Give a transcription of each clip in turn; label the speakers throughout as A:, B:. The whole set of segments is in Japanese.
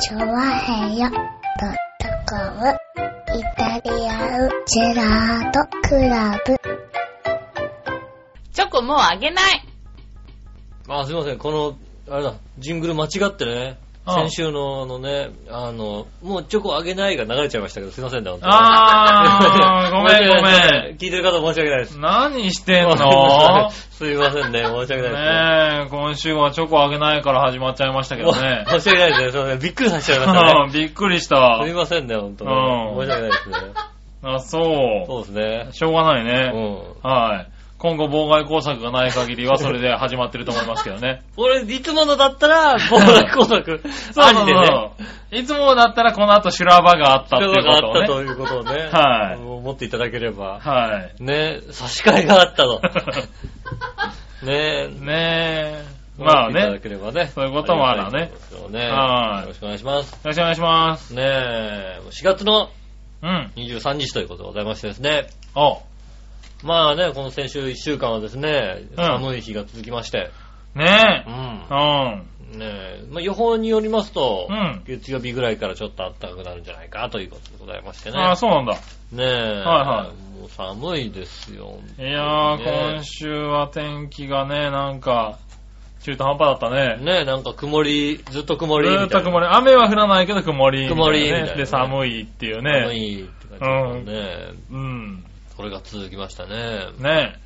A: チョワヘヨドットコムイタリアンジェラートクラブ。
B: チョコもうあげない。
C: あ、すいません。この、あれだ、ジングル間違ってね。
D: うん
C: 先週の、あのね、あの、もうチョコあげないが流れちゃいましたけど、すいませんだ、本当に
D: あー、ごめんごめん。
C: ん。聞いてる方申し訳ないです。
D: 何して んの
C: すいませんね、申し訳ない
D: ねえ、今週はチョコあげないから始まっちゃいましたけ
C: で
D: ど
C: す。
D: ね。
C: 申し訳ないですね、すいません。びっくりさせちゃいました
D: う
C: ね
D: ん。 びっく りした
C: すい。ませんね、本当に。
D: うん
C: 申し訳ないですね。
D: あ、そ
C: そうですね
D: う。。しょうがないうね。
C: ん。
D: はい。今後妨害工作がない限りはそれで始まってると思いますけ どね。
C: 俺、いつものだったら、暴力工作、ありでね。
D: いつもだったらこの後修羅場があった
C: そ
D: っ
C: う
D: て
C: い
D: いうう
C: のがあ
D: こ
C: っ
D: とを
C: た
D: ね。
C: ということをね、
D: はい
C: 思っていただければ、
D: はい。
C: ね、差し替えがあった と。ね
D: ねえ。まあ
C: 思っていただ
D: ね。
C: ければね。
D: そういうこともあるわね
C: りがたいですよね。
D: はい
C: よろしくお願いします。
D: よろしくお願いします。
C: ねえ、4月の
D: うん。
C: 23日ということでございましてですね。
D: お
C: まあね、この先週1週間はですね、
D: うん
C: 寒い日が続きまして。
D: ね
C: う
D: え。
C: ん
D: う。ん。
C: ねえ、まあ予報によりますと、
D: うん
C: 月曜日ぐらいからちょっと暖かくなるんじゃないかということでございましてね。
D: ああ、そうなんだ。
C: ねえ、
D: は
C: もう寒いですよ。
D: いやー、
C: ね
D: 今週は天気がね、なんか、中途半端だったね。
C: ねえ、なんか曇り、ずっと曇
D: ず
C: りみたい
D: ーっ
C: な。
D: と曇り。雨は降らないけど曇りみたいなね。
C: 曇りみたいなね
D: で、寒いっていう
C: 寒
D: ね。
C: いって感じだもんね。
D: うん。
C: これが続きましたね。
D: ね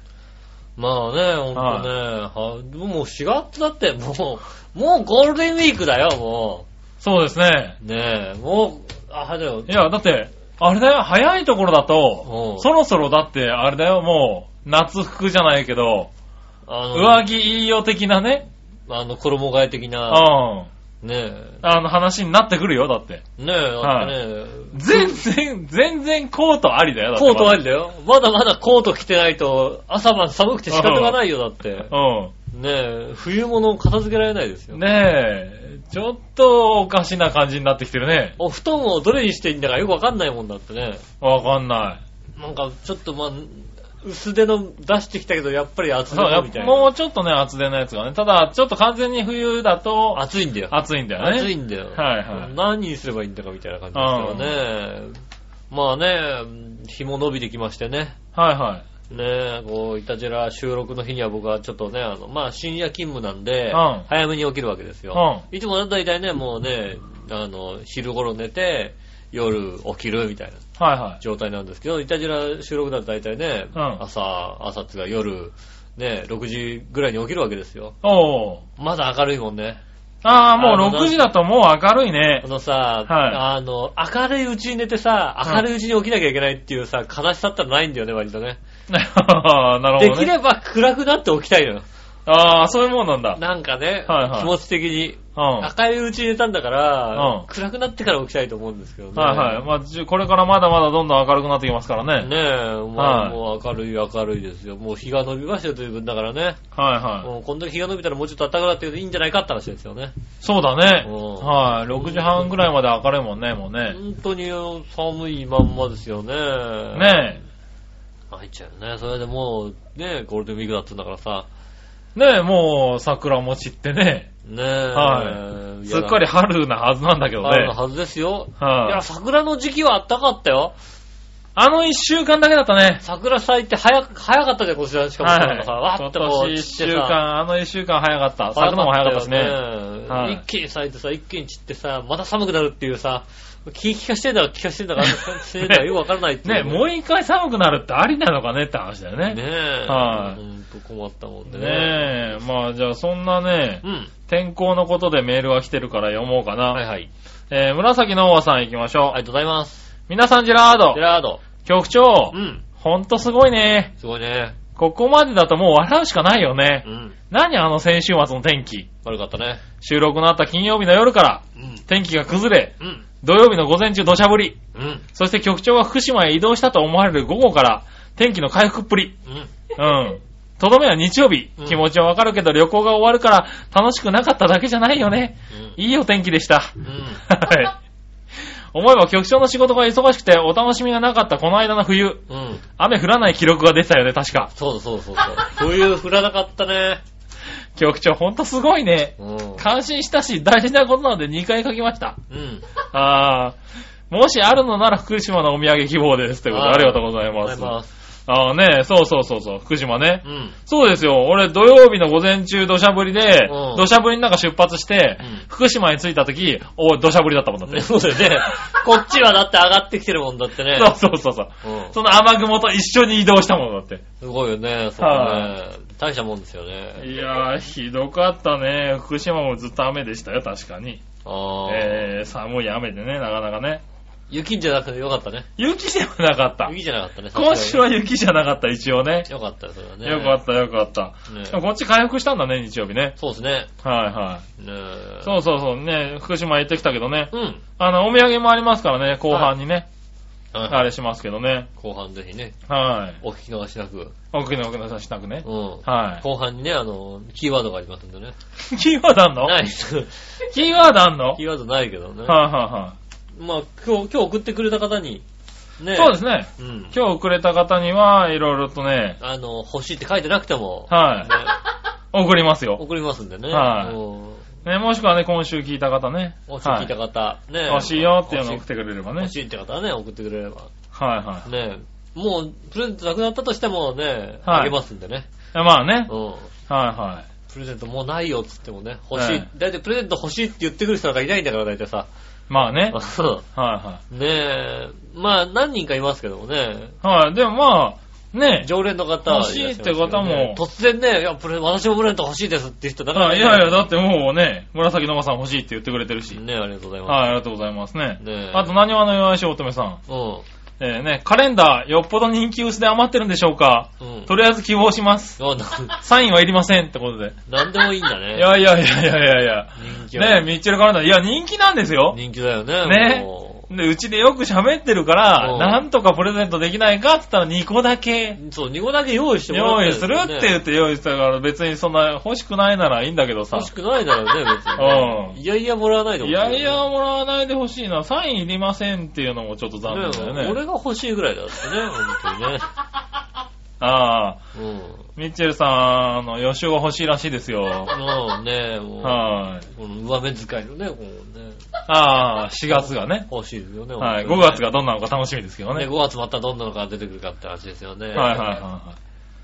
C: まあね、ほんとね、はもう4月だってもう、もうゴールデンウィークだよ、も
D: そうですね。
C: う。ねえ、もう、あ、だよ
D: い。や、だって、あれだよ、早いところだ
C: う
D: と
C: ん、
D: そろそろだって、あれだよ、もう、夏服じゃないけど、
C: あの、
D: 上着いいよ的なね、
C: あの、衣替え的
D: うん、
C: な、
D: あ
C: ねえ、
D: の話になってくるよ、だって。
C: ねえ、だってね、
D: 全然、全然コートありだよ、だって。
C: コートあ
D: り
C: りだよ。まだまだコート着てないと、朝晩寒くて仕方がないよ、だ って。ねえ、冬物を片付けられないです
D: う
C: よ。
D: ん。ねえ、ちょっとおかしな感じになってきてるね。
C: お布団をどれにしていいんだかよくわかんないもんだってね。
D: わかんない。
C: なんか、ちょっとまあ、薄手の出してきたけど、やっぱり暑い
D: そう、や
C: な
D: っ
C: み
D: ぱ
C: たい
D: も
C: な。
D: うちょっとね、厚手のやつがね。ただ、ちょっと完全に冬だと、
C: 暑いんだよ。
D: 暑いんだよね。
C: 暑いんだよ。
D: はいはい
C: 何にすればいいんだかみたいな感じですからね。まあね、日も伸びてきましてね。
D: はいは
C: ねこう、いたじら収録の日には僕はちょっとね、あの、まあ深夜勤務なんで、
D: うん
C: 早めに起きるわけですよ。
D: う。
C: いつもだいたいね、もうね、あの、昼頃寝て、夜起きるみたいない
D: はいはい。
C: 状態なんですけど、いたじら収録だと大体ね、
D: うん
C: 朝、朝っつうか夜、ね、6時ぐらいに起きるわけですよ。
D: おー。
C: まだ明るいもんね。
D: ああ、
C: あ
D: も
C: の
D: う6時だともう明るいね
C: あ。のさ、
D: はい
C: あの、明るいうちに寝てさ、明るいうちに起きなきゃいけないっていうさ、悲しさったらないんだよね、割とね。
D: なる
C: で
D: ほど、
C: き
D: ね。
C: れば暗くなって起きたいのよ。
D: ああ、そういうもんなんだ。
C: なんかね、
D: はいはい
C: 気持ち的に。
D: うん。は
C: 明るいうちに寝たんだから、
D: うん
C: 暗くなってから起きたいと思うんですけどね。
D: いはい。まあ、じゅこれからまだまだどんどん明るくなってきますからね。
C: ねえ、もう,、
D: はい
C: もう明るい明るいですよ。もう日が伸びましたよという分だからね。
D: はいはい。
C: もうこんだけ日が伸びたらもうちょっと暖かくなっていいんじゃないかって話ですよね。
D: そうだね。
C: うん
D: はい。6時半ぐらいまで明るいもんね、もうね。
C: 本当に寒いまんまですよね。ね
D: ね
C: 入っちゃうよね。それでもう、ねゴールデンウィークだったんだからさ、
D: え。ねえ、もう桜も散ってね。
C: ねえ。
D: はい。すっか
C: り
D: り春なはずなんだけど
C: ある
D: ね。
C: はずですよ。い
D: は
C: や、
D: い。
C: 桜の時期は暖かったよ。
D: あの1週間だけだったね。
C: 桜咲いて早く、早かったじゃん、こちら。しかもさ、なんかさ、
D: は
C: わ
D: い。
C: ー
D: 今
C: ってこう
D: 年1
C: 散っ
D: 週
C: てさ。
D: 間、あの1週間早かった。咲くのも早かったし
C: 早
D: ね。
C: かったよね
D: はい
C: 一気に咲いてさ、一気に散ってさ、また寒くなるっていうさ、気気化してんだか気化してんだか、してんだかよくわからないってい
D: ねえ、
C: う。
D: もう一回寒くなるってありなのかねって話だよ
C: ね
D: ね。
C: え。
D: はい
C: ほんと困ったもんでね。
D: ねえ、まあじゃあそんなね
C: う、ん。
D: 天候のことでメールが来てるから読もうかな。
C: はいはい。
D: えー、紫のおばさん行きましょう。
C: ありがとうございます。
D: 皆さんジェラード
C: ジェ、ラード。
D: 局長
C: う、ん。
D: ほんとすごいね。
C: すごいね。
D: ここまでだともう笑うしかないよね
C: う。ん。
D: 何あの先週末の天気。
C: 悪かったね。
D: 収録のあった金曜日の夜から、
C: うん。
D: 天気が崩れ、
C: うん。
D: 土曜日の午前中土砂降り、
C: うん。
D: そして局長が福島へ移動したと思われる午後から、天気の回復っぷり。
C: うん。
D: うん。とどめは日曜日
C: うん。
D: 気持ちはわかるけど旅行が終わるから楽しくなかっただけじゃないよね。いいお天気でした。
C: うん。うん。
D: はい。思えば局長の仕事が忙しくてお楽しみがなかったこの間の冬、
C: うん。
D: 雨降らない記録が出てたよね、確か。
C: そうだそうだそうだ。冬降らなかったね。
D: 局長ほんとすごいね。
C: うん。
D: 感心したし、大事なことなので2回書きました。
C: うん。
D: ああ。もしあるのなら福島のお土産希望です。ということで、ありがとうござい
C: あり
D: ま
C: がとう
D: す。
C: ござい
D: あ
C: ます。
D: あーね、そうそうそうそう、福島ね
C: う。ん。
D: そうですよ。俺、土曜日の午前中、土砂降りで
C: うん、
D: 土砂降りの中出発して
C: うん、
D: 福島に着いた時、おい、土砂降りだったもんだって
C: ね。そうだよね。こっちはだって上がってきてるもんだってね。
D: そうそうそうそう。
C: うん。
D: その雨雲と一緒に移動したものだって。
C: すごいよね、そうだね。大したもんですよね。
D: いやー、ひどかったね。福島もずっと雨でしたよ、確かに。
C: ああ、
D: えー、寒い雨でね、なかなかね。
C: 雪じゃなくてよかったね。
D: 雪ではなかった。
C: 雪じゃなかったね。
D: 今週は雪じゃなかった、一応ね
C: さ。すがにねよかったよ、それはね。
D: よかった、よかった。
C: ね
D: しかもこっち回復したんだね、日曜日ね。
C: そうですね。
D: はいはい。
C: ねえ
D: そうそうそう、ね、福島行ってきたけどね。
C: うん。
D: あの、お土産もありますからね、後半にね、あ
C: はい。
D: れしますけどね。
C: 後半ぜひね、
D: はい。
C: お聞き逃しなく。
D: 奥の奥の差しなくね
C: う。ん。
D: は
C: 後半にね、あの、キーワードがありますんでね。
D: い。キーワードあんの
C: ない。 キ
D: キーワードあんのはい
C: ーワードないけどね。
D: はいは
C: まあ、今日、今日送ってくれた方に、ね
D: い。そうですね。
C: うん。
D: 今日くれた方には、いろいろとね、
C: あの、欲しいって書いてなくても、
D: はい
C: ね、
D: 送りますよ。
C: 送りますんでね。
D: はい
C: うん
D: ね、もしくはね、今週聞いた方ね。
C: もし聞いた
D: は
C: 方、ね。
D: い、欲しいよっていうのを送
C: 欲
D: っ
C: して
D: くれれば
C: い
D: ね
C: 欲。しいって方はね、送ってくれれば。
D: はいは
C: ねもう、プレゼントなくなったとしてもね、
D: はい
C: あげますんでね。
D: い。まあね。
C: うん。
D: はいは
C: プレゼントもうないよっつってもね、欲しい
D: え。
C: だいたいプレゼント欲しいって言ってくる人なんかいないんだから、だいたい さ。
D: い。まあね。
C: うん
D: は
C: ねえ、まあ何人かいますけどもね、
D: いはい。はい。でもまあ、ね。
C: 常連の方らっゃますけどね
D: 欲しいって方も
C: 突然ね、いや、プレ私もプレゼント欲しいですっていう人なかな
D: あ
C: か
D: いやいや、だ
C: だ
D: ってもうね、紫のおばさん欲しいって言ってくれてるし。
C: ねえ、ありがとうござい
D: はい、
C: ま
D: ありがとうございますね
C: す。。ねえ。
D: あと、何話の弱いし乙女さん。えーね、カレンダー、よっぽど人気薄で余ってるんでしょうか
C: うん。うん。
D: とりあえず希望します。
C: あな
D: サインはいりませんってことで。
C: なんでもいいんだ
D: い
C: ね。
D: やいやいやいやいやいや。
C: 人気
D: ね
C: は
D: え、ミッチェルカレンダー。いや、人気なんですよ。
C: 人気だよね。
D: ね
C: も
D: で、うちでよく喋ってるから、
C: うん
D: なんとかプレゼントできないかって言ったら2個だけ
C: うそう、2個だけ用意してもらって
D: 用意するって言って用意したから、別にそんな欲しくないならいいんだけどさ
C: 欲。しくないだろうね、別にね。
D: うん
C: いやいやもらわないで
D: い
C: ほしよ
D: や
C: ね
D: いや、もらわないでほしいな。サインいりませんっていうのもちょっと残念だよね。
C: ね俺が欲しいぐらいだってね、本当にね。う
D: ああ、
C: ん。
D: ミッチェルさん、あの、予習が欲しいらしいですよ。
C: うん、ねえ、もう。
D: はい。
C: この上目遣いのね、こうね、
D: ああ、4月がね。
C: 欲しいですよね。
D: はい。
C: 本
D: 5
C: 当にね
D: 月がどんなのか楽しみですけど
C: ね、
D: ね。
C: 5月またどんなのが出てくるかって話ですよね。
D: はいはい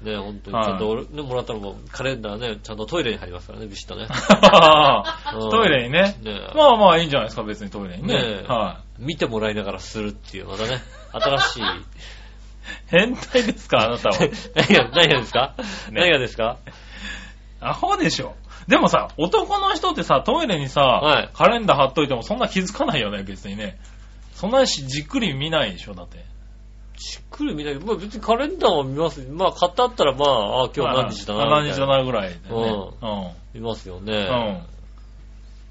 C: ね、
D: は
C: 本当
D: は
C: に。
D: い
C: ちょっと俺、ね、もらったのも、カレンダーね、ちゃんとトイレに入りますからね、ビシッとね。
D: い
C: うん
D: トイレにね。
C: ね
D: まあまあいいんじゃないですか、別にトイレにね
C: ね。え
D: は
C: 見てもらいながらするっていう、またね、新 しい。
D: い。変態ですか、あな たは。
C: 何が、何がですか、
D: ね
C: 何がですか
D: アホでしょ。でもさ、男の人ってさ、トイレにさ、
C: はい
D: カレンダー貼っといてもそんな気づかないよね、別にね。そんなし、じっくり見ないでしょ、だって。
C: しっくり見ないけど、まあ別にカレンダーは見ます。まあ、買ってあったら、まあ、あ今日何日だ
D: まあ
C: な。
D: 何
C: みた
D: 日
C: い
D: だ
C: な。
D: なぐらいでね。
C: うん見ますよ
D: う
C: ね。
D: ん。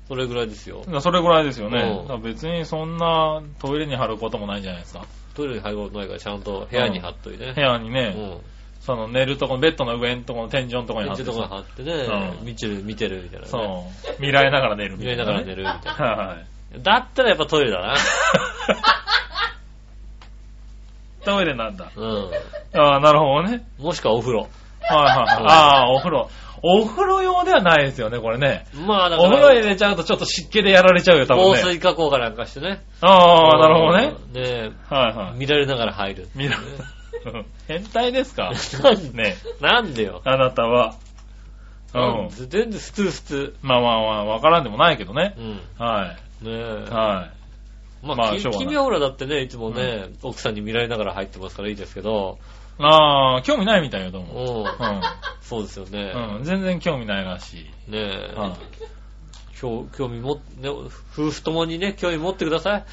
C: それぐらいですよ
D: う。ん。それぐらいですよね。
C: うん
D: だから別にそんなトイレに貼ることもないじゃないですか。
C: トイレに入ることないから、ちゃんと部屋に貼っといてね。
D: 部屋にね、
C: うん。
D: その寝るとこのベッドの上のとこの天井のとこに
C: っ
D: 貼ってて
C: とこに
D: さ、
C: 貼ってね
D: う、ん
C: 見てる、見てるみたいなね。
D: そう、見られながら寝るみ
C: 見
D: た
C: れ
D: い
C: な
D: な、
C: がら寝るみたいな。
D: はい。
C: だったらやっぱトイレだ な。
D: トイレなんだ。
C: うん。
D: ああ、なるほどね。
C: もしくはお風呂。
D: はい はいはい。
C: うん
D: ああ、お風呂。お風呂用ではないですよね、これね。
C: まあだ
D: お
C: か
D: 風呂入
C: ら、
D: れちゃうとちょっと湿気でやられちゃうよ、多
C: 防
D: 分ね。
C: 水加工かなんかしてね。
D: ああ、なるほどね。
C: どね。ね
D: はいはい。
C: 見られながら入る。
D: 見ら 変態ですか
C: なんで
D: ね。
C: なんでよ。
D: あなたは。うん。
C: 全然スツースツ
D: まあまあまあ、わからんでもないけどね
C: ー。う。ん。
D: は
C: ね
D: い。
C: え。
D: は
C: ま
D: まあ
C: あ、き
D: しょうがない
C: 君はほらだってね、いつもね、奥さんに見られながら入ってますからいいですけど、
D: い。ああ、興味ないみたいよ、どう
C: う
D: も。
C: ん。
D: うん。
C: そうですよね。
D: うん。全然興味ないらしい。
C: ねえ。
D: は
C: 興興味も、ね、夫婦ともにね、興味持ってください。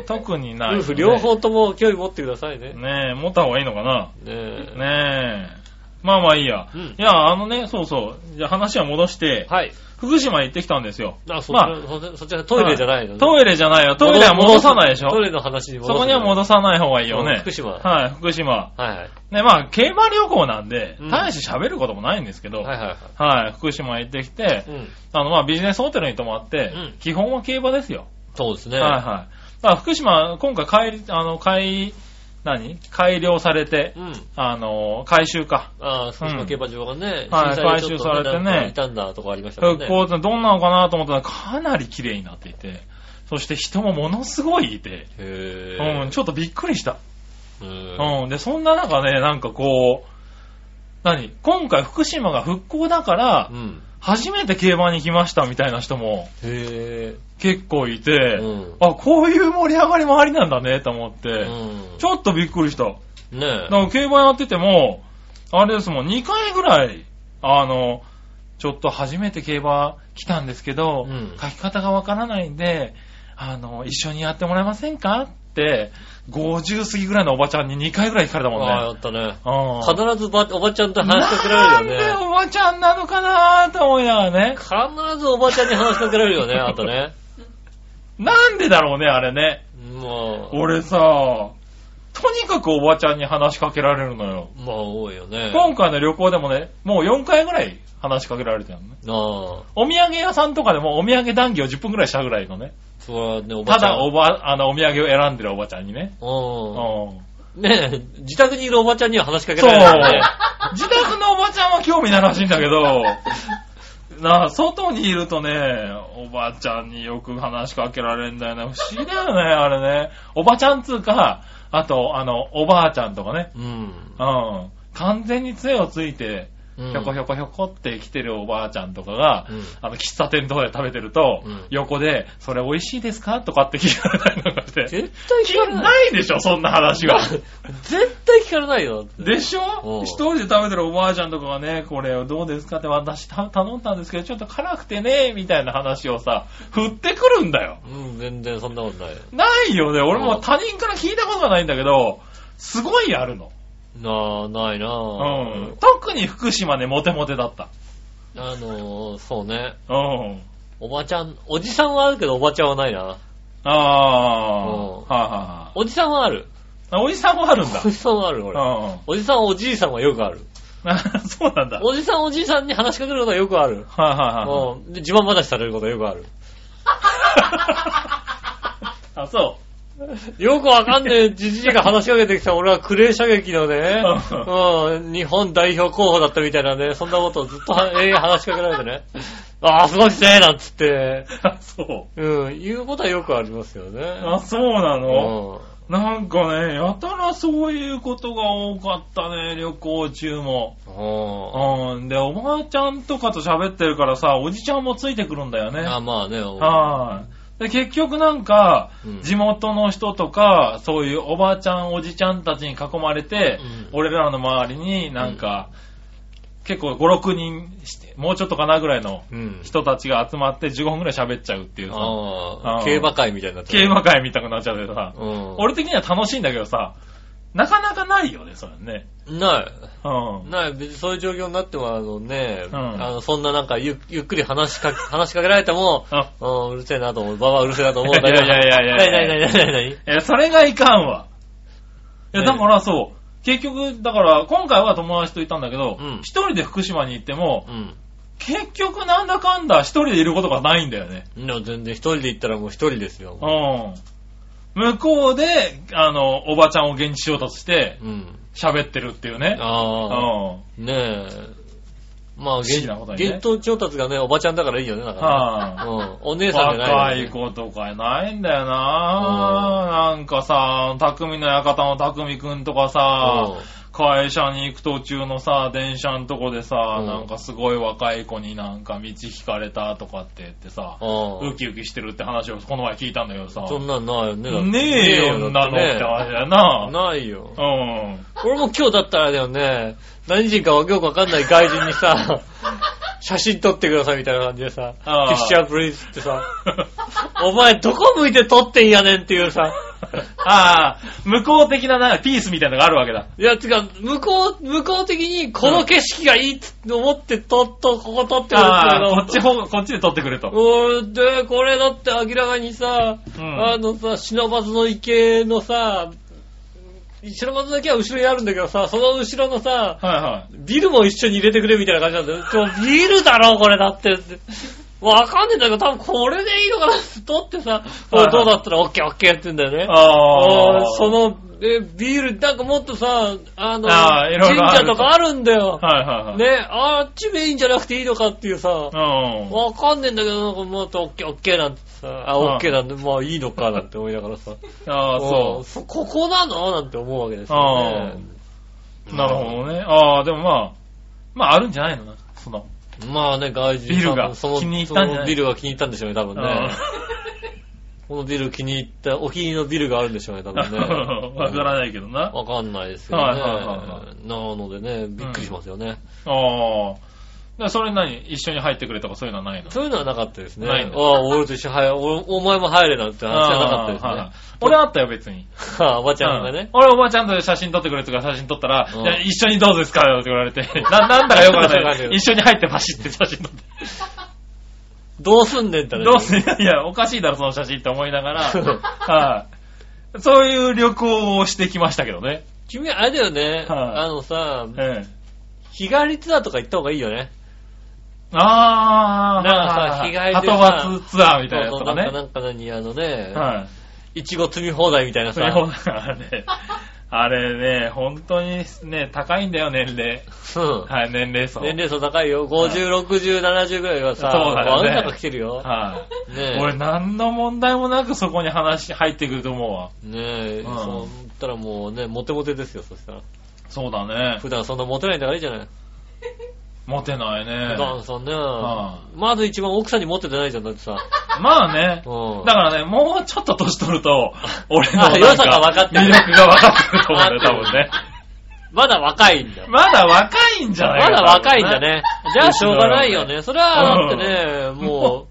D: い特にない、
C: 夫婦両。方とも興味持ってくださいね。ね
D: ねえ、持った方がいいのかな。
C: え。
D: ねえ。まあまあいいや。
C: うん
D: いや、あのね、そうそう。じゃあ話は戻して、
C: はい。
D: 福島行ってきたんですよ。
C: あ、そ、
D: ま
C: ま
D: あ
C: そそちらトイレじゃないのね、
D: トイレじゃないよ。トイレは戻さないでしょ
C: トイレの話に戻
D: そこには戻さない方がいいよ
C: うん
D: ね
C: 福。島。は
D: はい、福島。
C: いはい。
D: ね、まあ、競馬旅行なんで
C: う、ん
D: 大して喋ることもないんですけど、
C: はいはいはい。
D: はい、福島行ってきて
C: う、ん。
D: あの、まあ、ビジネスホテルに泊まって
C: うん、
D: 基本は競馬ですよ。
C: そうですね。
D: はいはい。だから福島、今回帰り、あの、帰何改良されて、
C: うん。
D: あの、改修か。
C: ああ、福島競馬場がね、
D: は
C: 震災で
D: い
C: ちょっと
D: 改修されてね
C: なんか傷んだとかありましたもん
D: 復
C: ね。
D: 興ってどんなのかなと思ったらかなり綺麗になっていて、そして人もものすごいいて、
C: へ
D: うん、ちょっとびっくりした。
C: ぇー。うん。
D: うん、で、そんな中ね、なんかこう、何今回福島が復興だから
C: う、ん。
D: 初めて競馬に来ましたみたいな人も
C: へ
D: 結構い
C: ぇ
D: て、
C: ー。うん。
D: あ、こういう盛り上がりもありなんだねと思って、
C: うん
D: ちょっとびっくりした。
C: ね
D: だから競馬やってても、あれですもん、2回ぐらい、あの、ちょっと初めて競馬来たんですけど、
C: うん
D: 書き方がわからないんで、あの、一緒にやってもらえませんかって、50過ぎぐらいのおばちゃんに2回ぐらい聞かれたもんね。
C: ああ、やったね。
D: うん
C: 必ずばおばちゃんと話しかけ
D: な
C: ら
D: ん
C: れる
D: で
C: よね。
D: おばちゃんなのかなーと思いながらね。
C: 必ずおばちゃんに話しかけられる よね、あとね。
D: なんでだろうね、あれね。
C: もう、
D: 俺さ、とにかくおばちゃんに話しかけられるのよ。
C: まあ多いよね。
D: 今回の旅行でもね、もう4回ぐらい話しかけられてるの
C: あ
D: ね。
C: あ、
D: お土産屋さんとかでもお土産談義を10分ぐらいしたぐらいのね。
C: それはね、おば
D: た
C: ちゃん。
D: だおば、あの、お土産を選んでるおばちゃんにね。うん。
C: うん。ねえ、自宅にいるおばちゃんには話しかけ
D: そう
C: られるよね。。
D: 自宅のおばちゃんは興味ないらしいんだけ ど、なあ、外にいるとね、おばちゃんによく話しかけられんだよね。不思議だよね、あれね。おばちゃんつうか、あと、あの、おばあちゃんとかね。
C: うん。
D: うん。完全に杖をついて、
C: うん
D: ひょこひょこひょこって来てるおばあちゃんとかが、
C: うん
D: あの、喫茶店とかで食べてると、
C: うん
D: 横で、それ美味しいですかとかって聞かれたりなんかし て。
C: 絶対聞かれない。
D: ないでしょ、そんな話は。
C: 絶対聞かれないよ。
D: でし
C: お
D: ょ
C: う
D: 一人で食べてるおばあちゃんとかがね、これどうですかって私た頼んだんですけど、ちょっと辛くてね、みたいな話をさ、振ってくるんだよ。
C: うん、全然そんなことないよ。
D: ないよね。俺
C: う
D: も
C: ん
D: 他人から聞いたことがないんだけど、すごいあるの。
C: なあ、ないな
D: う
C: あ。
D: ん。。特に福島ね、モテモテだった。
C: あのー、そうね。
D: うん。
C: おばちゃん、おじさんはあるけどおばちゃんはないな。
D: ああ。
C: うん
D: はいはい
C: おじさんはある。
D: はい。おじさんもあるんだ
C: お。じさんはある、
D: う
C: 俺。
D: ん。
C: おじさん、おじいさんはよくある。
D: そうなんだ。はい
C: おじさん、おじいさんに話しかけることはよくある。
D: はいはい。
C: うん。で、自慢話されることはよくある。
D: あ、そう。
C: よくわかんねえじじいが話しかけてきた俺はクレー射撃のね、うん、日本代表候補だったみたいなね、そんなことをずっとは永遠話しかけられてね、ああ、すごいっすね、なんつって、
D: あ、そう。
C: うん、言うことはよくありますよね。
D: あ、そうな
C: う
D: の、
C: ん。
D: なんかね、やたらそういうことが多かったね、旅行中も。
C: うん
D: うん。で、おばあちゃんとかと喋ってるからさ、おじちゃんもついてくるんだよね。
C: あまあね、お
D: はい。で、結局なんか
C: うん、
D: 地元の人とか、そういうおばあちゃん、おじちゃんたちに囲まれて、
C: うん
D: 俺らの周りになんか、結構5、6人して、もうちょっとかなぐらいの
C: うん。
D: 人たちが集まって15分ぐらい喋っちゃうっていうさ、
C: あ
D: う
C: あ、
D: ん
C: 競馬会みたいになって
D: 競
C: る
D: 馬会みたくなっちゃってさ、
C: うん。
D: 俺的には楽しいんだけどさ、なかなかないよね、それね。
C: な
D: うん
C: い。。ない、別にそういう状況になっても、あのね、
D: うん
C: あの、そんななんかゆ、ゆっくり話しかけ、話しかけられても、
D: あ
C: うん、うるせえなと思う。ばばうるせえなと思うんだけど。
D: いやいやいやいやいや
C: なになになになになに
D: え、それがいかんわ。いや、
C: ね
D: だからそう。結局、だから、今回は友達と行ったんだけど
C: うん、
D: 一、人で福島に行っても、
C: うん。
D: 結局なんだかんだ一人でいることがないんだよね。
C: いや、全然一人で行ったらもう一人ですよ。
D: うん。向こうで、あの、おばちゃんを現地調達して、
C: うん。
D: 喋ってるっていうね。う
C: ああ。
D: ん。
C: ねえ。まあ、
D: 不思議なことにね
C: 現当調達がね、おばちゃんだからいいよね、だからね。うん。お姉さんじゃ
D: 若
C: ない
D: い
C: よね。
D: 子とかいないんだよななんかさ、匠の館の匠くんとかさ、会社に行く途中のさ、電車のとこでさ、
C: うん
D: なんかすごい若い子になんか道聞かれたとかって言ってさ、
C: うん。う
D: ウ
C: ん。
D: キウキしてるって話をこの前聞いたんだけどさ、
C: そんなんないよね。だって
D: ねえよ、なのって話だよな。
C: ないよ
D: う。ん。
C: 俺も今日だったらだよね、何人かよくわかんない外人に さ、写真撮ってくださいみたいな感じでさ、ピ
D: ああ
C: クチャープリーズってさ、お前どこ向いて撮ってんやねんっていう さ、
D: ああ、向こう的ななんかピースみたいなのがあるわけだ。
C: いや、つか、向こう、向こう的にこの景色がいいって思って撮っと、ここ撮ってるんですけ
D: あ
C: ど、
D: あ、こっ ち方、こっちで撮ってくれと。
C: おーで、これだって明らかにさ、
D: うん
C: あのさ、忍ばずの池のさ、忍ばずの池は後ろにあるんだけどさ、その後ろのさ、
D: はいはい。
C: ビルも一緒に入れてくれみたいな感じなんだよ。今日ビルだろ、これだって。わかんねえんだけど、多分これでいいのかなって撮ってさ、
D: はいは
C: お
D: い
C: いどうだったらオッケーオッケーって言うんだよね。お
D: あ
C: いそので、ビール、なんかもっとさ、あの、
D: あーいろいろあ
C: 神
D: る
C: 社とかあるんだよ。
D: はいはいはい。
C: ね、あっちメインじゃなくていいのかっていうさ、
D: うん。
C: わかんねえんだけど、なんかもっとオッケーオッケーなんてさ、あ、
D: うん
C: オッケーなんて、まあいいのかなんて思いながらさ、
D: ああ、
C: う
D: そ
C: んそここなのなんて思うわけですよね。
D: う。なるほどね。ああ、でもまあ、まああるんじゃないのな。その。
C: まあね、外人さん
D: ビルが
C: もその
D: 気に入ったんじゃない
C: そのビルが気に入ったんでしょうね、多分ね。このビル気に入った、お気に入りのビルがあるんでしょうね、多
D: うん
C: 分ね。
D: わからないけどな。あ
C: わかんないですけどね。
D: はいはいはいは
C: なのでね、びっくりしますよね。
D: あ。だからそれ何一緒に入ってくれとかそういうのはないの
C: そういうのはなかったですね。
D: ないんだ
C: ああ、俺と一緒に入る、おお前も入れなんて話はなかった
D: ああはいはい
C: で
D: 俺あったよ、別に。
C: すね。はあ、 おばちゃんが
D: うん
C: ね。
D: 俺おばちゃんと写真撮ってくれとか写真撮ったら、
C: うん
D: いや一緒にどうですかって言 われて、な、なんだかよくわかん
C: わ
D: な
C: かんない
D: い。一緒に入って走って写真撮って。
C: どうすんねんって話
D: どうすんいやいや、おかしいだろ、その写真って思いながら、 はい。そういう旅行をしてきましたけどね。
C: 君、あれだよね。
D: はい
C: あのさ、
D: ええ。
C: 日帰りツアーとか行った方がいいよね。
D: あー、
C: なんかさ
D: はい
C: 日帰りでさ
D: はとバスツアーみたいなや
C: そ
D: つ
C: う
D: と
C: そ
D: か
C: う
D: ね
C: なんか、。なんか何、あのね、
D: はい。
C: いちご積み放題みたいな
D: そ
C: さ。
D: れほどあれ、あれね、本当にね、高いんだよ、年齢。
C: うん
D: はい、年齢層。
C: 年齢層高いよ。50、60、70ぐらいはさ、
D: そうだよね
C: 真ん中来てるよ。
D: はい。
C: ねえ。
D: 俺何の問題もなくそこに話入ってくると思うわ。
C: ねえ、
D: うん
C: そう思ったらもうね、モテモテですよ、そしたら。
D: そうだね。
C: 普段そんなモテないんだからいいじゃない。
D: モテないね
C: 普。段そんね、
D: う
C: まず一番奥さんにモテてないじゃん、だって さ。
D: まあね。
C: うん
D: だからね、もうちょっと年取る と、俺の
C: あ
D: なん
C: 良さが分かってる
D: 魅力が分かってると思うんだよ、多分ね。
C: まだ若いんだよ。
D: まだ若いんじゃ
C: ま
D: ないか
C: だ若いんだ。
D: 多分
C: ね。じゃあしょうがないよね。それは、だってね、も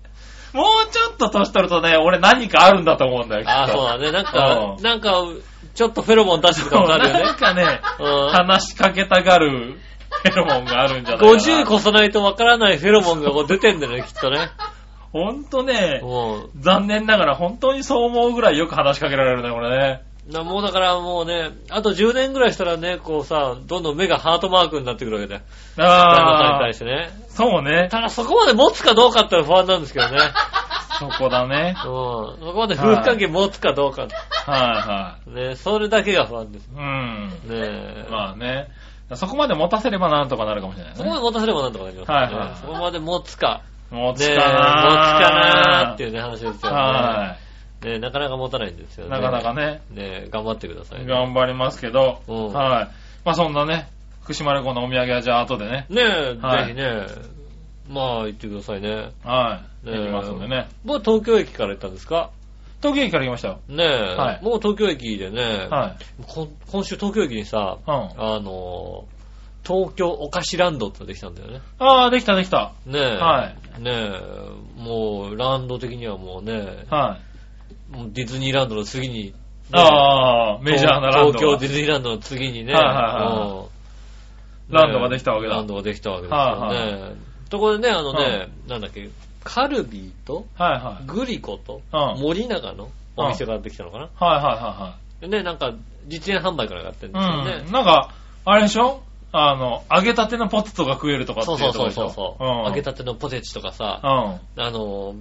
C: う、
D: もうちょっと年取るとね、俺何かあるんだと思うんだよ、きっと
C: ああ、そうだね。なんか
D: う、ん
C: なんか、ちょっとフェロモン出してる感
D: そう
C: じあるよね
D: なん。かね、
C: うん
D: 話しかけたがる フェロモンがあるんじ ゃないかな。
C: 50越さないとわからないフェロモンがこう出てんだよね、きっとね。
D: ほんと ね、
C: も
D: 残念ながら本当にそう思うぐらいよく話しかけられるね、俺ね。
C: う、なもうだからもうね、あと10年ぐらいしたらね、こうさ、どんどん目がハートマークになってくるわけだよ。旦那さんに
D: ああ
C: 対し、てね。
D: そうね。
C: ただそこまで持つかどうかってのは不安なんですけど ね。
D: そこだね。
C: うん。そこまで夫婦関係持つかどうか。
D: は
C: ね、それだけが不安です。
D: いはい。
C: ねえ
D: うん。。まあね。そこまで持たせればなんとかなるかもしれない
C: そこまで
D: ね。
C: 持たせればなんとかなります
D: はいはい
C: ねそこまで持つか。
D: 持
C: ね
D: つかな
C: 持つかなーっていううね、話ですよ
D: は
C: ね。ねなかなか持たないんですよ
D: い。
C: ね。
D: なかなか。ね、
C: ね頑張ってくださいね。
D: 頑張りますけど、
C: うん
D: はい。まあそんなね、福島旅行のお土産はじゃあ後でね、
C: ねえ、
D: はい
C: ぜひね、まあ行ってくださいね。
D: はい。
C: ねえ
D: 行きますんでね。
C: もう東京駅から行ったんですか
D: 東京駅から来ましたよ。
C: ねえ、
D: はい
C: もう東京駅でね、
D: はい。
C: こん今週東京駅にさ、
D: うん。
C: あのー、東京お菓子ランドってできたんだよね。
D: ああ、できたできた。
C: ねえ、
D: は
C: ねえ、もうランド的にはもうね、
D: はい。
C: もうディズニーランドの次に、ね
D: ああ、メジャーなランド
C: 東
D: が。
C: 京ディズニーランドの次にね、
D: はいはいはい
C: うん
D: ランドができたわけだ。
C: ラ
D: は
C: ン
D: い
C: ドができたわけですよね。ところでね、あのね、なんだっけ、カルビーと、
D: はい。
C: グリコと、
D: うん。はい
C: 森永のお店ができたのかな、
D: は
C: でね、なんか、実演販売からやってるんで
D: いは
C: す
D: い
C: よ
D: はい。
C: ね
D: う。ん。なんか、あれでしょあの、揚げたてのポテトが食えるとかって
C: そ
D: いううと
C: そう
D: こ
C: そう
D: でし
C: そう
D: ょ
C: そう、
D: うん。
C: 揚げたてのポテチとか
D: う
C: さ、
D: ん。
C: あの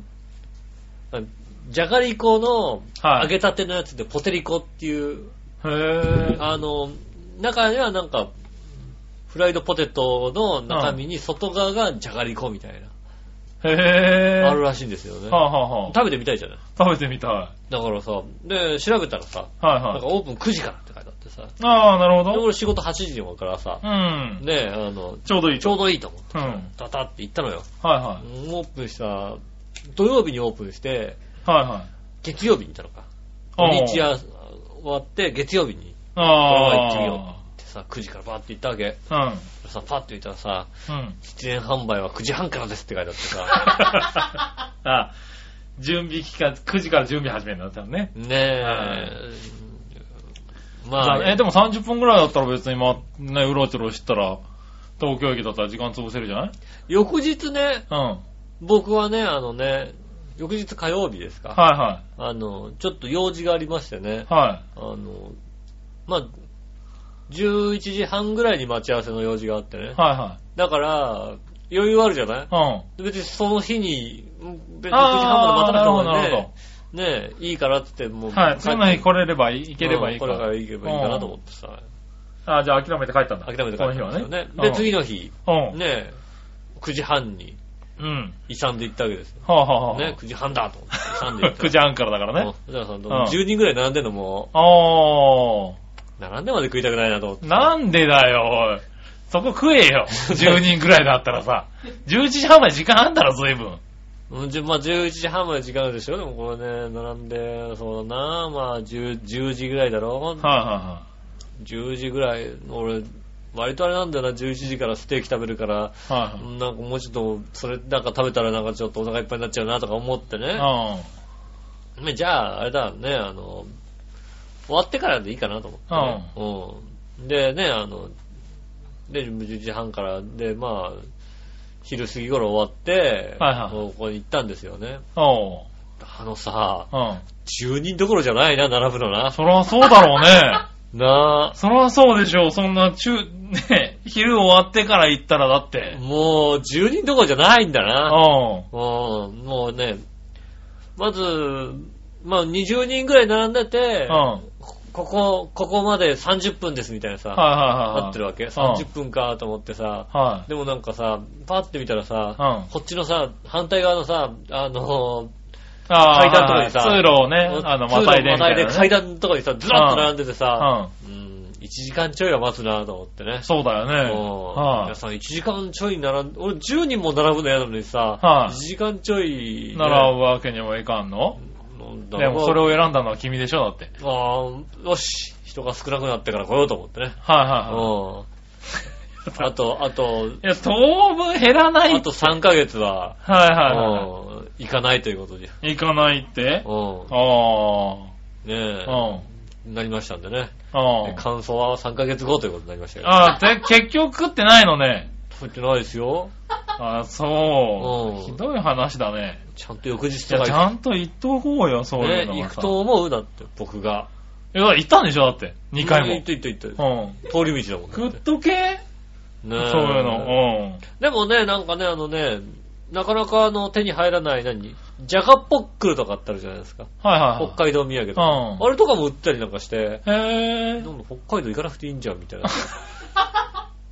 C: ー、じゃがりこの
D: はい
C: 揚げたてのやつでポテリコっていう、
D: へ
C: あのー、中にはなんか、フライドポテトの中身に外側がじゃがりこみたいな、
D: え。へえ。
C: あるらしいんですよね
D: は。あ、はあはあ、
C: 食べてみたいじゃない
D: 食べてみたい。はい
C: だからさ、で、調べたらさ、なん
D: は
C: かオープン9時からって書いてあってさ、
D: い。ああ、なるほ
C: で
D: ど。
C: 俺仕事8時に終わるからさ、
D: うん。
C: ねえ、あの、
D: ちょうどいい。
C: ちょうどいいと思って、
D: うん。はい
C: タタって行ったのよ。
D: は
C: オープンした、土曜日にオープンして、
D: い。はいはい。
C: 月曜日に行ったのか。
D: あー
C: 土日は終わって、月曜日に行
D: ああ。
C: これは行ってさ、9時からバーって行ったわけ。さ、パッて見たらさ、
D: うん。うん。
C: 出演販売は9時半からですって書いてあってさ、
D: あ、準備期間、9時から準備始めるんだったのね。
C: ねえ、
D: はい
C: まあ、
D: え、でも30分くらいだったら別に今、ね、うろちょろしてたら、東京駅だったら時間潰せるじゃない
C: 翌日ね、
D: うん。はい
C: 僕はね、あのね、翌日火曜日ですか、
D: は
C: あの、ちょっと用事がありましてね
D: い。、は
C: あの、まあ、11時半ぐらいに待ち合わせの用事があってね
D: い。。は
C: だから、余裕あるじゃない
D: いはい。うん。
C: 別にその日に、うん別に9時
D: あ
C: 半まで待たなくても
D: ーなるほどなる
C: ね
D: ほ、
C: ねえ、いいからって言って、もう。
D: はい。次の日来れればいい、行
C: い
D: ければいいか
C: これから行けばいいかなと思ってさ、
D: ああ、じゃあ諦めて帰ったんだ。
C: 諦めて帰
D: この
C: っ
D: 日
C: たん
D: は
C: ですよ
D: ね
C: ね。。で、次の日、
D: うん。うん。
C: ねえ、9時半に、
D: うん。
C: 遺産で行ったわけですよ。
D: はあはあはあ。
C: ね、9時半だと思って、遺産で行った。
D: 9時半からだから ね。
C: うん。じゃあさ、
D: ん
C: 10人ぐらい並んでんのも
D: あ
C: う、並んでまで食いたくないなと思って。
D: あ。なんでだよ、おい。そこ食えよ。10人ぐらいだったら さ。11時半まで時間あんだろ、随分。
C: うん、じゅまあ11時半まで時間あるでしょでもこれね、並んで、そうだな、まあ 10, 10時ぐらいだろ
D: はいは
C: 10時ぐらい、俺、割とあれなんだよな、11時からステーキ食べるから、
D: いはい。は
C: うんなんかもうちょっと、それなんか食べたらなんかちょっとお腹いっぱいになっちゃうなとか思って
D: い
C: ね。
D: はい。うん。
C: ねじゃあ、あれだね、あの、終わってからでいいかなと思ってね、うん。でね、あの、で、10時半から、で、まあ、昼過ぎ頃終わって、
D: はいはい
C: こうここに行ったんですよね。
D: おう。
C: あのさ、
D: うん。
C: 10人どころじゃないな、並ぶのな。
D: そらそうだろう ね。
C: な
D: そらそうでしょう。そんな中、ね、昼終わってから行ったらだって
C: あ、。もう10人どころじゃないんだ
D: うん。
C: な。
D: は
C: うん、もうね、まず、まあ20人ぐらい並んで
D: い
C: て、
D: はい
C: ここ、ここまで30分ですみたいなさ、
D: はいはい。
C: なってるわけ ?30 分かと思ってさ、
D: は
C: でもなんかさ、パッて見たら
D: い。うん。
C: さ、
D: あ
C: こっちのさ、反対側のさ、あの
D: あ
C: 階段とかにさ
D: はいはい通路をね、
C: ー、
D: あの、
C: 通路
D: またいでみたいなね。
C: またいで階段のとこにさ、ずらっと並んでてさ、
D: うん。
C: うん、1時間ちょいは待つなと思ってね。
D: そうだよね。
C: もう
D: は
C: 皆さん1時間ちょい並んで、俺10人も並ぶの嫌なのにさ、
D: は
C: 1
D: い
C: 時間ちょい
D: い。
C: ね、
D: 習うわけにもいかんの
C: うんだか
D: で
C: ら
D: もそれを選んだのは君でしょ、だって。
C: あーよし、人が少なくなってから来ようと思ってね。
D: はいはいは
C: う ん。あと、あと、
D: い。いや、当分減らない
C: あと3ヶ月は、
D: はいはいは
C: うん行かないということで、
D: い。行かないって
C: うん
D: あ
C: ね
D: あ。うん。
C: え、なりましたんでね。
D: うん。
C: 感想は3ヶ月後ということになりましたけど。
D: ああ、で、結局食ってないのね。
C: そうってないですよ。
D: ああ、
C: う
D: そ
C: ん
D: う。ひどい話だね。
C: ちゃんと翌日
D: じゃ
C: と
D: あ、
C: か
D: ち
C: 行
D: ゃんと行っとこうよ、そう
C: く
D: いう
C: ね
D: の
C: 行
D: は
C: く
D: さ。
C: と思うだって、僕が。
D: いや、行ったんでしょ、だって。2回
C: 行った行った行った。
D: も。うん。
C: 通り道だもんね。
D: 食っとけ
C: ねえ
D: そういうの。
C: でもね、なんかね、あのね、なかなかあの手に入らない何ジャガポックルとかってあるじゃないですか。
D: うん。はいはい
C: 北
D: はい。
C: 海道土産とか。
D: うん
C: あれとかも売ったりなんかして、
D: へ
C: ど
D: ー
C: んどん北海道行かなくていいんじゃんみたいな。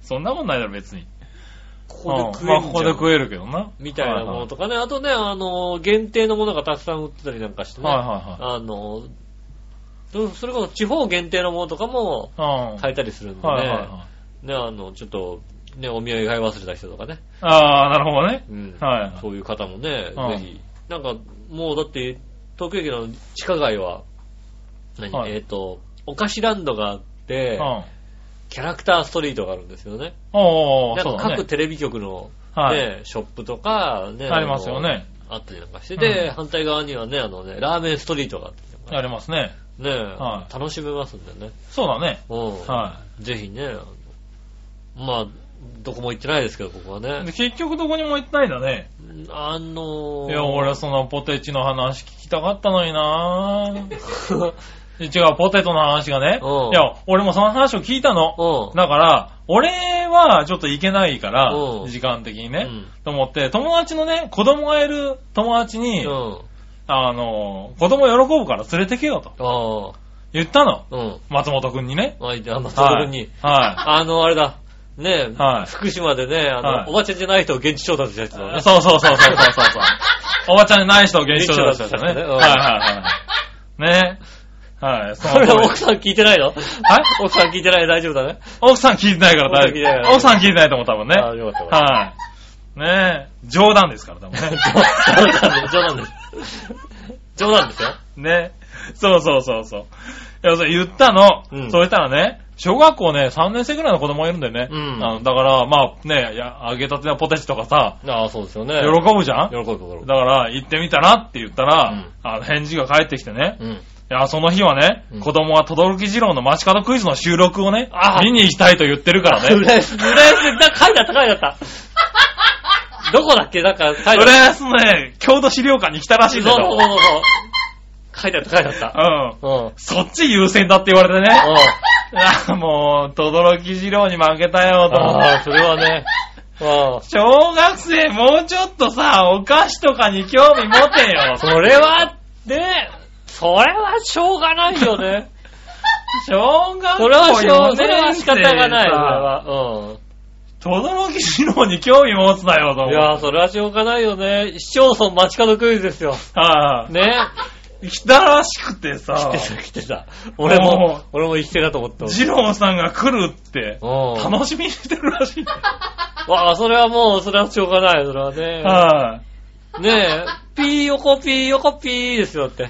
D: そんなことないだろ、別に。
C: ここで食
D: う
C: え
D: んまあ
C: ん
D: ここ
C: じ
D: で
C: ゃん。
D: 食えるけどな。
C: みたいなものと
D: と
C: かね。あとね、あの、限定のものがたくさん売ってたりなんかしてね。
D: はいは
C: あの、そそれこそ地方限定のものとかも
D: いはい。うん。
C: 買えたりするんでね。
D: はいはいはい。
C: ね、あの、ちょっと、ね、お土産買い忘れた人とかね。
D: ああ、なるほどね。
C: うん。
D: はい
C: そういう方もね、
D: うん
C: ぜひ。なんか、もうだって、東京駅の地下街は、何、
D: はい
C: えっ、と、お菓子ランドがあって、
D: うん。
C: キャラクターストリートがあるんですよね。
D: おー、
C: なん
D: そ
C: か
D: うだ
C: 各
D: ね。
C: テレビ局の、
D: はい
C: ね、ショップとか、ね、
D: ありますよね。
C: あの。あったりなんかして、で、
D: うん
C: 反対側にはね、あのね、ラーメンストリートがあったりとか
D: ありますね。
C: ね、
D: はい
C: 楽しめますんでね。
D: そうだね。
C: うん。
D: は
C: ぜひね、あのまあ、どこも行ってないですけど、ここはね
D: い。で。結局どこにも行ってないんだね。
C: あの
D: いや、俺そのポテチの話聞きたかったのにな ぁ。違う、ポテトの話がね。
C: うん
D: いや、俺もその話を聞いたの。
C: うん。
D: だから、俺はちょっと行けないから
C: う、ん
D: 時間的に
C: う
D: ね。
C: ん
D: と思って、友達のね、子供がいる友達に、
C: うん。
D: あの、子供喜ぶから連れてけよと
C: あ
D: 言ったの。
C: あ。うん。
D: 松本くんにね。
C: まあ、じゃあ、松本君に。
D: は
C: あの、あれだ。ねえ、
D: はい
C: 福島でね、あの、
D: はい
C: おばちゃんじゃない人を現地調達した人
D: い
C: だ
D: はい。
C: ね。
D: そうそうそうそうそうそ うそう。おばちゃんじゃない人を現象だったね。
C: 現象だ
D: は
C: った
D: い
C: ねうん
D: はいはい。ね。はい。そ
C: こ
D: の
C: れ
D: 通り
C: 奥さん聞いてないの
D: はい
C: 奥さん聞いてない大丈夫だね。
D: 奥さん聞いてないから大
C: 奥さん聞いてないから
D: 丈夫。奥さん聞いてないと思う、多分ね。
C: ああ、よかった。
D: はい。ねえ、冗談ですから、多分ね。
C: 冗談です。冗談です。冗談ですよ。
D: ね。そうそうそうそう。いや、それ言ったの。
C: うん
D: そうしたらね、小学校ね、3年生ぐらいの子供がいるんだよね。
C: うん
D: あのだから、まあね、や揚げたてのポテチとかさ、
C: ああ、そうですよね。
D: 喜
C: 喜
D: ぶじゃん
C: ぶ、喜ぶ。
D: だから、行ってみたらって言ったら、
C: うん
D: あの返事が返ってきてね。
C: うん。
D: いや、その日はね、
C: うん
D: 子供は轟二郎の街角クイズの収録をね、
C: あ
D: 見に行きたいと言ってるからね。
C: 浦安、浦安、だ、書いてあった、書いてあった。どこだっけなんか、書いてあった。
D: 浦安ね、郷土資料館に来たらし
C: そう
D: い
C: そ
D: んだ
C: うそう
D: よ。
C: そう。書いてあった、書いてあった。
D: うん。
C: うん。うん。
D: そっち優先だって言われてね。あもう、轟二郎に負けたよ、と思って
C: ああ、それはね。うん。
D: 小学生、もうちょっとさ、お菓子とかに興味持てよ。
C: それは、ね、それはしょうがないよね。
D: 小学校
C: それはしょう、
D: 4
C: それは
D: 年
C: 仕方がない。それ
D: 生
C: は。
D: とどろきしのに興味持つなよ、と
C: う
D: 思
C: ん。
D: う。
C: いやー、それはしょうがないよね。市町村街角クイズですよ。
D: はい
C: ね。
D: らしくてさ
C: 来、てた、来てた。 俺も、俺も生きてたと思った。
D: ジローさんが来るって、
C: うん。
D: 楽しみにしてるらし いんだよ。
C: わあ、それはもう、それはしょうがない。それはね。
D: はい
C: ねえ、ピーヨコピーヨコピーですよだ って。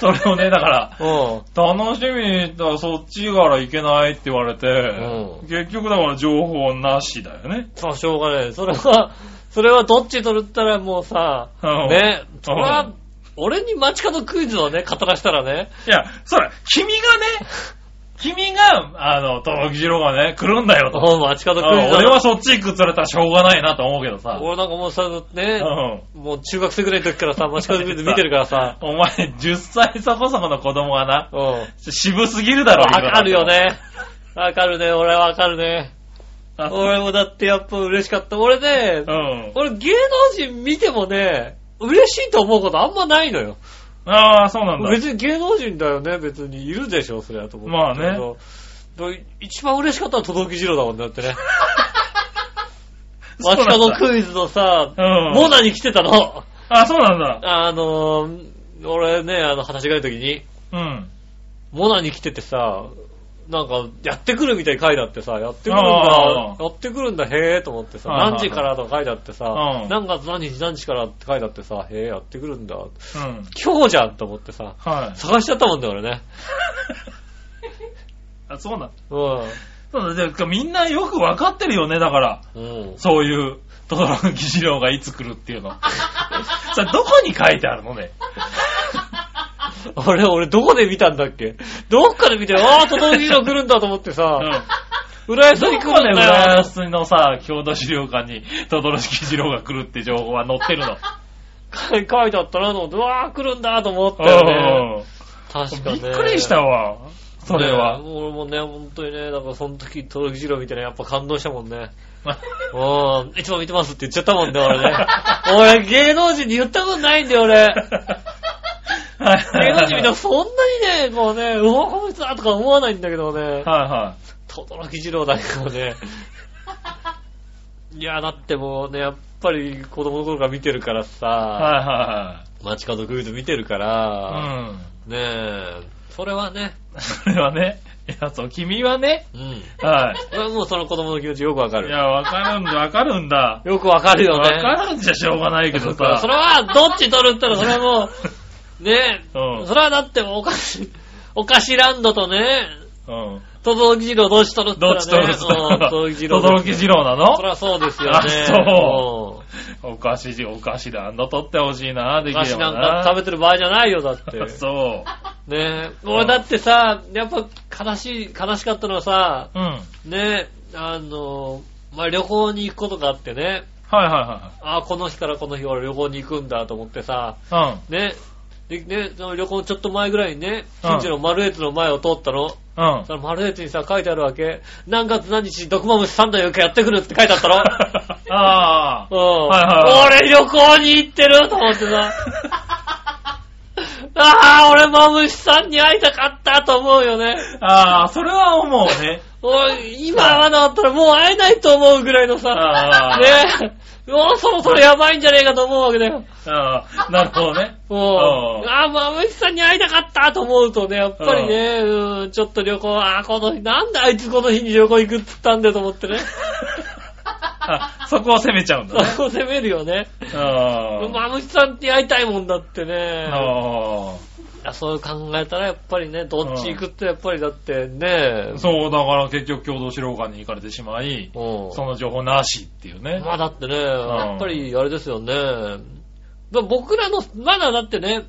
D: それをね、だから、
C: うん。
D: 楽しみにだ、そっちから行けないって言われて、
C: う
D: 結局だから情報なしだよね。
C: そう、しょうがない。それは、それはどっち取ったらもうさ、
D: うん
C: ね、それ
D: う
C: は
D: ん、
C: 俺に街角クイズをね、語らしたらね、
D: いや、それ、君がね、君が、あの、トロキジロがね、来るんだよと。
C: おう街角クイズ
D: あ
C: だ
D: 俺はそっち行くって言われたらしょうがないなと思うけどさ。
C: 俺なんかもうさ、
D: う
C: ね、
D: ん、
C: もう中学生ぐらいの時からさ、街角クイズ見てるからさ
D: お前、10歳そこそこの子供がな、
C: うん。わ
D: 渋すぎるだろ、
C: かるよ。ね。わかるね、俺はわかるね。
D: あ
C: 俺もだってやっぱ嬉しかった。俺ね
D: う、ん。
C: 俺芸能人見てもね、嬉しいと思うことあんまないのよ。
D: ああ、そうなんだ。
C: 別に芸能人だよね、別にいるでしょ、それはと思って。
D: まあね
C: だから一番嬉しかったのは届き次郎だもんだって ね。街角クイズのさ、
D: うん
C: モナに来てたの。
D: あそうなんだ。
C: あのー、俺ね、あの、二十歳ぐらいの時に、
D: うん。
C: モナに来ててさ、なんか、やってくるみたいに書いてあってさ、やってくるんだ
D: あ、あ
C: やってくるんだ、へえと思ってさ、
D: はいはいはい
C: 何時からとか書いてあってさ
D: う、ん
C: 何月何時何時からって書いてあってさ、へえやってくるんだ、
D: うん。
C: 今日じゃんと思ってさ、
D: はい。
C: 探しちゃったもんだ、俺ね。
D: あ、そうなんだ。
C: うん。
D: そうだ、じゃあみんなよくわかってるよね、だから。
C: うん。
D: そういう、とどろき次郎がいつ来るっていう の。それどこに書いてあるのね。
C: あれ、俺どこで見たんだっけどっかで見て、ああ、トトロヒーロー来るんだと思って
D: う
C: さ、
D: ん。
C: 浦安
D: ど
C: に来
D: こで
C: るん
D: 浦
C: だよ。
D: 安のさ、郷土資料館に、とどろき次郎が来るって情報は載ってるの。
C: 書いてあったなと思って、うわあ、来るんだと思ったよね。
D: うん
C: 確か
D: び
C: ね。
D: っくりしたわ。それは
C: ね。俺もね、本当にね、だからその時、トトロヒーロー見てね、やっぱ感動したもんね。うん、いつも見てますって言っちゃったもんね、俺 ね。俺、芸能人に言ったことないんだよ、俺。芸能人見てもそんなにね、こうね、うわ、こいつだとか思わないんだけどね。
D: はいは
C: とどろき二郎だけど ね。いや、だってもうね、やっぱり子供の頃から見てるからさ、
D: い。はいは
C: 街角クイズ見てるか
D: い
C: ら、
D: はい。うん。
C: ねえ、それはね、
D: それはね、いや、そう、君はね、
C: うん。
D: は
C: 俺はもうその子供の気持ちよくわか
D: い。い
C: る。
D: や、わかるんだ、わかるんだ。
C: よくわかるよ
D: わ
C: ね。
D: かるんじゃしょうがないけど
C: だから
D: さ
C: そ。れは、どっち取るったら、それはも う、ねえ、
D: うん
C: それはだってもうおかし、おかしランドとね、
D: うん。
C: とどろき二郎どっち取るった
D: ど
C: ら、ね、
D: っちとるつ
C: うんとどろき二郎。
D: とどろき二郎な
C: そ
D: の
C: りゃそうですよね。
D: あそう
C: うん
D: お菓子、お菓子だ。あんな取ってほしいな、できれば
C: 昔なんか食べてる場合じゃないよ、だって。ね
D: そう。
C: え。俺だってさ、やっぱ悲しい、悲しかったのはさ、
D: うん。はい
C: ねえ、あの、まあ、旅行に行くことがあってね、
D: はいは
C: ああ、この日からこの日俺旅行に行くんだと思ってさ、
D: いはい。
C: ねでね、その旅行のちょっと前ぐらいにね、近所のマルエツの前を通ったの。
D: うん。 うん。
C: そのマルエツにさ、書いてあるわけ。何月何日、毒マムシ3台よくやってくるって書いてあった ろ。
D: ああ。
C: うん。
D: はい
C: 俺旅行に行ってると思ってさ。 ああ、俺マムシさんに会いたかったと思うよね。
D: ああ、それは思うね。
C: 俺今会わなかったらもう会えないと思うぐらいのさ
D: あ、ー
C: ねえ、もうそろそろやばいんじゃねえかと思うわけだよ。
D: ああ、なるほどね。
C: もう、
D: うん
C: ああ、マムシさんに会いたかったと思うとね、やっぱりね、うん、ちょっと旅行、ああ、この日、なんであいつこの日に旅行行くっつったんだよと思ってね。
D: あそこを攻めちゃうんだね。
C: そこ責めるよね。
D: ああ。
C: マムシさんって会いたいもんだってね。い
D: ああ。
C: やそう考えたらやっぱりね、どっち行くってやっぱりだってね、
D: そう、だから結局共同資料館に行かれてしまい、
C: うん
D: その情報なしっていうね。
C: まあだってね、やっぱりあれですよね。だ僕らの、まだだってね、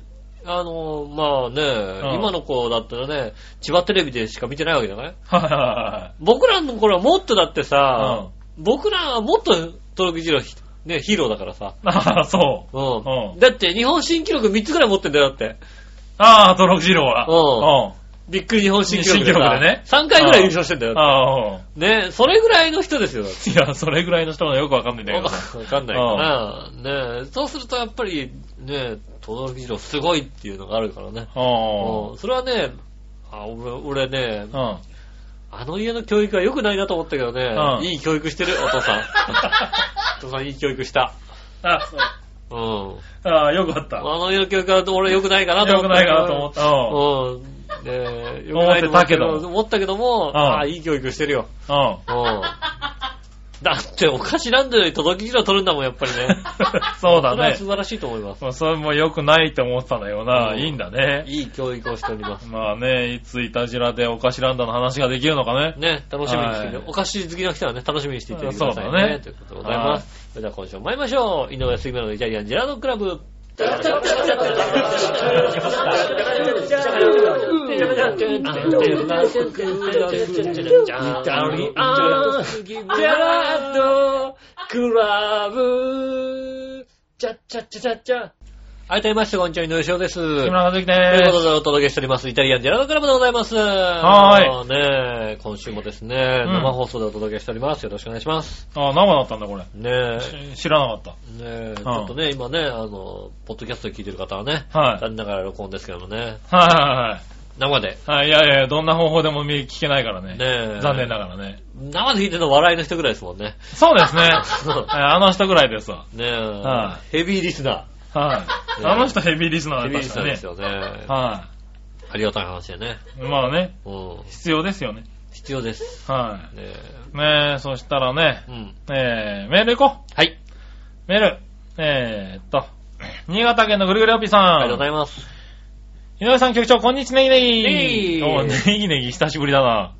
C: あの、まあね、
D: ん
C: 今の子だったらね、千葉テレビでしか見てないわけじゃない
D: はいは
C: 僕らの頃はもっとだって
D: いはい
C: さ、僕らはもっとトロキジロヒ、ね、ヒーローだからさ。
D: うん。ああ、そう。
C: うん。
D: うん
C: だって日本新記録3つぐらい持ってんだよ、だって。
D: ああ、トロジロは。
C: うびっくり日本新記録でさ。
D: 新記録でね
C: 3回ぐらい優勝してんだ
D: うん。
C: よ。
D: ああ、
C: ね、それぐらいの人ですよ、だって
D: いや、それぐらいの人はよくわかんないんだけど
C: わかんないかな。ねえ、そうするとやっぱり、ねえ、轟二郎すごいっていうのがあるからね。
D: あ
C: うんそれはね、あ俺俺ね、
D: あ。うん。
C: あの家の教育は良くないなと思ったけどね、
D: うん
C: いい教育してる、お父 さん。お父さんいい教育した。
D: あ、そう。
C: うん。
D: ああ、よかった。
C: あ
D: よ
C: の家の教育は俺良くないかなと思
D: く
C: った。
D: ないかなと思った。う
C: う
D: ん。
C: ん。で、良くないと思ったけど
D: 思ってたけど
C: 思ったけども、
D: うん
C: ああ、いい教育してるよ。
D: うん。
C: うん。だって、お菓子ランドより届き以上取るんだもん、やっぱりね。
D: そうだ
C: それは
D: ね
C: 素。晴らしいと思います。
D: まあ、それも良くないと思ってたんだよな。
C: うん
D: いいんだね。
C: いい教育をしております。
D: まあね、いついたじらでお菓子ランドの話ができるのかね。
C: ね、楽しみにしていて、
D: はい
C: お菓子好きの人はね、楽しみにしていてくだ
D: そ
C: さ
D: う
C: い
D: だね
C: ね。ということでございます。それでは今週も参りましょう。井上杉村のイタリアンジェラードクラブ。はい、どうもみなさんこんにちは、井上翔です。
D: 木村和之
C: と
D: で
C: いうこと
D: す。
C: でお届けしております、イタリアンジェラードクラブでございます。ー
D: は
C: い。ねえ、今週もですね、
D: うん
C: 生放送でお届けしております。よろしくお願いします。
D: ああ、生だったんだ、これ。
C: ねえ、
D: し知らなかっ
C: ねえ、ちょっとね、今ね、あの、ポッドキャストで聞いてる方はね、
D: た。はい。
C: 残念ながら録音ですけどもね、
D: はい
C: 生で、
D: はいはいはい。はい、いやいや、どんな方法でも見聞けないからね。
C: ねえ、
D: 残念ながらね。
C: 生で聞いてるの笑いの人ぐらいですもんね。
D: そうです ね。
C: そう
D: はいあの人ぐらいですわ。
C: ねえ、
D: は
C: ヘビーリスナ
D: はい。
C: ね
D: あの人ヘビーリス
C: ー。
D: ナ
C: ヘ
D: ー
C: ビー
D: だっ
C: リ
D: た
C: ス
D: か
C: ナーで
D: ら
C: す。
D: ね
C: よね。
D: は
C: ありがたい話でね。
D: い。まあね、
C: うん。
D: 必要ですよね。
C: 必要です。
D: は
C: ねえ、
D: い。ねえ、そしたらね、
C: うん。
D: えー、メール行こ
C: はい。
D: う。メール。えーっと、新潟県のぐるぐるおっぴーさ
C: あり
D: ん。
C: がとうございます。
D: 井上さん局長、こんにちは、ネギネ
C: ネギ
D: ギ。おうネギネギ久しぶりだな。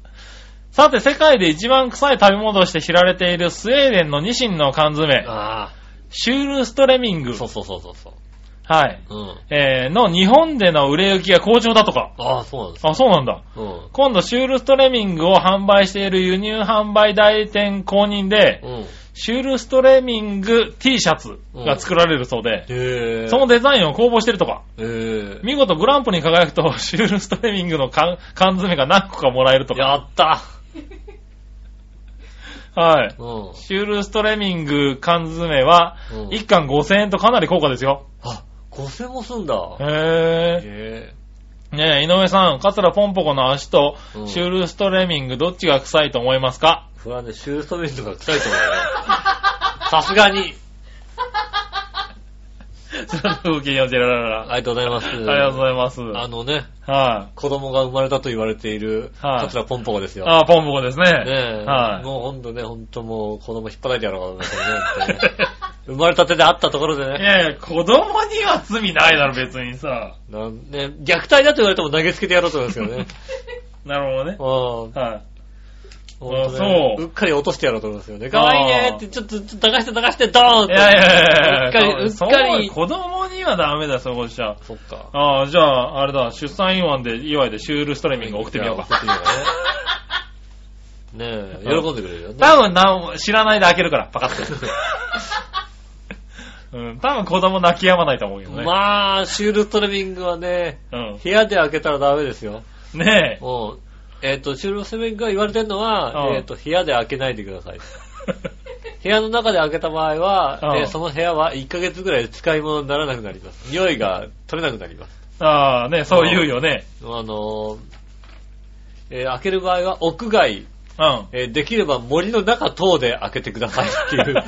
D: さて、世界で一番臭い食べ物として知られているスウェーデンのニシンの缶詰、
C: あ
D: シュールストレミング
C: あ、。そうそうそうそうそう。
D: はい。
C: うん。
D: えー、の日本での売れ行きが好調だとか。
C: ああ、そうなんです。
D: あ、そうなんだ。
C: うん。
D: 今度、シュールストレミングを販売している輸入販売代理店公認で、
C: うん。
D: シュールストレミング T シャツが作られるそうで、
C: へえ。
D: そのデザインを公募してるとか。
C: へえ。
D: 見事グランプリに輝くと、シュールストレミングの缶缶詰が何個かもらえるとか。
C: やった
D: はい。
C: うん。
D: シュールストレミング缶詰は
C: うん、
D: 1缶5000円とかなり高価ですよ。
C: あ、5000もすんだ。
D: へ
C: へ
D: ぇねえ、井上さん、カツラポンポコの足と
C: う、ん
D: シュールストレミング、どっちが臭いと思いますか
C: え。それはね、シューストミントが臭いと思うよ。 さすがに。
D: それごきげんよう、ジェラララ。
C: ありがとうございます。あ
D: あ
C: り
D: りがとうご
C: い
D: ざいます。
C: あ
D: はい。
C: のね、
D: あ
C: 子供が生まれたと言われている、
D: はい
C: 桂ポンポコですよ。
D: あ、ポンポコですね。
C: ねえ、
D: はい。
C: もうほんとね、ほんともう子供引っ張られてやろうかなと思ってね生まれたてで会ったところで
D: い
C: ね
D: やいや、子供には罪ないだろ、別にさ。
C: なんね、虐待だと言われても投げつけてやろうと思うんですけどね。
D: なるほどね。
C: うん
D: はい。
C: 本当
D: あ
C: ね
D: そう
C: うっかり落としてやろうと思うんですよね。かわいいねって、ちょっと、ちょっと流して流して、ドーンっ
D: い
C: て。
D: やいやいやいや
C: うっかり、うっ
D: そ
C: かり。
D: 子供にはダメだ、そこじゃ。
C: そっか。
D: ああ、じゃあ、あれだ、出産祝いで、祝いでシュールストレミング送ってみよう
C: 送っ
D: か。
C: てみようかね。ねえ、喜んでくれるよね。
D: 多分な、知らないで開けるから、パカッと。 うん、多分子供泣き止まないと思うけどね。
C: まあ、シュールトレミングはね、
D: うん。
C: 部屋で開けたらダメですよ。
D: ねえ。
C: もう、えっと、シュールトレミングが言われてるの
D: うん
C: は、えっと、部屋で開けないでください。部屋の中で開けた場合は、
D: うん
C: えーその部屋は1ヶ月ぐらい使い物にならなくなります。匂いが取れなくなります。
D: ああ、ねそう言うよね。
C: あのーえー開ける場合は屋外、
D: うん。
C: えーできれば森の中等で開けてくださいって いうこ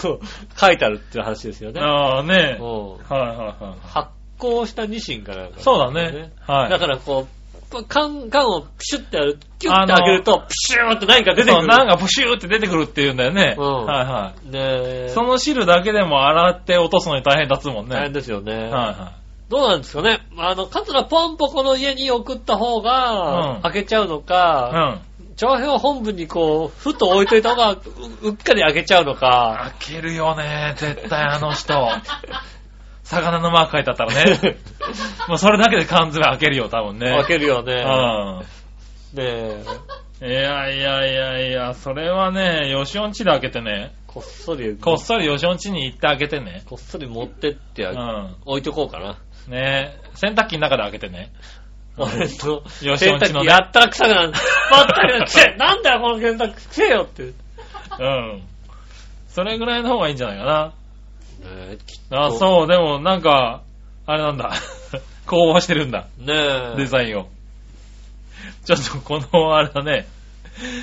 C: とを書いてあるっていう話ですよね。
D: ああ、ねえ。はい
C: うん
D: はいはい。
C: 発酵したニシンかなんか、
D: そうだね。はい。
C: だからこう、缶、缶をピシュってやる、キュッて開けると、ピシューって何か出てく
D: そう
C: る。
D: なんかプシューって出てくるって言うんだよね。
C: うん
D: はいは
C: ねえ
D: い。その汁だけでも洗って落とすのに大変だっつうもんね。
C: 大
D: はい
C: 変ですよね。
D: は
C: どうなんですかねあの、カツラポンポコの家に送った方
D: うん
C: が、開けちゃうの
D: い。う
C: か、
D: ん。
C: 長編本部にこう、ふと置いといた方が、ううっかり開けちゃうのか、
D: 開けるよね、絶対あの人。魚のマーク書いてあったらね。 もうそれだけで缶詰開けるよ、多分ね。
C: 開けるよ
D: う
C: ね。
D: ん。
C: で、
D: いやいやいやいや、それはね、吉尾んちで開けてね。
C: こっそり、
D: こっ
C: こ
D: そり吉尾んちに行って開けてね。
C: っそり持ってって開
D: う
C: け、
D: ん。
C: 置いとこうかな。
D: ね洗濯機の中で開けてね。
C: 俺の洗
D: 吉尾んちの
C: 濯機
D: ね
C: やったら臭くなる。まった くなくせえなんだよ、この洗濯機くせえよって。ね
D: うん。それぐらいの方がいいんじゃないかな。
C: えきっと
D: あ、そう、でもなんか、あれなんだ。 考案してるんだ。
C: ねえ。
D: デザインを。 ちょっとこの、あれだね。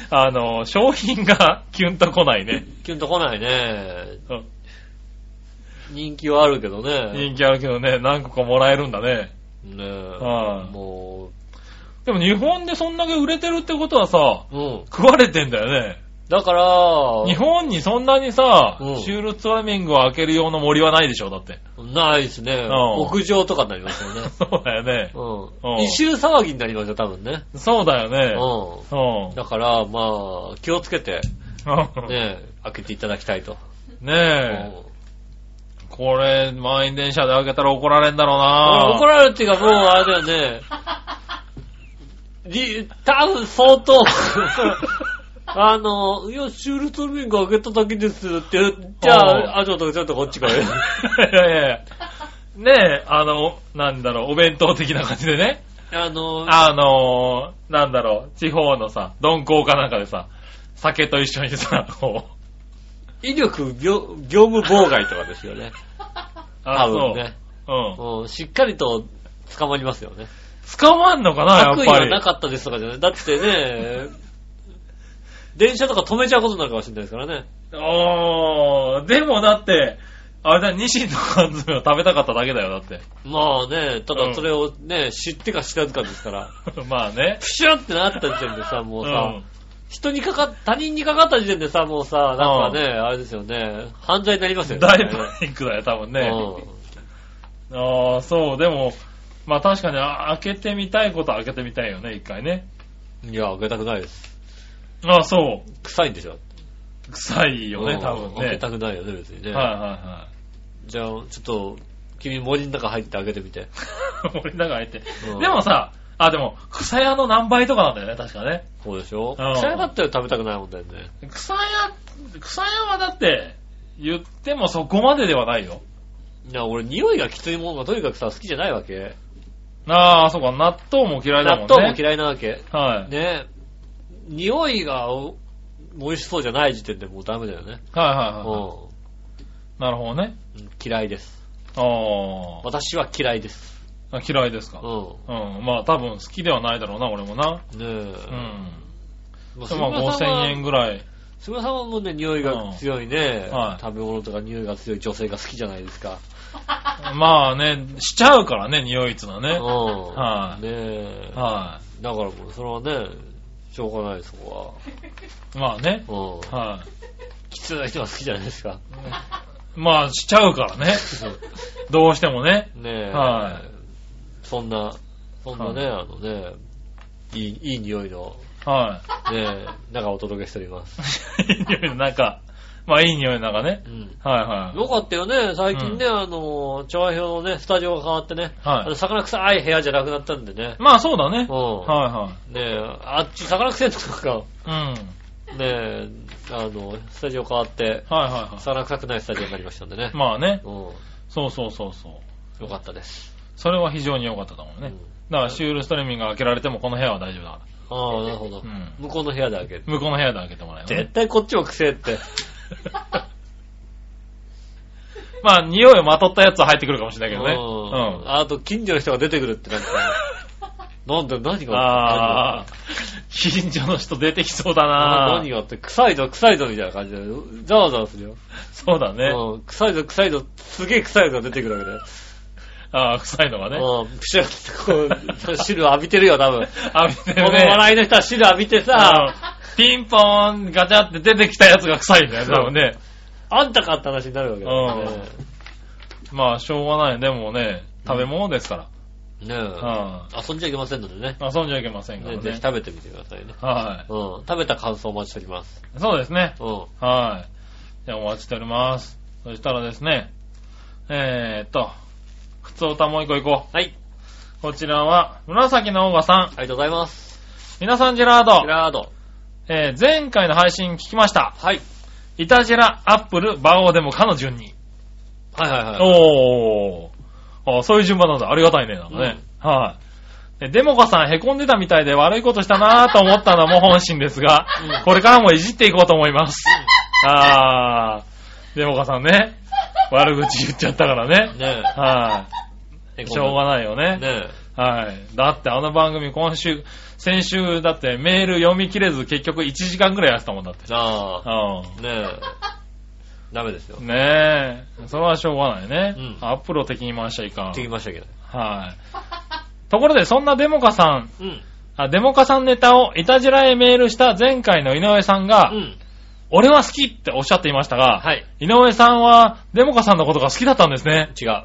D: あの、商品が キュンと来ないね。
C: キュンと来ないね。
D: うん
C: 人気はあるけどね。
D: 人気あるけどね、何個かもらえるんだね。
C: ねえ。
D: はい
C: も
D: でも日本でそんだけ売れてるってことはさ、
C: う、うん。
D: 食われてんだよね。
C: だから、
D: 日本にそんなにさ、
C: うん
D: シュールツアーミングを開ける用の森はないでしょ、だって。
C: ないですね
D: ん。。
C: 屋上とかになりますよね
D: そうだよね。
C: う
D: うん
C: ん。一周騒ぎになりますよ、多分ね。
D: そうだよね。
C: う
D: うん
C: ん。だから、まあ、気をつけて、
D: うん
C: ね、開けていただきたいと。
D: ねえ。これ、満員電車で開けたら怒られんだろうな
C: 怒られるっていうか、もうあれだ よね。り、多分相当、 あの、いや、シュールトルミング開けただけですって言って、じゃあ、あ、ちょっと、ちょっとこっち から。
D: いやいやいやねえ、あの、なんだろう、お弁当的な感じでね。
C: あの、
D: あのー、なんだろう、地方のさ、鈍行かなんかでさ、酒と一緒にさ、こう。
C: 威力業、業務妨害とかですよね。多分ね。
D: そう。うん。
C: うん、しっかりと捕まりますよね。
D: 捕まんのかな、やっぱ
C: 悪
D: り。
C: 意はなかったですとかじゃない。だってね、電車とか止めちゃうことになるかもしれないですからね。
D: おー、でもだって、あれだ、ニシンの缶詰を食べたかっただけだよ、だって。
C: まあね、ただそれをね、知ってか知らずかですから。
D: まあね
C: プ。シュってなった時点でさ、もうさ、
D: うん
C: 人にかかっ、他人にかかった時点でさ、もうさ、なんかね、あれですよね、犯罪になりますよね。
D: 大パニックだよ、多分ね。
C: う
D: ああ、そう、でも、まあ確かにあ開けてみたいことは開けてみたいよね、一回ね。
C: ん。いや、開けたくないです。
D: ああ、そ
C: 臭いんでしょ。
D: う。臭いよね、
C: うん
D: 多分ね。
C: 開けたくないよね、別にね。
D: はいは
C: じゃあ、ちょっと、君森の中入って開けてみて。
D: い はい。森の中入って
C: うん。
D: でもさ、あ、でも、草屋の何倍とかなんだよね、確かね。
C: そうでしょ
D: うん
C: 臭いだったら食べたくないもんだよね。
D: 草屋、草屋はだって、言ってもそこまでではないよ。
C: いや、俺、匂いがきついものがとにかくさ、好きじゃないわけ。
D: ああ、そうか、納豆も嫌いだもん
C: 納
D: ね。
C: 豆も嫌いなわけ。
D: はい。
C: ね匂いがお美味しそうじゃない時点でもうダメだよね。
D: はいはいはいは
C: う
D: い。なるほどね。
C: んうん。嫌いです。
D: あ
C: 私は嫌いです。
D: あ。嫌いですか。
C: う
D: うん。まあ多分好きではないだろうな、俺もな。
C: ん。ねえ。
D: うん。
C: まあ
D: まあ5000円
C: ぐ
D: ぐらい。
C: 菅さんはもうね、匂いが強いね、
D: うんはい
C: 食べ物とか匂いが強い女性が好きじゃないですか。
D: まあね、しちゃうからね、匂いっつうのは
C: う
D: ね。
C: ん。
D: はい
C: ねえ。
D: は
C: だからもう、それはね、しょうがないです、そこ
D: い。まあね。
C: は。うん。
D: は
C: きつい人が好きじゃないですか。
D: い。まあ、しちゃうからね。どうしてもね。
C: ねえ。
D: は
C: そんな、そんなね、あのね、いい、いい匂いの、
D: は
C: ねえ、 中をお届けしております。
D: い。 いい匂いの中。まあ、いい匂いの中ね。
C: うん。
D: はいはい。
C: よかったよね、最近ね、あの、調和表のね、スタジオが変わってね、
D: はい
C: あの魚臭い部屋じゃなくなったんでね、
D: まあ、そうだね。
C: うん。
D: は
C: ねえ、あっち、魚臭いとか、
D: いはい。うん。
C: ねえ、あの、スタジオ変わって、
D: はいはいは
C: 魚臭くないスタジオになりましたんでね
D: い。、まあね。
C: うん。
D: そうそうそうそう。
C: よかったです。
D: それは非常に良かったと思う
C: う
D: ね
C: ん。
D: だから、シュールストリーミングが開けられてもこの部屋は大丈夫だか
C: ああ、なるほど。
D: うん
C: 向こうの部屋で開ける。
D: ら。向こうの部屋で開けてもらえばね
C: 絶対こっちも臭えって。
D: まあ、匂いをまとったやつは入ってくるかもしれないけどね。
C: うん
D: うん。
C: あと、近所の人が出てくるって なんか、なんだ、何が
D: ああ、 近所の人出てきそうだ
C: 何が
D: な
C: 何がって、臭いぞ、臭いぞ、みたいな感じで、ざわざわするよ。
D: そうだね。
C: うん、臭いぞ、臭いぞ、すげえ臭いぞ出てくるわけだよ。
D: ああ、臭いのがね。
C: うん、 プシュッてこう、汁浴びてるよ、 多分。
D: あ、見て
C: こ
D: る
C: の
D: ね。
C: 笑いの人は汁浴びてさ、
D: あのピンポーン、ガチャって出てきたやつが臭いんだよ、多分ね。
C: あんたかって話になるわけだよね。
D: まあ、しょうがない。でもね、食べ物ですか
C: ね
D: ら。
C: え、
D: う
C: 遊んじゃいけませんのでね。
D: ん。遊んじゃいけませんから
C: ねぜひ
D: ね。
C: 食べてみてくださいね。
D: は
C: うん、食べた感想お待ちしております。
D: い。そうですね。
C: うん。
D: はい。じゃあお待ちしております。そしたらですね、えーっと、普通歌もう一個行こ
C: はい、
D: う。こちらは、紫のオーガさん。
C: ありがとうございます。
D: 皆さん、ジェラード。
C: ジェラード。
D: えー前回の配信聞きました。
C: はい。
D: イタジェラ、アップル、バオーでもかの順に。
C: はいはいはい。
D: おー。あそういう順番なんだ。ありがたいね、なんかね。はい、でデモカさん、へこんでたみたいで悪いことしたなぁと思ったのも本心ですが、
C: うん
D: これからもいじっていこうと思います。あー、デモカさんね、悪口言っちゃったからね。
C: ね
D: はい、
C: ね
D: しょうがないよね。
C: ね
D: はい。だってあの番組今週、先週だってメール読み切れず結局1時間くらいやってたもんだって。
C: え。 ああ、
D: う
C: ねえ。ダメですよ。
D: ん。ねえ。それはしょうがないね。
C: うん
D: アップロ的に回しちゃいかん
C: 聞。きましたけど。
D: はい。ところでそんなデモカさん、
C: うん。
D: あ、デモカさんネタをいたじらへメールした前回の井上さんが、
C: うん。
D: 俺は好きっておっしゃっていましたが、
C: はい。
D: 井上さんはデモカさんのことが好きだったんですね。
C: 違 う。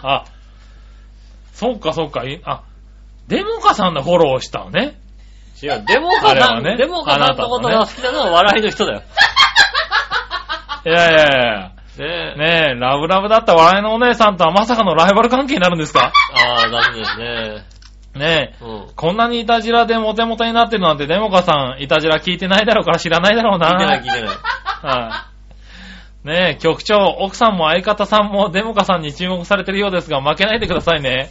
D: あ、そうかそうか、いあ、デモカさんのフォローをしたのね。
C: 違う。デモカ
D: あれ
C: さ
D: は
C: ん、
D: ね
C: デモカさんのことが好きなのは笑いの人だよ。
D: いやいやいや
C: ねえ。
D: ねえ、ラブラブだった笑いのお姉さんとはまさかのライバル関係になるんですか
C: ああ、ダメですね。
D: ねえ。
C: うん。
D: こんなにイタジラでモテモテになってるなんて、デモカさん、イタジラ聞いてないだろうから知らないだろうな。
C: 聞いてない聞いてない。
D: はい。ねえ、局長、奥さんも相方さんもデモカさんに注目されてるようですが、負けないでくださいね。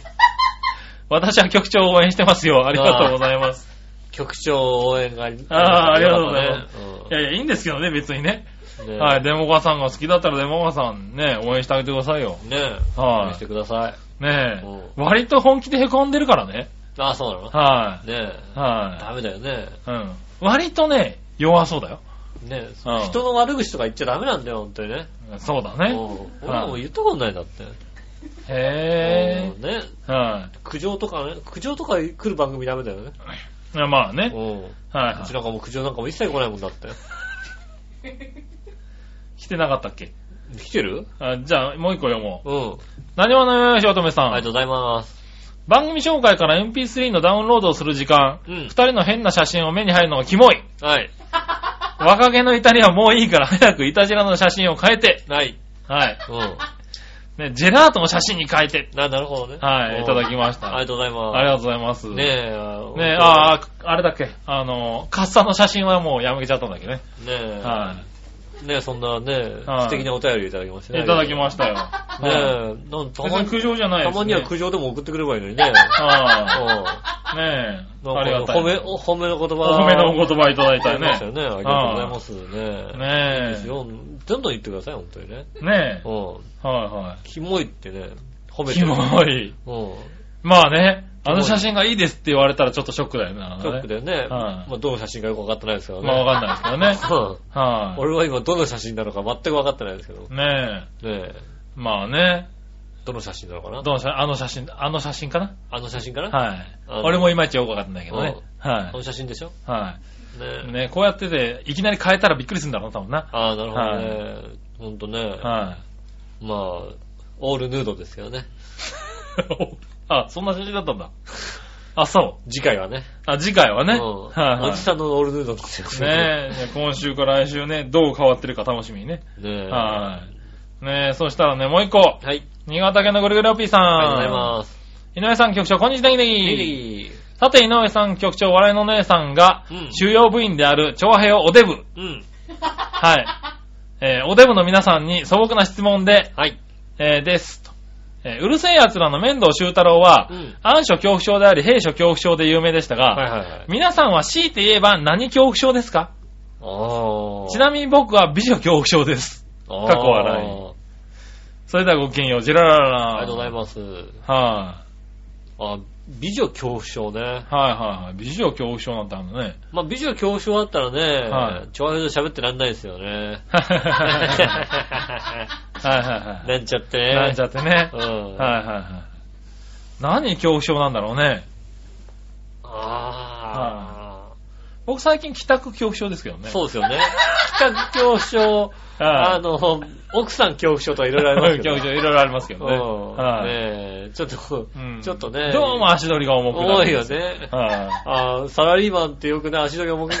D: 私は局長を応援してますよ。ありがとうございます。
C: 局長応援があり
D: ああ、ありがとうございます。い
C: ね
D: やいや、いいんですけどね、別にね。
C: うんねえ
D: はい、デモカさんが好きだったらデモカさんね、応援してあげてくださいよ。
C: ねえ。
D: はい
C: 応援してください。
D: ねえ、
C: う
D: 割と本気で凹んでるからね。
C: ああ、そうなの
D: は
C: ね
D: い。
C: え。
D: は
C: ダメだよね。
D: い。うん。割とね、弱そうだよ。
C: ねえ、
D: うん
C: 人の悪口とか言っちゃダメなんだよ、本当にね。
D: そうだ
C: う
D: ね。
C: ん俺も言ったことないんだって。
D: へ
C: うんね
D: ぇー。は
C: 苦情とかね、苦情とか来る番組ダメだよね。
D: い。いやまあ
C: う
D: ね。
C: ん。
D: はいう
C: ち
D: は
C: なんかもう苦情なんかも一切来ないもんだって。
D: い。来てなかったっけ
C: 来てる
D: あじゃあ、もう一個読もう。
C: うん。
D: 何話のよよしおとめさ
C: ありがと
D: ん。
C: うございます。
D: 番組紹介から MP3 のダウンロードをする時間。
C: うん
D: 二人の変な写真を目に入るのがキモい。
C: はい。
D: 若気の至りはもういいから早くイタジラの写真を変えて。
C: はい。
D: はい。
C: うん。
D: ね、ジェラートの写真に変えて。
C: な、なるほどね。
D: はい、
C: うん
D: いただきました。
C: ありがとうございます。
D: ありがとうございます。
C: ね
D: ね
C: え、
D: え、あ
C: あ
D: あ、あれだっけ、あの、カッサの写真はもうやめちゃったんだっけね。
C: 本当ねえ、
D: は
C: ねえ、そんなね、
D: はい
C: 素敵なお便りいただきました
D: い。
C: ね。
D: いただきましたよ。
C: ねえ、
D: はい
C: なんた
D: 別
C: ま
D: に
C: に、
D: 苦情じゃない
C: た
D: です、
C: ま
D: ね。
C: には苦情でも送ってくればいいのに ね。
D: あ
C: う
D: あねえ、
C: ん
D: あり
C: なん
D: が
C: か
D: たい。
C: 褒め、お褒めの言
D: お
C: 葉。
D: 褒めのお言葉いただい
C: いた
D: た
C: だきま
D: よ
C: したよ
D: ね。
C: ね。ありがとうございますね。ねえ。
D: ね
C: どんどん言ってください、本当にね。
D: え、ね
C: う
D: え、
C: ん。
D: は
C: キモいってね、褒め
D: いはい。
C: て
D: キ
C: る。
D: モい。
C: うん。
D: まあね、あの写真がいいですって言われたらちょっとショックだよね。なん
C: シ
D: かね
C: ョックだよね。ま
D: はい
C: あ、どの写真かよくわかってないですけどね。
D: まあわかんないですけどね。
C: うん
D: は
C: 俺は今どの写真なのか全く分かってないですけど。ね
D: い。ねえ、
C: え。
D: まあね、
C: どの写真なのかな
D: どの写あの写真、あの写真かな
C: あの写真かな
D: はい
C: あの。
D: 俺もいまいちよくわかってないけどね。
C: あ
D: は
C: の写真でしょ
D: い。は
C: ね
D: い。
C: え。
D: ね、こうやってて、いきなり変えたらびっくりするんだろうな、多分な。
C: ああ、なるほどね。ほんとね。
D: はい。
C: まあ、オールヌードですけどね。
D: あ、そんな写真だったんだ。あ、そう。
C: 次回はね。
D: あ、次回はね。
C: う
D: は
C: ん
D: い
C: お
D: は
C: じさんのオールヌードです
D: い。
C: よね。
D: ねえ、今週から来週ね、どう変わってるか楽しみにね。
C: ねえ。
D: はい。ねえ、そしたらね、もう一個。
C: はい。
D: 新潟県のぐるぐるおっぴーさん。
C: ありがとうございます。
D: 井上さん局長、こんにちは、ネギネ
C: い
D: ギ。
C: い
D: さて、井上さん局長、笑いのお姉さんが
C: うん、
D: 収容部員である、長平をおデブ。
C: うん。
D: はい。えーおデブの皆さんに素朴な質問で、
C: はい。
D: えーですと。えーうるせえ奴らの面倒修太郎は、
C: うん
D: 暗所恐怖症であり、閉所恐怖症で有名でしたが、
C: はいはいはい。
D: 皆さんは強いて言えば何恐怖症ですか
C: ああ。
D: ちなみに僕は美女恐怖症です。
C: あー
D: 過去笑いそれではごきげんよう、ジェラララ
C: ありがとうございます。
D: す。は
C: あ、美女恐怖症ね。
D: い、はいはいはい。美女恐怖症なんてあるの ね。
C: まあ、美女恐怖症だったらね、
D: は
C: ちょいで喋ってらんないですよ ね。
D: はい
C: な
D: はいはい。
C: んちゃってね。
D: なんちゃってね。
C: う
D: はい
C: ん。
D: はいはい。何恐怖症なんだろうね。
C: あ
D: 僕最近帰宅恐怖症ですけど
C: あ、
D: ね。
C: そうですよね。企画恐怖症、
D: はい
C: あの、奥さん恐怖症とかいろいろありますけ
D: 恐
C: ど。
D: 怖症いろいろありますけどね。
C: うん。
D: はい
C: ねえ、ちょっと、
D: うん
C: ちょっとね。
D: どうも足取りが重くな
C: 重い
D: る
C: よ
D: んです。
C: ね。
D: は
C: ああ、サラリーマンってよくね、足取り 重く。
D: い。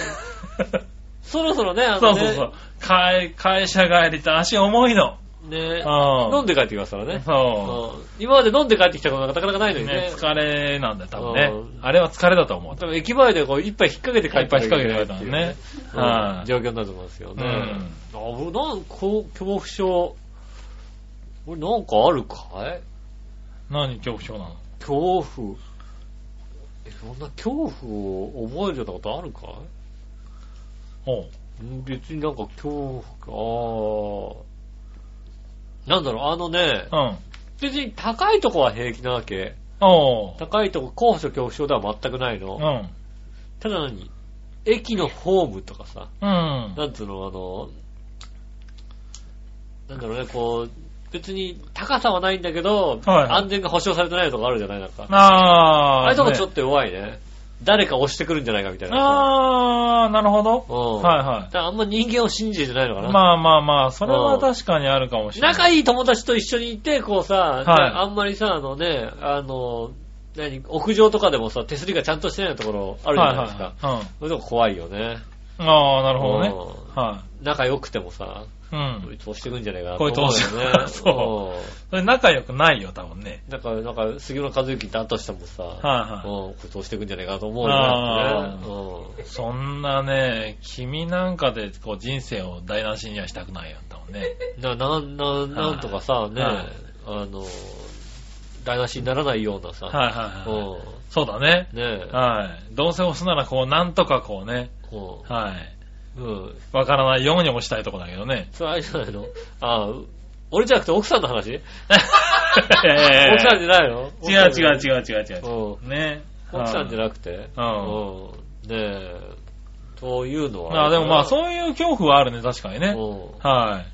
C: そろそろね、あ
D: そ
C: の
D: う
C: ね、
D: そうそう。会会社帰りと足重いの。
C: ね
D: うん
C: 飲んで帰ってきますからね。
D: そ。
C: うん今まで飲んで帰ってきたことがなかなかないうのに
D: ね
C: ね、。
D: 疲れなんだよ、多分ね
C: うん。
D: あれは疲れだと思う。
C: 多分駅前でこう、一杯引っ掛けて帰ってき
D: 一杯引っ掛けて帰ったんだねはい
C: 状況になると思うんですよね。
D: うん
C: あ俺なんか、こう恐怖症、俺なんかあるかい
D: 何恐怖症なの
C: 恐怖。え、そんな恐怖を覚えるようなことあるか
D: おう。
C: いん別になんか恐怖か。あーなんだろう、あのね
D: う、ん。
C: 別に高いとこは平気なわけ。
D: おう。
C: 高いとこ、高所恐怖症では全くないの。
D: うん。
C: ただ何駅のホームとかさ、
D: うん。
C: なんつうの、あの、なんだろうね、こう、別に高さはないんだけど、
D: はい
C: 安全が保証されてないとこあるじゃないなんか。
D: あー。
C: あれとかちょっ
D: と。
C: と弱いね。誰か押してくるんじゃないかみたいな。
D: あー、なるほど。
C: うん
D: はいは
C: だからあんま人間を信じてないのか
D: い。
C: な。
D: まあまあまあ、それは確かにあるかもしれない。
C: 仲いい友達と一緒にいて、こうさ、
D: い
C: あんまりさ、あのね、あの、何、屋上とかでもさ、手すりがちゃんとしてないところあるじゃないですか。
D: はいはいはい
C: そういうとこ怖いよね。
D: うん。あー、なるほどね。は
C: 仲良くてもさ、
D: い。う
C: こ
D: ん。
C: いつ押してくんじゃないかな
D: こいつ押して
C: 思うよね
D: そそれ仲良くないよ、多分ね。
C: うん。なんか、なんか、杉村和之だとしてもさ、
D: はいはい
C: うん、こいつ押してくんじゃないかなと思うよね
D: あ。
C: うん
D: そんなね、君なんかでこう人生を台無しにはしたくないよ、多 分ね。
C: な、な、な、なんとかさ、ね、
D: はい
C: あの、台無しにならないようなさ、
D: はいはいはい。
C: うん
D: そうだね。
C: ねえ、
D: はい。どうせ押すならこう、なんとかこうね、
C: こ
D: はい。
C: う、うん。
D: わからないように押したいとこだけど ね。
C: それあれじゃないのあう俺じゃなくて奥さんの話、
D: え
C: 奥さんじゃないの
D: 違う違う違う違う違う。
C: う。うん。
D: ね。
C: 奥さんじゃ
D: い。
C: なくて
D: う
C: うん。ねえ、というのは。
D: あでもまあ、
C: う
D: そういう恐怖はあるね、確かにね。
C: うん。
D: はい。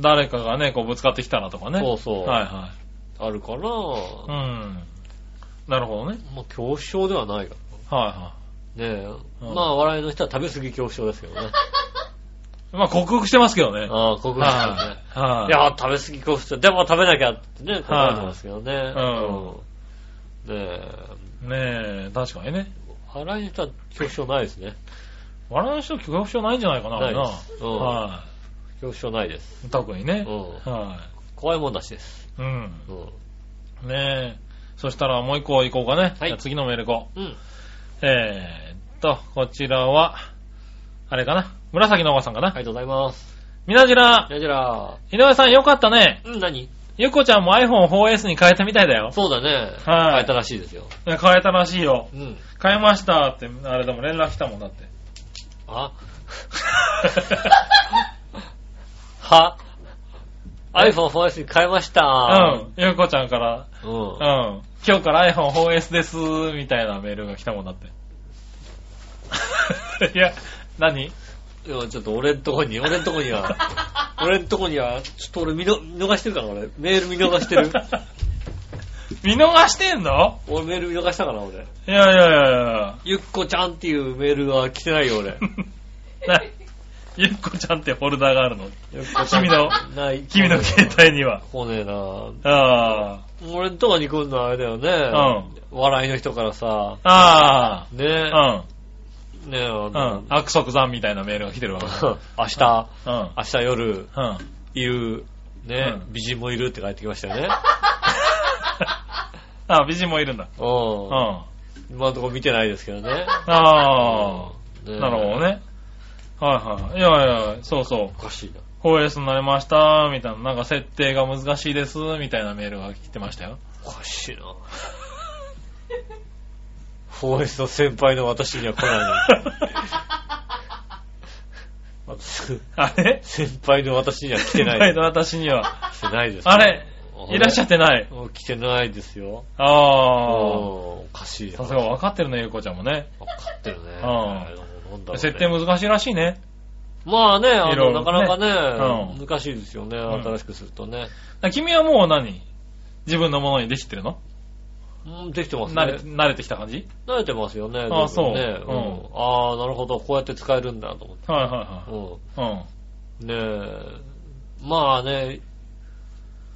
D: 誰かがね、こうぶつかってきたなとかね。
C: そうそう
D: はいは
C: あるかな、
D: い。うん。なるほどね。
C: まあ、恐怖症ではないか
D: は
C: ら。ねえ。
D: うん
C: まあ、笑いの人は食べ過ぎ恐怖症ですけどね。
D: いはい。まあ、克服してますけどね。
C: ああ、克服したね。
D: はい
C: いやー、食べ過ぎ恐怖症。でも食べなきゃってね、考えてますけどね。うん。ねえ、
D: い。ねえ、確かにね。
C: 笑いの人は恐怖症ないですね。
D: 笑いの人、恐怖症ないんじゃないかな、
C: ないで
D: 俺
C: す。う。
D: なんは
C: 恐怖症ないです。
D: い。特にね。
C: うん
D: は
C: 怖いもんだしです。
D: い。うん。
C: うん。
D: ねえ。そしたらもう一個行こうかね。
C: はい
D: じゃあ次のメール行こう。
C: うん。
D: えーっと、こちらは、あれかな。紫のおばさんかな。
C: ありがとうございます。
D: みなじら、
C: やじら
D: 井上さんよかったね。
C: ー。うん、何
D: ゆっこちゃんも iPhone4S に変えたみたいだよ。
C: そうだね。
D: はい
C: 変えたらしいですよ。
D: いや変えたらしいよ。
C: うん。
D: 変えましたって、あれでもん連絡来たもん だって。
C: あは ?iPhone4S に変えました。
D: うん。ゆっこちゃんから、
C: うん。
D: うん。今日から iPhone4S です、みたいなメールが来たもんだ って。いや、何
C: いや、ちょっと俺んとこに、俺んとこには、 俺んとこには、ちょっと俺見の見逃してるから、俺。メール見逃してる。
D: 見逃してんの
C: 俺メール見逃したから、俺。
D: いやいやいやいや。
C: ゆっこちゃんっていうメールは来てないよ、俺。
D: なゆっこちゃんってフォルダがあるの
C: ゆっこちゃん
D: 君の、
C: ない。
D: 君の携帯には。
C: 来ねえな
D: あ
C: 俺んとこに来るのはあれだよ
D: あ。う
C: ね。
D: ん。
C: 笑いの人からさ、
D: あ
C: ね
D: あ。
C: え、
D: うん。
C: ねえ、あ
D: う
C: の
D: ん。、悪徳残みたいなメールが来てるわけ。
C: 明日、
D: うん。うん。
C: 明日夜、
D: あ
C: いる、ね、
D: うん
C: 美人もいるって帰ってきましたよ ね。
D: あ、美人もいるんだ。うん。
C: う
D: あ
C: ん。今のところ見てないですけどね。
D: あ。
C: うん
D: なるほど。ね。はいはい。いやいや、そうそう
C: お。かしいな。
D: 4S になりました、みたいな。なんか設定が難しいです、みたいなメールが来てました よ。
C: おかしいな。4S の先輩の私には来 ないの。
D: あれ
C: 先輩の私には来て
D: 先
C: な
D: 輩
C: い。
D: の私には。
C: 来てないです。
D: あれいらっしゃってない。
C: もう来てないですよ。
D: ああ。
C: おかしいな。
D: さすが分かってるね、ゆうこちゃんもね。
C: 分かってるね。
D: うん
C: なんだろうね
D: 設定難しいらしいね。
C: まあね、あ
D: いろ
C: の、
D: いろ
C: な
D: ね
C: かなかね、
D: うん
C: 難しいですよね、
D: ん
C: 新しくするとね。
D: 君はもう何自分のものにできてるの
C: うん、できてます
D: 慣れ
C: ね。
D: 慣れてきた感じ
C: 慣れてますよね。
D: あ
C: 随分ね
D: そううん
C: うんああ、なるほど、こうやって使えるんだと思って。
D: はいは
C: うん
D: いはい。うん。
C: ねえ、まあね、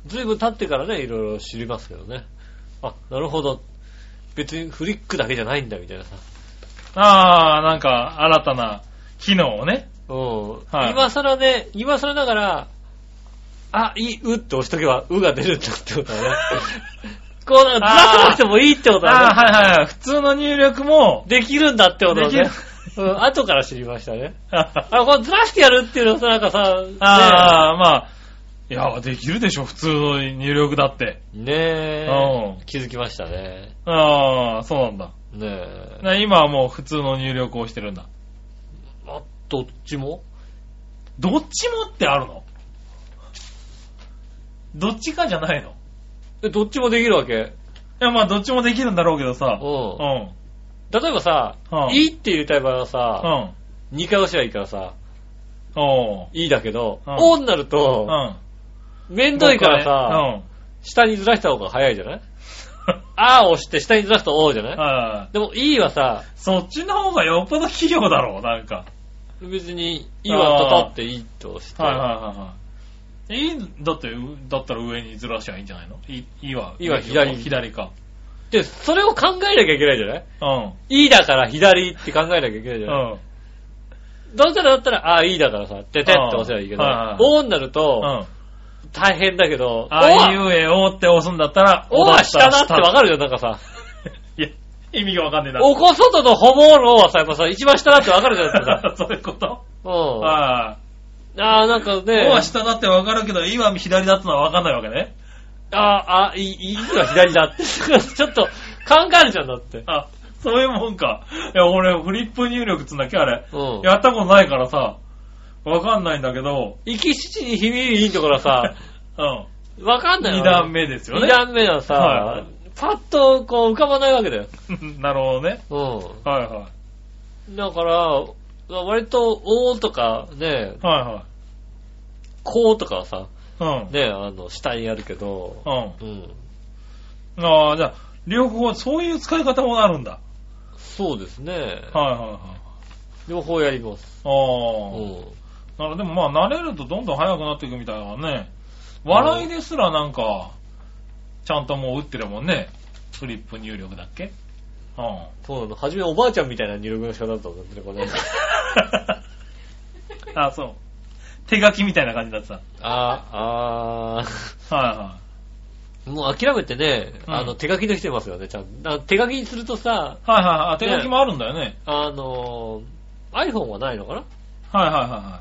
C: ずいぶん経ってからね、いろいろ知りますけどね。あ、なるほど。別にフリックだけじゃないんだ、みたいなさ。
D: ああ、なんか、新たな機能をね。
C: うん。
D: はい
C: 今更ね、今更ながら、あ、いい、うって押しとけば、うが出るんだってこと だね。こうなんか、ずらっと押してもいいってことだね。
D: ああ、はいはいはい。普通の入力も、
C: できるんだってことを
D: でき
C: ね
D: る。
C: うん、後から知りましたね。あ、これずらしてやるっていうのさ、なんかさ、ね
D: ああ、まあ、いや、できるでしょ、普通の入力だって。
C: ね
D: う
C: え、
D: ん。
C: 気づきましたね。
D: ああ、そうなんだ。
C: ねえ。
D: な今はもう普通の入力をしてるんだ。
C: あ、どっちも
D: どっちもってあるのどっちかじゃないの
C: え、どっちもできるわけ
D: いや、まあ、どっちもできるんだろうけどさ。う。
C: うんん。例えばさ
D: う、ん
C: いいって入れたい場合は
D: う
C: さ、
D: ん。
C: 2回押しはいいからさ、
D: おう。
C: いいだけど、
D: うん
C: おになる
D: う
C: と、
D: ん。
C: めんどいからさ、
D: うん。
C: 下にずらした方が早いじゃ ないあー押して下にずらすとおーじゃない
D: はい
C: でも、いいはさ、
D: そっちの方がよっぽど器用だろう、なんか。
C: 別に、いいはたたっていいとして、
D: はいはいはいはい。いい、だって、うだったら上にずらしゃいいんじゃないのいい、いいわ。
C: いいわ左
D: 左か。
C: で、それを考えなきゃいけないじゃない
D: うん。
C: いいだから左って考えなきゃいけないじゃ
D: う
C: ない、
D: ん。
C: どうせだったら、ああー、いいだからさ、ててって押せばいいけど
D: はいはいはい、
C: おーになる
D: う
C: と、
D: ん。
C: 大変だけど、お
D: あ
C: は、
D: いうえおって押すんだったら、
C: おは下だってわ
D: わ
C: かるじゃん、なんかさ。
D: いや、意味がわかんねえな。
C: おこそとのほぼのおはさ、やっぱさ、一番下だってわかるじゃないですか さ。
D: そういうこと
C: うん。あ
D: は
C: あー、なんか
D: い。
C: ね、
D: おは下だってわかるけど、いいわ左だってのはわかんないわけね。
C: あーあー、いい、いいは左だって。 ちょっと、考えるじゃん、だって。
D: あ、そういうもんか。いや、俺、フリップ入力っつんだっけあれ。
C: うん。
D: やったことないからさ、わかんないんだけど、
C: 行き七に響いいところは さ、
D: うん。
C: わかんない
D: 二
C: よ。
D: 段目ですよ
C: 二
D: ね。
C: 段目はさ、
D: はい
C: パッとこう浮かばないわけだよ。
D: なるほどね。
C: う
D: はいは
C: ん。だから、割と、おーとか、ね、
D: い。は
C: こうとかはさ、
D: いはい。うん。
C: ね、あの、下にやるけど、
D: うん。
C: うん。
D: ああ、じゃあ、両方、そういう使い方もあるんだ。
C: そうですね。
D: はいはいはい。
C: 両方やります。
D: あ
C: う
D: あ。
C: ん。
D: なるほどでもまあ慣れるとどんどん速くなっていくみたいだからね。笑いですらなんか、ちゃんともう打ってるもんね。フリップ入力だっけうん。
C: そうなの。はじめおばあちゃんみたいな入力の仕方だったんだってね、これ。
D: あ、そう。手書きみたいな感じだった。はい
C: あー、あー。
D: は
C: もう諦めてね、
D: うん
C: あの、手書きできてますよね、ちゃんと。あ手書きにするとさ、
D: い。はいはいはい。手書きもあるんだよね。
C: あのー、iPhone はないのかな
D: はいはいは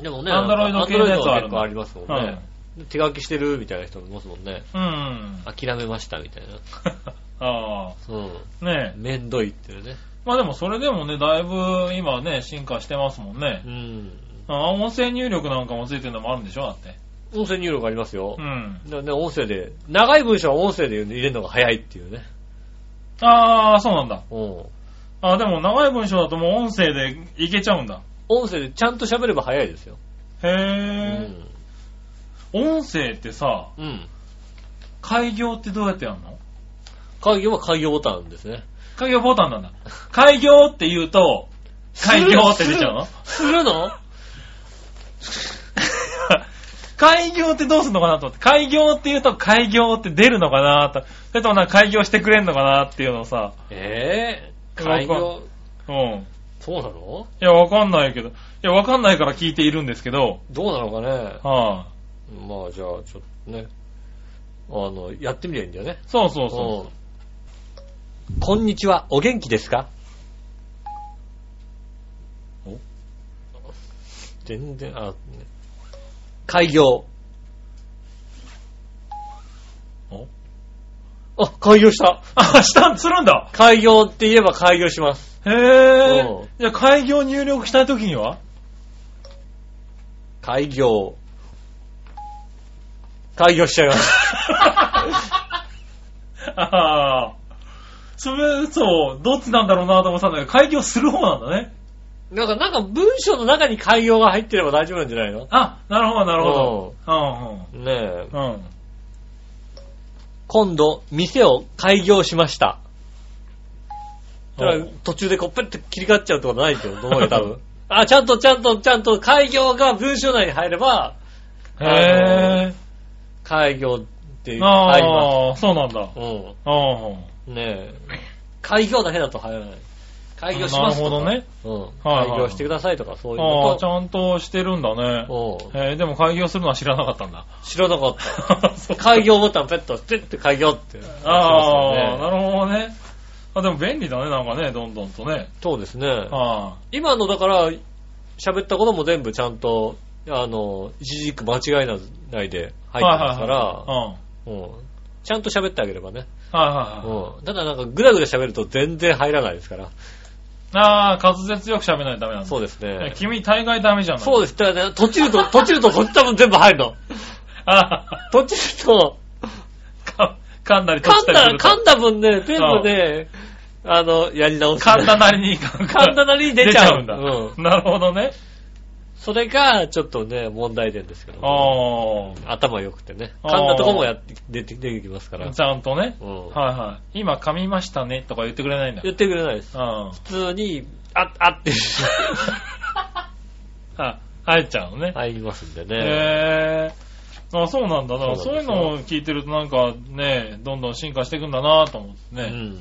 C: でもね、
D: Android 系のやつはある
C: Android は結構ありますもん
D: いはい。
C: ね。手書きしてるみたいな人もいますもんね。
D: うん。うん。
C: 諦めましたみたいな。う
D: ああ。ねえ
C: ん。。めんどいっていうね。
D: まあでもそれでもね、だいぶ今ね、進化してますもんね
C: う。ん。
D: あ音声入力なんかもついてるのもあるんでしょだって。
C: 音声入力ありますよ
D: う。ん。
C: だからね、音声で、長い文章は音声で入れるのが早いっていうね。
D: ああ、そうなんだ。
C: うん。
D: あ、でも長い文章だともう音声でいけちゃうんだ。
C: 音声でちゃんと喋れば早いですよ。う
D: へ
C: ん。
D: え、音声ってさ、
C: うん。
D: 開業ってどうやってやるの
C: 開業は開業ボタンですね。
D: 開業ボタンなんだ。開業って言うと、開業って出ちゃうの
C: する の
D: 開業ってどうすんのかなと思って、開業って言うと開業って出るのかなと。それともなんか開業してくれんのかなっていうのをさ、
C: ええ開業、
D: うん。
C: そうなの
D: いや、わかんないけど、いや、わかんないから聞いているんですけど、
C: どうなのかね。
D: はあ、
C: まあじゃあ、ちょっとね、あの、やってみりゃいいんだよね。
D: そうそうそう。
C: うんこんにちは、お元気ですかお全然、あ、ね開業。
D: お
C: あ、開業した。
D: あ、下するんだ
C: 開業って言えば開業します。
D: へえ
C: うん。
D: じゃあ、開業入力したい時には
C: 開業。開業しちゃいます。
D: ああ。それ、そう、どっちなんだろうなと思ってたんだけど、開業する方なんだね。
C: なんか、なんか文章の中に開業が入ってれば大丈夫なんじゃないの
D: あ、なるほど、なるほど。
C: ねえ。
D: うん、うん。うん。
C: 今度、店を開業しました。だから
D: おう
C: 途中でこう、ペッて切り替わっちゃうってことないと思うよ、多 分。あ、ちゃんと、ちゃんと、ちゃんと、開業が文章内に入れば、
D: へ
C: 開業って入り
D: え。
C: ま
D: ああ、そうなんだ。
C: す。う
D: うん。
C: ん。ねえ。開業だけだと入らない。開業しますとか。
D: なる
C: うん。
D: はいはい
C: 開業してくださいとか、そういう
D: ああ、
C: の
D: ちゃんとしてるんだね。
C: と。うん。
D: へえ、でも開業するのは知らなかったんだ。
C: 知らなかった。
D: そう
C: 開業ボタンペット、ペッて開業って。
D: ああ、
C: あ。
D: なるほどね。あ、でも便利だね、なんかね、どんどんとね。
C: そうですね。
D: あ
C: 今のだから、喋ったことも全部ちゃんと、あの、一軸間違いないで入ってますか
D: あ。
C: ら、
D: うん。
C: うんちゃんと喋ってあげればね。
D: はいはいはい。
C: うんただなんかぐだぐだ喋ると全然入らないですから。
D: ああ、滑舌よく喋らないとダメなんだ。
C: そうです
D: ね
C: ね。
D: 君大概ダメじゃない
C: そう
D: う
C: です。だから ね、途中と、途中と、そっち多分全部入るの。
D: ああ、
C: 途中と、
D: 滑噛んだりと
C: 噛
D: し
C: ん
D: たりす
C: だ、
D: ると。
C: 噛んだ分ね、ペンのね、あの、やり直す。
D: 噛んだなりに噛 ん
C: 噛んだなりに出ちゃう
D: 出ちゃうん
C: う
D: だ。なるほどね。
C: それが、ちょっとね、問題点ですけど、ね。
D: あ
C: 頭良くてね。
D: あ
C: 噛
D: ー
C: んだとこもやって、出て、出てきますから
D: あ。。ちゃんとね。
C: うん
D: はいはい。今噛みましたねとか言ってくれないんだ。
C: 言ってくれないです。
D: うん。
C: 普通に、あ、あ って、
D: あ、入っちゃうのね。
C: 入りますんでね。
D: へぇー。あ、そうなんだ。だから
C: そ
D: そうう
C: ないん
D: う
C: ですよ
D: のを聞いてるとなんかね、どんどん進化していくんだなと思って
C: う
D: ね。
C: ん。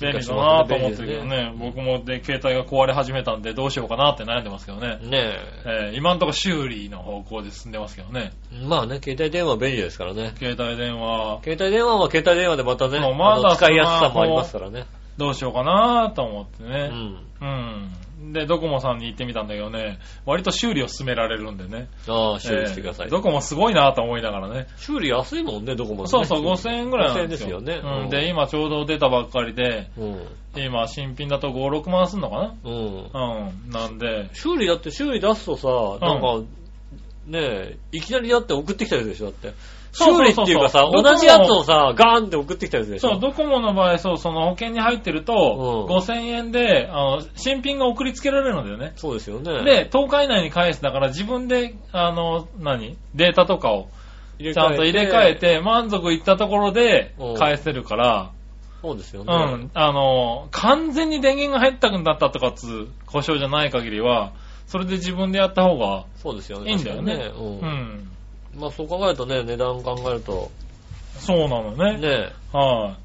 D: 便利だなと思っ
C: 進化してま
D: て
C: す
D: る
C: ね
D: けどね。僕もで、携帯が壊れ始めたんでどうしようかなって悩んでますけどね。
C: ね
D: えー今んとこ修理の方向で進んでますけどね。
C: え。まあね、携帯電話便利ですからね。
D: 携帯電話、
C: 携帯電話は携帯電話でまたね、
D: もうまだ
C: あの使いやすさもありますからね。
D: どうしようかなと思って
C: う
D: ね。
C: ん。
D: うん。で、ドコモさんに行ってみたんだけどね、割と修理を勧められるんでね。
C: ああ、修理してください。
D: えードコモすごいなと思いながらね。
C: 修理安いもんね、どこも、ね。
D: そうそう、5000円ぐら
C: 5000
D: いなん
C: 円
D: で
C: ですす
D: よ。
C: よね。
D: うん。で、今ちょうど出たばっかりで、
C: うん。
D: 今新品だと5、6万すんのか
C: うん。
D: なうん。なんで、
C: 修理だって修理出すとさ、なんか、ねえ、いきなりだって送ってきたやつでしょ、だって。
D: そう
C: 修
D: そ
C: 理っ
D: うそうそう
C: ていうかさ、
D: 僕も
C: 同じやつをさ、ガーンって送ってきたやつでしょ。
D: そう、ドコモの場合、そう、その保険に入ってると、
C: うん
D: 5000円で、あの、新品が送りつけられるんだよね。
C: そうですよね。
D: で、10日以内に返すだから自分で、あの、何データとかを
C: 入れ替えて、
D: ちゃんと入れ替えて、満足いったところで
C: うん
D: 返せるから、
C: そうですよ
D: う
C: ね。
D: ん、あの、完全に電源が入ったくなったとかつ、故障じゃない限りは、それで自分でやった方が、
C: そうですよね。
D: いいんだよね
C: 確か
D: う
C: にね
D: ん。
C: うん。まあそう考えるとね、値段考えると、
D: そうなのね。
C: ね
D: は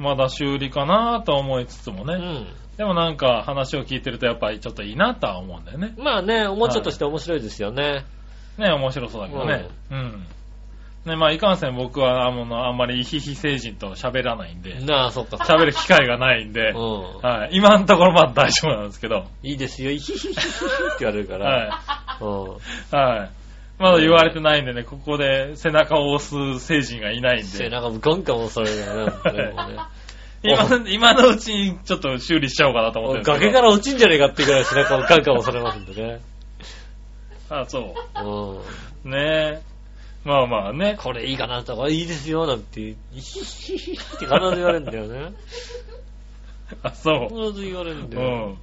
D: い。まだ修理かなと思いつつも
C: え、う
D: ね。
C: ん。
D: でもなんか話を聞いてるとやっぱりちょっといいなとは思うんだよね。
C: まあね、おもちゃとして面白いですよね。
D: ね、面白そうだけどね。うん。ね、まあいかんせん僕はあのあんまり非非成人と喋らないんで、
C: なあ、そっか。
D: 喋る機会がないんで、
C: うん。
D: はい。今のところまだ大丈夫なんですけど、
C: いいですよ、イヒヒヒヒヒって言われるから。
D: は
C: うん。
D: い。はい。まだ言われてないんでね、ここで背中を押す成人がいないん
C: 背
D: で、
C: 中ガンガン押されるよね本当にもうね。
D: 今の今のうちにちょっと修理しちゃおうかなと思ってるんですけ
C: 崖
D: ど。
C: から落ちんじゃねえかってぐらい背中をガンガン押されますんでね。
D: ら。あ、そう。
C: うん。
D: ねえ。まあまあね。
C: これいいかなとか、いいですよ、なんて、イヒヒヒヒって必ず言われるんだよね。
D: あ、そう。
C: 必ず言われるん
D: う
C: だよ。
D: ん。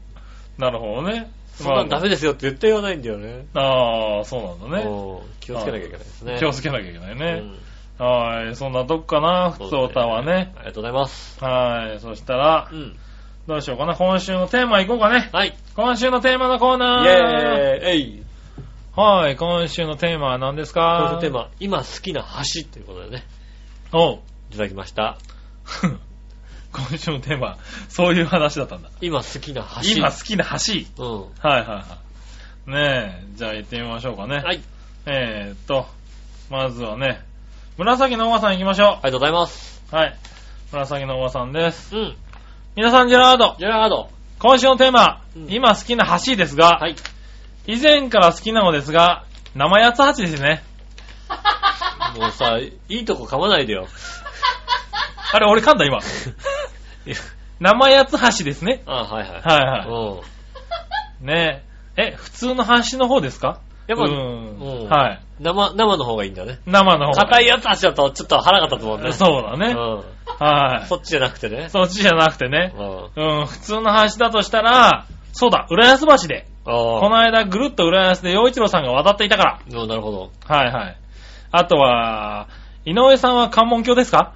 D: なるほどね。
C: そんなんダメですよって絶対言わないんだよね。
D: ああ、そうなんだね。
C: うん気をつけなきゃいけないですね。
D: 気をつけなきゃいけないうね。
C: ん
D: はい。そんなとこかな、
C: そ
D: 福
C: うですね
D: 岡はね。
C: ありがとうございます。
D: はい。そしたら
C: う、ん。
D: どうしようかな。今週のテーマいこうかね。
C: はい。イ
D: 今週のテーマのコー
C: ェー
D: ナー。
C: イえい
D: はい。今週のテーマは何ですか
C: 今日のテー。マ、今好きな橋ということでね、
D: おう
C: いただきました。
D: 今週のテーマ、そういう話だったんだ。
C: 今好きな橋。
D: 今好きな橋。
C: うん。
D: はいはいはい。ねえ、じゃあ行ってみましょうかね。
C: はい。
D: えーっと、まずはね、紫のおばさん行きましょ
C: ありがとうございます。
D: う。はい。紫のおばさんです。
C: うん。
D: 皆さん、ジェラード。
C: ジェラード。
D: 今週のテーマ、
C: うん
D: 今好きな橋ですが、
C: はい。
D: 以前から好きなのですが、生八つ橋ですね。
C: もうさ、いいとこ噛まないでよ。
D: あれ、俺噛んだ今。
C: いや
D: 生八つ橋ですね。
C: あはいはい。
D: はいは
C: うん。
D: い。ねえ。え、普通の橋の方ですか
C: やっぱ
D: うー。
C: うんん
D: はい。
C: 生、生の方がいいんだね。
D: 生の方が。
C: 硬いやつ足だとちょっと腹が立つもんね。
D: そうだね。
C: う
D: は
C: ん。そっちじゃなくてね
D: い。。そっちじゃなくてね
C: う。ん。
D: うん、普通の橋だとしたら、そうだ、浦安橋で。こ
C: あ
D: の間、ぐるっと浦安で陽一郎さんが渡っていたから。
C: あ。なるほど。
D: はいはい。あとは、井上さんは関門橋ですか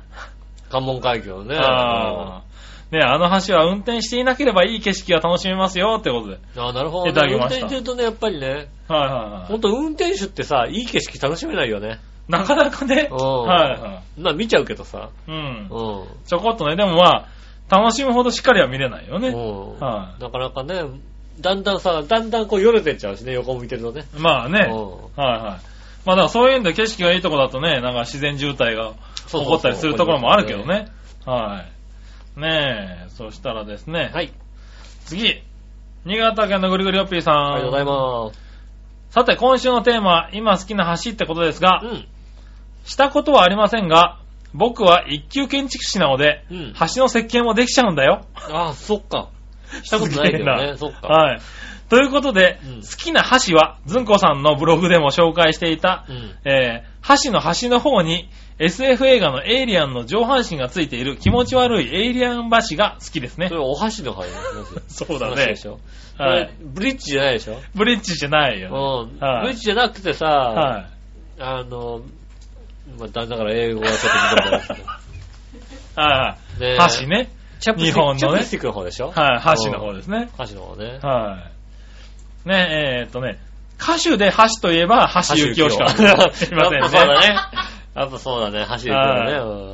C: 関門海峡ね。
D: あーねあの橋は運転していなければいい景色が楽しめますよってことで。
C: うんあーなるほどね。
D: いただきました
C: 運転してるとね、やっぱりね、
D: はいはい
C: ほ
D: は
C: んと運転手ってさ、いい景色楽しめないよね。
D: い。なかなかね。
C: うん
D: はいは
C: まあ見ちゃうけどさ。
D: い。うん
C: う。ん。
D: ちょこっとね、でもまあ、楽しむほどしっかりは見れないよ
C: う
D: ね。
C: ん。
D: は
C: なかなかね、だんだんさ、だんだんこうよれてっちゃうしね、横向いてるとね。
D: い。まあね。
C: う
D: はいはい。まあだからそういうんで景色がいいとこだとね、なんか自然渋滞が起
C: そうそうそう
D: こったりするところもあるけどね。はい。ねえ、そしたらですね、
C: ん。はい。
D: 次、新潟県のぐりぐりおっぴーさん。
C: ありがとうございます。
D: さて、今週のテーマ、今好きな橋ってことですが
C: う、ん。
D: したことはありませんが、僕は一級建築士なので、
C: うん
D: 橋の設計もできちゃうんだよ。
C: ああ、そっか。したことないけどね。そっか。
D: はい。ということで、
C: うん
D: 好きな箸は、ずんこさんのブログでも紹介していた、
C: うん。
D: えー箸の端の方に SF 映画のエイリアンの上半身がついている気持ち悪いエイリアン箸が好きですね
C: それ。お箸の話ですね
D: そうだ
C: 話
D: ね
C: で。しょ。こ
D: は
C: れ
D: い。
C: ブリッジじゃないでしょ。
D: ブリッジじゃないよ。
C: うん。
D: はい
C: ブリッジじゃなくてさ、
D: はい。
C: あの、まあ、だだから英語はちょっと難しいんですけど。
D: は
C: ね
D: い。箸ね。
C: チャップスティック
D: 日本のね
C: チャップスティックの方でしょ
D: はい。箸の方ですね。
C: 箸の方ね。
D: はい。ねえ、えーっとね、歌手で箸といえば箸行きをしか
C: 箸
D: すい
C: 幸
D: ません
C: やっぱそうだね。やっぱそうだね。箸で行くのね。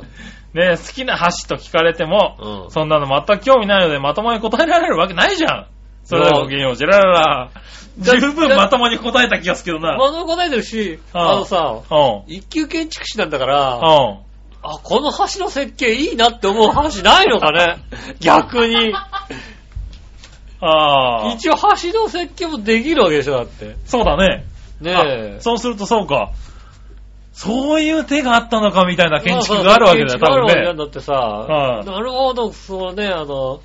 D: ねえ好きな箸と聞かれても、
C: うん
D: そんなの全く興味ないのでまともに答えられるわけないじゃん。それではごきげんよう、ジェラララ。
C: じゃ
D: 十分まともに答えた気がするけどな。
C: 物答えてるし、
D: あ
C: あのさ、
D: うん。
C: 一級建築士なんだから、
D: うん。
C: あ、この橋の設計いいなって思う話ないのか ね逆に。
D: ああ。
C: 一応橋の設計もできるわけでしょ、だって。
D: そうだね。
C: ねえ
D: あ。そうするとそうか。そういう手があったのかみたいな建築があるわけだよ、
C: まあ
D: 多
C: そう建築がある
D: 分
C: わけなんだ
D: ね。
C: ってさ、
D: はい
C: なるほど、そうね、あの、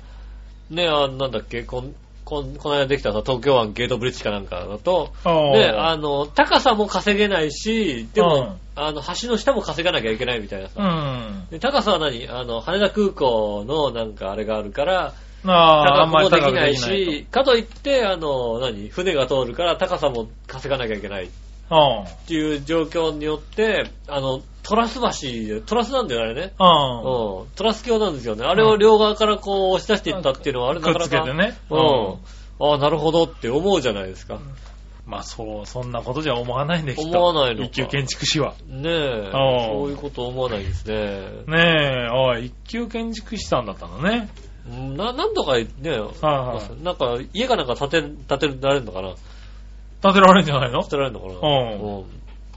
C: ね、あなんだっけ、こん、こん、この間できたさ、東京湾ゲートブリッジかなんかだと、
D: うん
C: ね、あの、高さも稼げないし、でも、
D: う
C: あの、橋の下も稼がなきゃいけないみたいな
D: う
C: さ。
D: ん。
C: で高さは何あの、羽田空港のなんかあれがあるから、
D: ああ、
C: 高
D: あん
C: く
D: ま
C: も
D: り
C: で
D: 高
C: き
D: く
C: な
D: で
C: い
D: きない
C: し、かといって、あの、何船が通るから高さも稼がなきゃいけない。
D: と。
C: っていう状況によって、あの、トラス橋、トラスなんだよね、あれね。
D: うん。うん。
C: うん。トラス橋なんですよね。あれを両側からこう押し出していったっていうのは、あれな
D: く
C: か
D: っ
C: な
D: つけ
C: か。
D: てね。
C: うん。ああ、なるほどって思うじゃないですか。
D: まあそう、そんなことじゃ思わないんできっと
C: 思わないのか
D: 一級建築士は。
C: ねえ。そういうこと思わないですね。
D: ねえ、ああ、一級建築士さんだったのね。
C: うんな、何度かね、
D: は
C: なんか家かなんか建て、建てられるのかな
D: 建てられるんじゃないの
C: 建てられるのかな
D: うん
C: うん。ね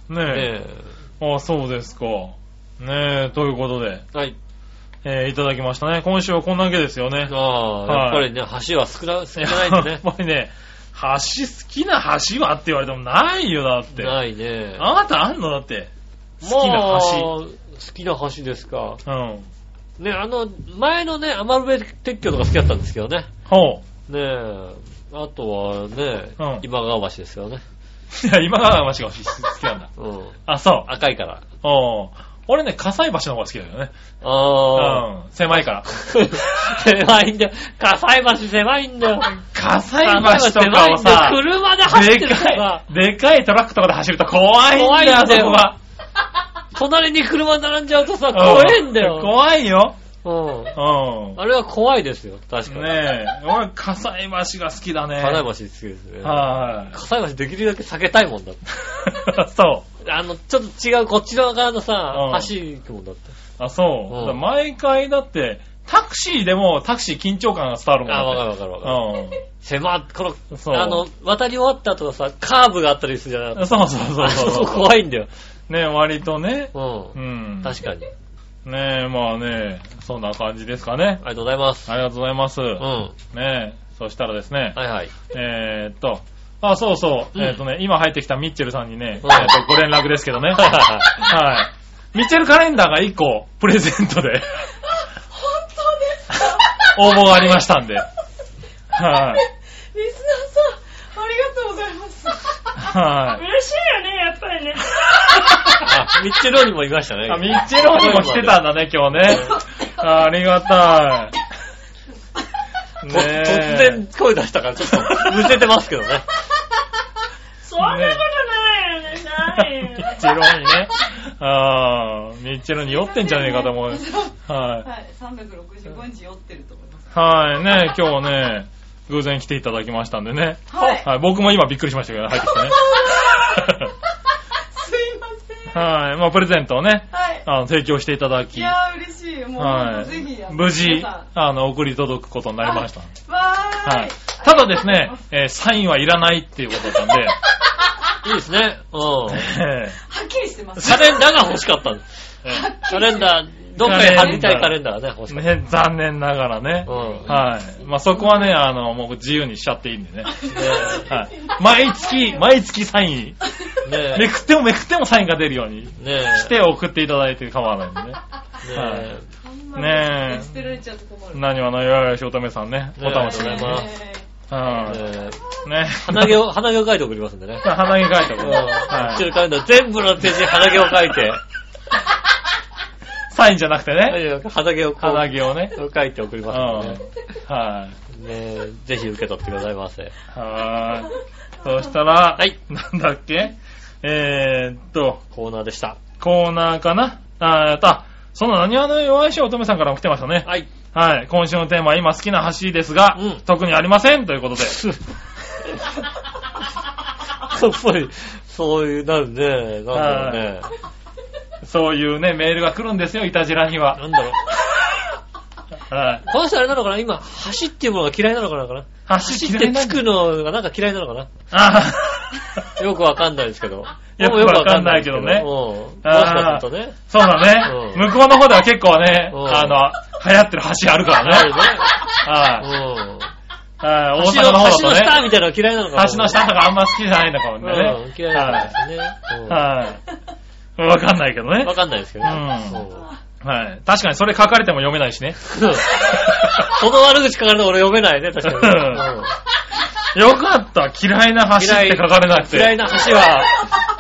D: ね
C: え。
D: え。ああ、そうですか。ねえ、ということで、
C: はい。
D: えーいただきましたね。今週はこんだけですよね。
C: ああ、やっぱりね、橋は少な、少ないと
D: やっ
C: ね。
D: ぱりね、橋、好きな橋はって言われてもないよ、だって。
C: ないね。
D: あなたあんのだって。好きな橋。
C: もう。好きな橋ですか。
D: うん。
C: ね、あの、前のね、余部鉄橋とか好きだったんですけどね。
D: ほう。
C: ねえ、あとはね、
D: うん
C: 今川橋ですよね。
D: いや、今川橋が好きなんだ。
C: うん。
D: あ、そう。
C: 赤いから。
D: お俺ね、葛西橋の方が好きだよね。
C: ああ。
D: うん。狭い から。
C: 狭いんだよ。葛西橋狭いんだよ。
D: 葛
C: 葛
D: 西
C: 西
D: 橋と
C: 狭
D: か
C: い
D: を
C: んだよ
D: さ、
C: 車で走って
D: で
C: るから
D: かい、でかいトラックとかで走ると怖いん
C: 怖い
D: だよ、
C: ん
D: そ
C: だよ
D: こは。
C: 隣に車並んじゃうとさ、怖いんだ
D: う
C: よ。
D: 怖いよ。
C: うん。
D: う
C: あれは怖いですよ、確か
D: ん。
C: に。
D: ねえ。俺、葛西橋が好きだね。
C: 葛西橋好きですね。
D: は
C: 葛西橋できるだけ避けたいもんだって。
D: い。 そう。
C: あの、ちょっと違う、こっち側のさ、
D: うん
C: 橋行くもんだって。
D: あ、そう。
C: うん
D: だから毎回だって、タクシーでもタクシー緊張感が伝わるもん
C: あ、わかる
D: だっ
C: わかるわ
D: て
C: かる。狭っ、こ
D: そう
C: の、あの、渡り終わった後はさ、カーブがあったりするじゃ
D: う。
C: なんい
D: そうそうそう そ。
C: そうう、怖いんだよ。
D: ね、割とね。
C: う。
D: うんん。
C: 確かに。
D: ねえ、まあね、そんな感じですかね。
C: ありがとうございます。
D: ありがとうございます。
C: うん。は
D: ねえ、そしたらですね、
C: いはい。
D: えーっと、あ、そうそう、
C: うん
D: えーっとね、今入ってきたミッチェルさんにね、
C: うん
D: えーっとご連絡ですけど ね。はい。ミッチェルカレンダーが1個、プレゼントで。本当ですか応募がありましたんで。はい。
E: リスナーさん、ありがとうございます。
D: はい。
E: 嬉しいよね、やっぱりね。
C: あ、ミッチェローにもいましたね。
D: あ、ミッチェルにも来てたんだね、今日ね。あありがたい。
C: と
D: ね
C: 突
D: え
C: 然。声出したから、ちょっと、むせてますけど ね。
E: そんなことないよね、
D: ミ
E: ない
D: ッ
E: よ。
D: チェルに ね。ああ、ミッチェルに酔ってんじゃねえかと思う。はい。
F: はい、365日酔ってると思います。
D: はい、ね、今日ね、偶然来ていただきましたんでね。
F: はい
D: はい、僕も今びっくりしましたけど、入ってきてね。
F: すいません。
D: はい、まあプレゼントをね、
F: はい。
D: あの、提供していただ
F: い
D: き、
F: やー嬉しい。もう、
D: は
F: ぜひ、あ
D: い、
F: の
D: 無事
F: 皆さ、
D: あの、送り届くことになりました。
F: んわーい。
D: はい。ただですね、えーサインはいらないっていうこと だったんで、
C: いいですね。うん。
D: え
F: はっきりしてます。
C: カレンダーが欲しかったんです。
D: ーえ
C: カレンダー、どっかに貼りたいカレンダーがね、欲し
D: ー
C: かっ
D: ね、残念ながらね
C: た。う、ん。
D: はい。まあそこはね、あの、もう自由にしちゃっていいんでね。
C: ね
D: はい。毎月、毎月サイン、
C: え。ね
D: めくってもめくってもサインが出るように
C: え。ね
D: して送っていただいて構わないんでね。
C: え。
D: は
C: ね
F: あんま
D: ねえ
F: り捨てられちゃうと困る。
D: 何はのよよしおとめさんね。
C: ね
D: おたまし
C: ありがとうございま
D: ね。
C: す
F: え
D: は
C: え。ねえ。
D: ね。
C: 鼻毛を、鼻毛を描いて送りますんでね。
D: 鼻毛描いて
C: うん
D: もは
C: 中
D: い。
C: 間の全部のページに鼻毛を描いて、
D: サインじゃなくてね。
C: 鼻毛をこう
D: 鼻毛をね。
C: 描いて送り
D: うん。
C: ますんでね。
D: はい。
C: ねえ、ぜひ受け取ってくださいませ。
D: はーい。そしたら、
C: はい。
D: なんだっけえーっと、
C: コーナーでした。
D: コーナーかなあー、やった。その何話の弱いし乙女さんからも来てましたね。
C: はい。
D: はい。今週のテーマは今好きな橋ですが、
C: うん
D: 特にありませんとい うことで。
C: やっぱり、そういう、なるね。なんだろうね。
D: そういうね、メールが来るんですよ、いたじらに
C: な
D: は。
C: んだろう。
D: はい。
C: この人あれなのかな今、橋っていうものが嫌いなのかな
D: 橋
C: 橋っ
D: 嫌
C: て
D: いな
C: つ
D: んだ
C: くのがなんか嫌いなのかな
D: あー
C: よくわかんないですけど。
D: よくわかんないけどね
C: うん。もし
D: あー
C: かするとね。
D: そうだね。
C: うん
D: 向こうの方では結構ね、
C: うん
D: あの、流行ってる橋あるからね。 はい。
C: うん。
D: はい
C: 橋
D: 大
C: の
D: 阪の方
C: 橋の
D: だ
C: 下
D: とね。
C: みたいなの嫌いなのかも
D: 橋の下とかあんま好きじゃないんだかも
C: う
D: ね
C: ん。嫌いなんですねうん。
D: はい。わかんないけどね
C: わ。かんないですけどね。
D: うん
C: そう
D: はい。確かにそれ書かれても読めないしね。
C: その悪口書かれたら俺読めないね、確かに。
D: うんよかった。嫌いな橋って書かれなくて。
C: 嫌いな橋は、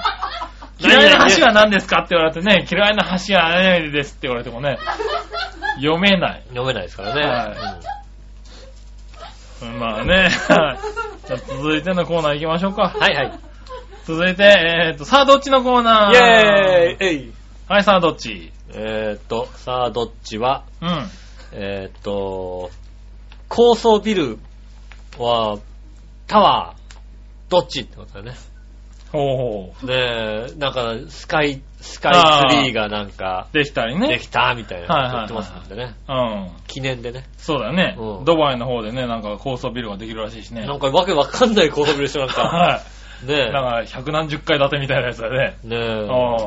D: 嫌いな橋は何ですかって言われてね、嫌いな橋は何々ですって言われてもね、読めない。
C: 読めないですからね。
D: は
C: う
D: まあね、はいじゃあ続いてのコーナー行きましょうか。
C: んはいはい。
D: 続いて、えーと、さあどっちのコーナー
C: イェーイえい
D: はい、さあどっち
C: えーっと、さあ、どっちは、
D: うん。
C: えーっと、高層ビルは、タワー、どっちってことだね。
D: ほうほ
C: ねえ、なんか、スカイ、スカイツリーがなんか、
D: う。できたりね。
C: できたみたいなこと言って
D: は
C: ま
D: いはいはい
C: すんでね。
D: うん。
C: 記念でね。
D: そうだよね
C: う。ん
D: ドバイの方でね、なんか高層ビルができるらしいしね。
C: なんかわけわかんない高層ビルでしょ、なんか。
D: はい。
C: ね
D: なんか、百何十階建てみたいなやつだね。
C: え。ね
D: あ
C: え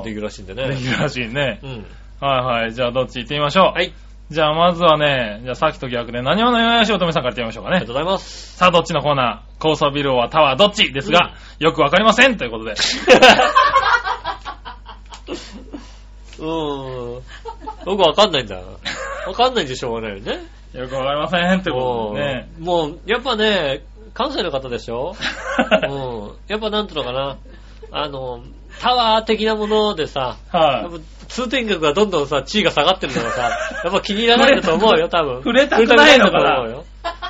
D: ー、
C: できるらしいんで
D: でき
C: ね。
D: るらしいね
C: う。ん。
D: はいはい。じゃあ、どっち行ってみましょう。
C: はい。
D: じゃあ、まずはね、じゃあ、さっきと逆で、何話のよやしおとめさんから行ってみましょうか
C: ありが
D: ね
C: と。うござい ます。
D: さあ、どっちのコーナー高層ビルはタワーどっちですが、よくわかりませんとい うことで。
C: うーん。僕わかんないんだ。わかんないんでしょうがないよね。
D: よくわかりませんってことでね。
C: うんもう、やっぱね、関西の方でし ょうん。やっぱなんとのかな。あの、タワー的なものでさ、やっぱ
D: は
C: 通天閣がどんどんさ、地位が下がってるのが さ、やっぱ気に入らないんだと思うよ、多分。
D: 触れたくない
C: 触れたくないんだ
D: のかな
C: と思うよ。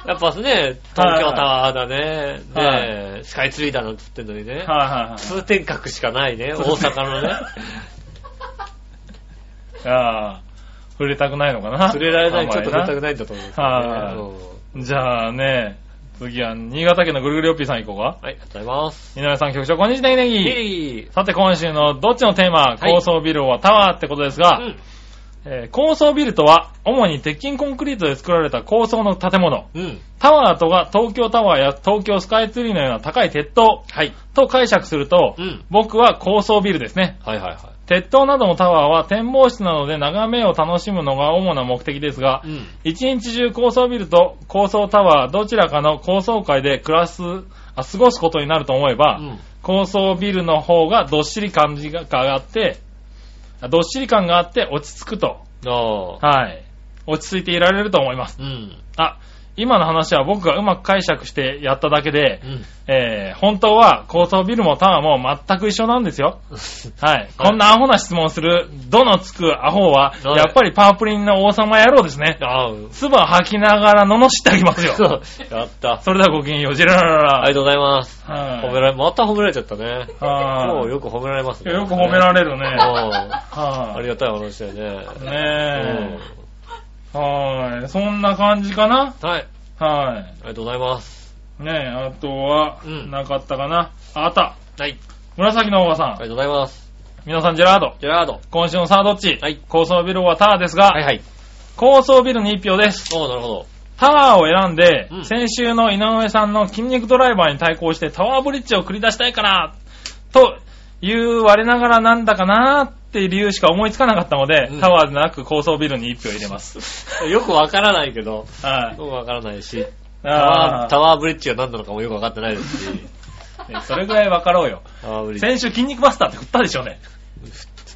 C: やっぱね、東京タワーだね、ねスカイツリーだなんて言ってんのに
D: い。
C: ね、
D: はいはい
C: 通天閣しかない ね、大阪のね。
D: はい。ああ、触れたくないのかな
C: 触れられない、ちょっと触れた
D: く
C: くないんだと思うんです
D: はい
C: よね。
D: じゃあね、次は、新潟県のぐるぐるよっぴーさん行こうか
C: うん。はい、ありがとうございます。
D: 井上さん局長、こんにちは、ネギネギ。
C: いい
D: さて今週のどっちのテーマ、
C: はい
D: 高層ビルはタワーってことです
C: う
D: が、
C: ん。
D: えー高層ビルとは主に鉄筋コンクリートで作られた高層の建物、
C: うん。
D: タワーとが東京タワーや東京スカイツリーのような高い鉄塔
C: はい。
D: と解釈すると、
C: うん
D: 僕は高層ビルですね。
C: はいはいはい。
D: 鉄塔などのタワーは展望室などで眺めを楽しむのが主な目的ですが、
C: うん。
D: 一日中高層ビルと高層タワーどちらかの高層階で暮らす、あ過ごすことになると思えば、
C: うん
D: 高層ビルの方がどっしり感じががあって、あどっしり感があって落ち着くと。
C: ああ。
D: はい。落ち着いていられると思います。
C: うん。
D: あ、今の話は僕がうまく解釈してやっただけで
C: う、 ん。
D: えー、本当は高層ビルもタワーも全く一緒なんですよ。はい。こんなアホな質問する、どのつくアホは、
C: はい
D: やっぱりパープリンの王様野郎ですね。
C: ああ。
D: 唾吐きながら罵ってあげますよ。
C: そう。やった。
D: それではごきげんよう、ジェララ
C: ありがとうございます。
D: ララ。
C: 褒められ、また褒められちゃったね。
D: は
C: も
D: い。
C: うよく褒められますね。
D: よく褒められるね。
C: ね。あ
D: は
C: り
D: い。
C: がたい話だよね。
D: ねえ。はい。そんな感じかな
C: うんはい。
D: は
C: ありがとうございます。
D: い。ねえ、あとは
C: う、ん
D: なかったかな。ああった。
C: はい。
D: 紫のおば
C: あり
D: さ
C: が
D: ん。
C: とうございます。
D: 皆さん、ジェラード。
C: ジェラード。
D: 今週のさあどっち
C: はい
D: 高層ビルはタワーですが、
C: はいはい。
D: 高層ビルに1票です。
C: おーなるほど。
D: タワーを選んで、
C: うん
D: 先週の井上さんの筋肉ドライバーに対抗してタワーブリッジを繰り出したいから、という我ながらなんだかなーっていう理由しか思いつかなかったので、
C: うん
D: タワーでなく高層ビルに1票入れます。
C: よくわからないけど、
D: は
C: よ
D: い
C: くわからないし、タワ
D: あ
C: ー
D: ー
C: タワーブリッジが何なのかもよくわかってないです し、
D: ねそれぐらい分かろうよ。
C: タワーブリッジ。
D: 先週筋肉バスターって振ったでしょう ね。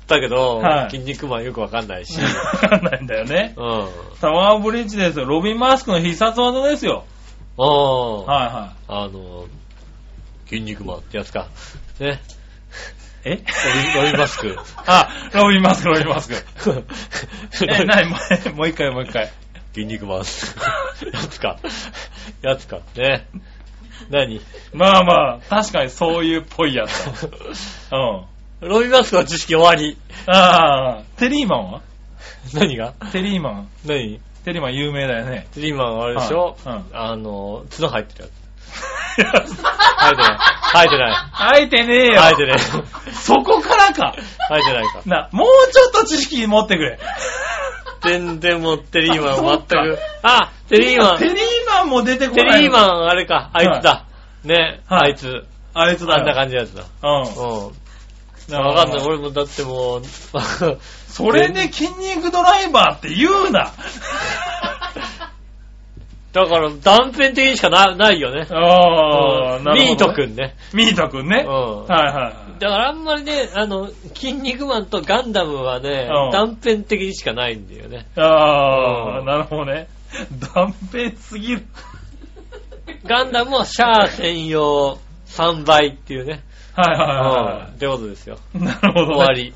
C: だけど、
D: はい
C: 筋肉マンよくわかんないし、
D: 分かんないんだよね。
C: うん。うん。
D: タワーブリッジですよ。ロビンマスクの必殺技ですよ。
C: あー
D: は
C: あの、筋肉マンってやつか。ね。ロ
D: え
C: ビロビンマスク。
D: あ、ロビンマスク、ロビンマスク。 え、
C: 筋
D: なに、もうもう一回、もう一回。
C: 肉マン。や つか。やつか。ね。何
D: まあまあ、確かにそういうっぽいやつだ。うん。
C: ロビンマスクの知識終わり。
D: ああ、テリーマンは
C: 何が
D: テリーマン。
C: 何
D: テリーマン有名だよ ね。
C: テリーマンはあれでしょ、
D: はいうん
C: あの、角入ってるやつ。生えてない。生えてない。
D: あえてねえよ。
C: 生えてない。
D: そこからか。
C: 生えてないか。
D: な、もうちょっと知識持ってくれ。
C: 全然もうテリーマ
D: あそう
C: ン
D: か
C: 全く。あ、テリーマン。
D: テリーマンも出てこ
C: テ
D: ない。
C: リー
D: ン。
C: マン、あれか、あいつだ。ね、
D: はい
C: あいつ。
D: あいつだよ。
C: あんな感じのやつだ。
D: う
C: うん。
D: ん。
C: わかんない。俺もだってもう、
D: それで筋肉ドライバーって言うな。
C: だから断片的にしかなないよね。
D: あ
C: うん
D: なる
C: ミ
D: ほ
C: ート
D: どね
C: くんね。
D: ミートくんね。
C: うん
D: はいはい。
C: だからあんまりね、あの、筋肉マンとガンダムはね
D: うん、
C: 断片的にしかないんだよね。
D: あ
C: う
D: あ、
C: ん
D: なるほどね。断片すぎる。
C: ガンダムはシャア専用3倍っていうね。
D: はいは
C: う
D: い
C: ん。
D: は
C: ってことです よ。
D: い。なるほど、ね。
C: 終わ。り。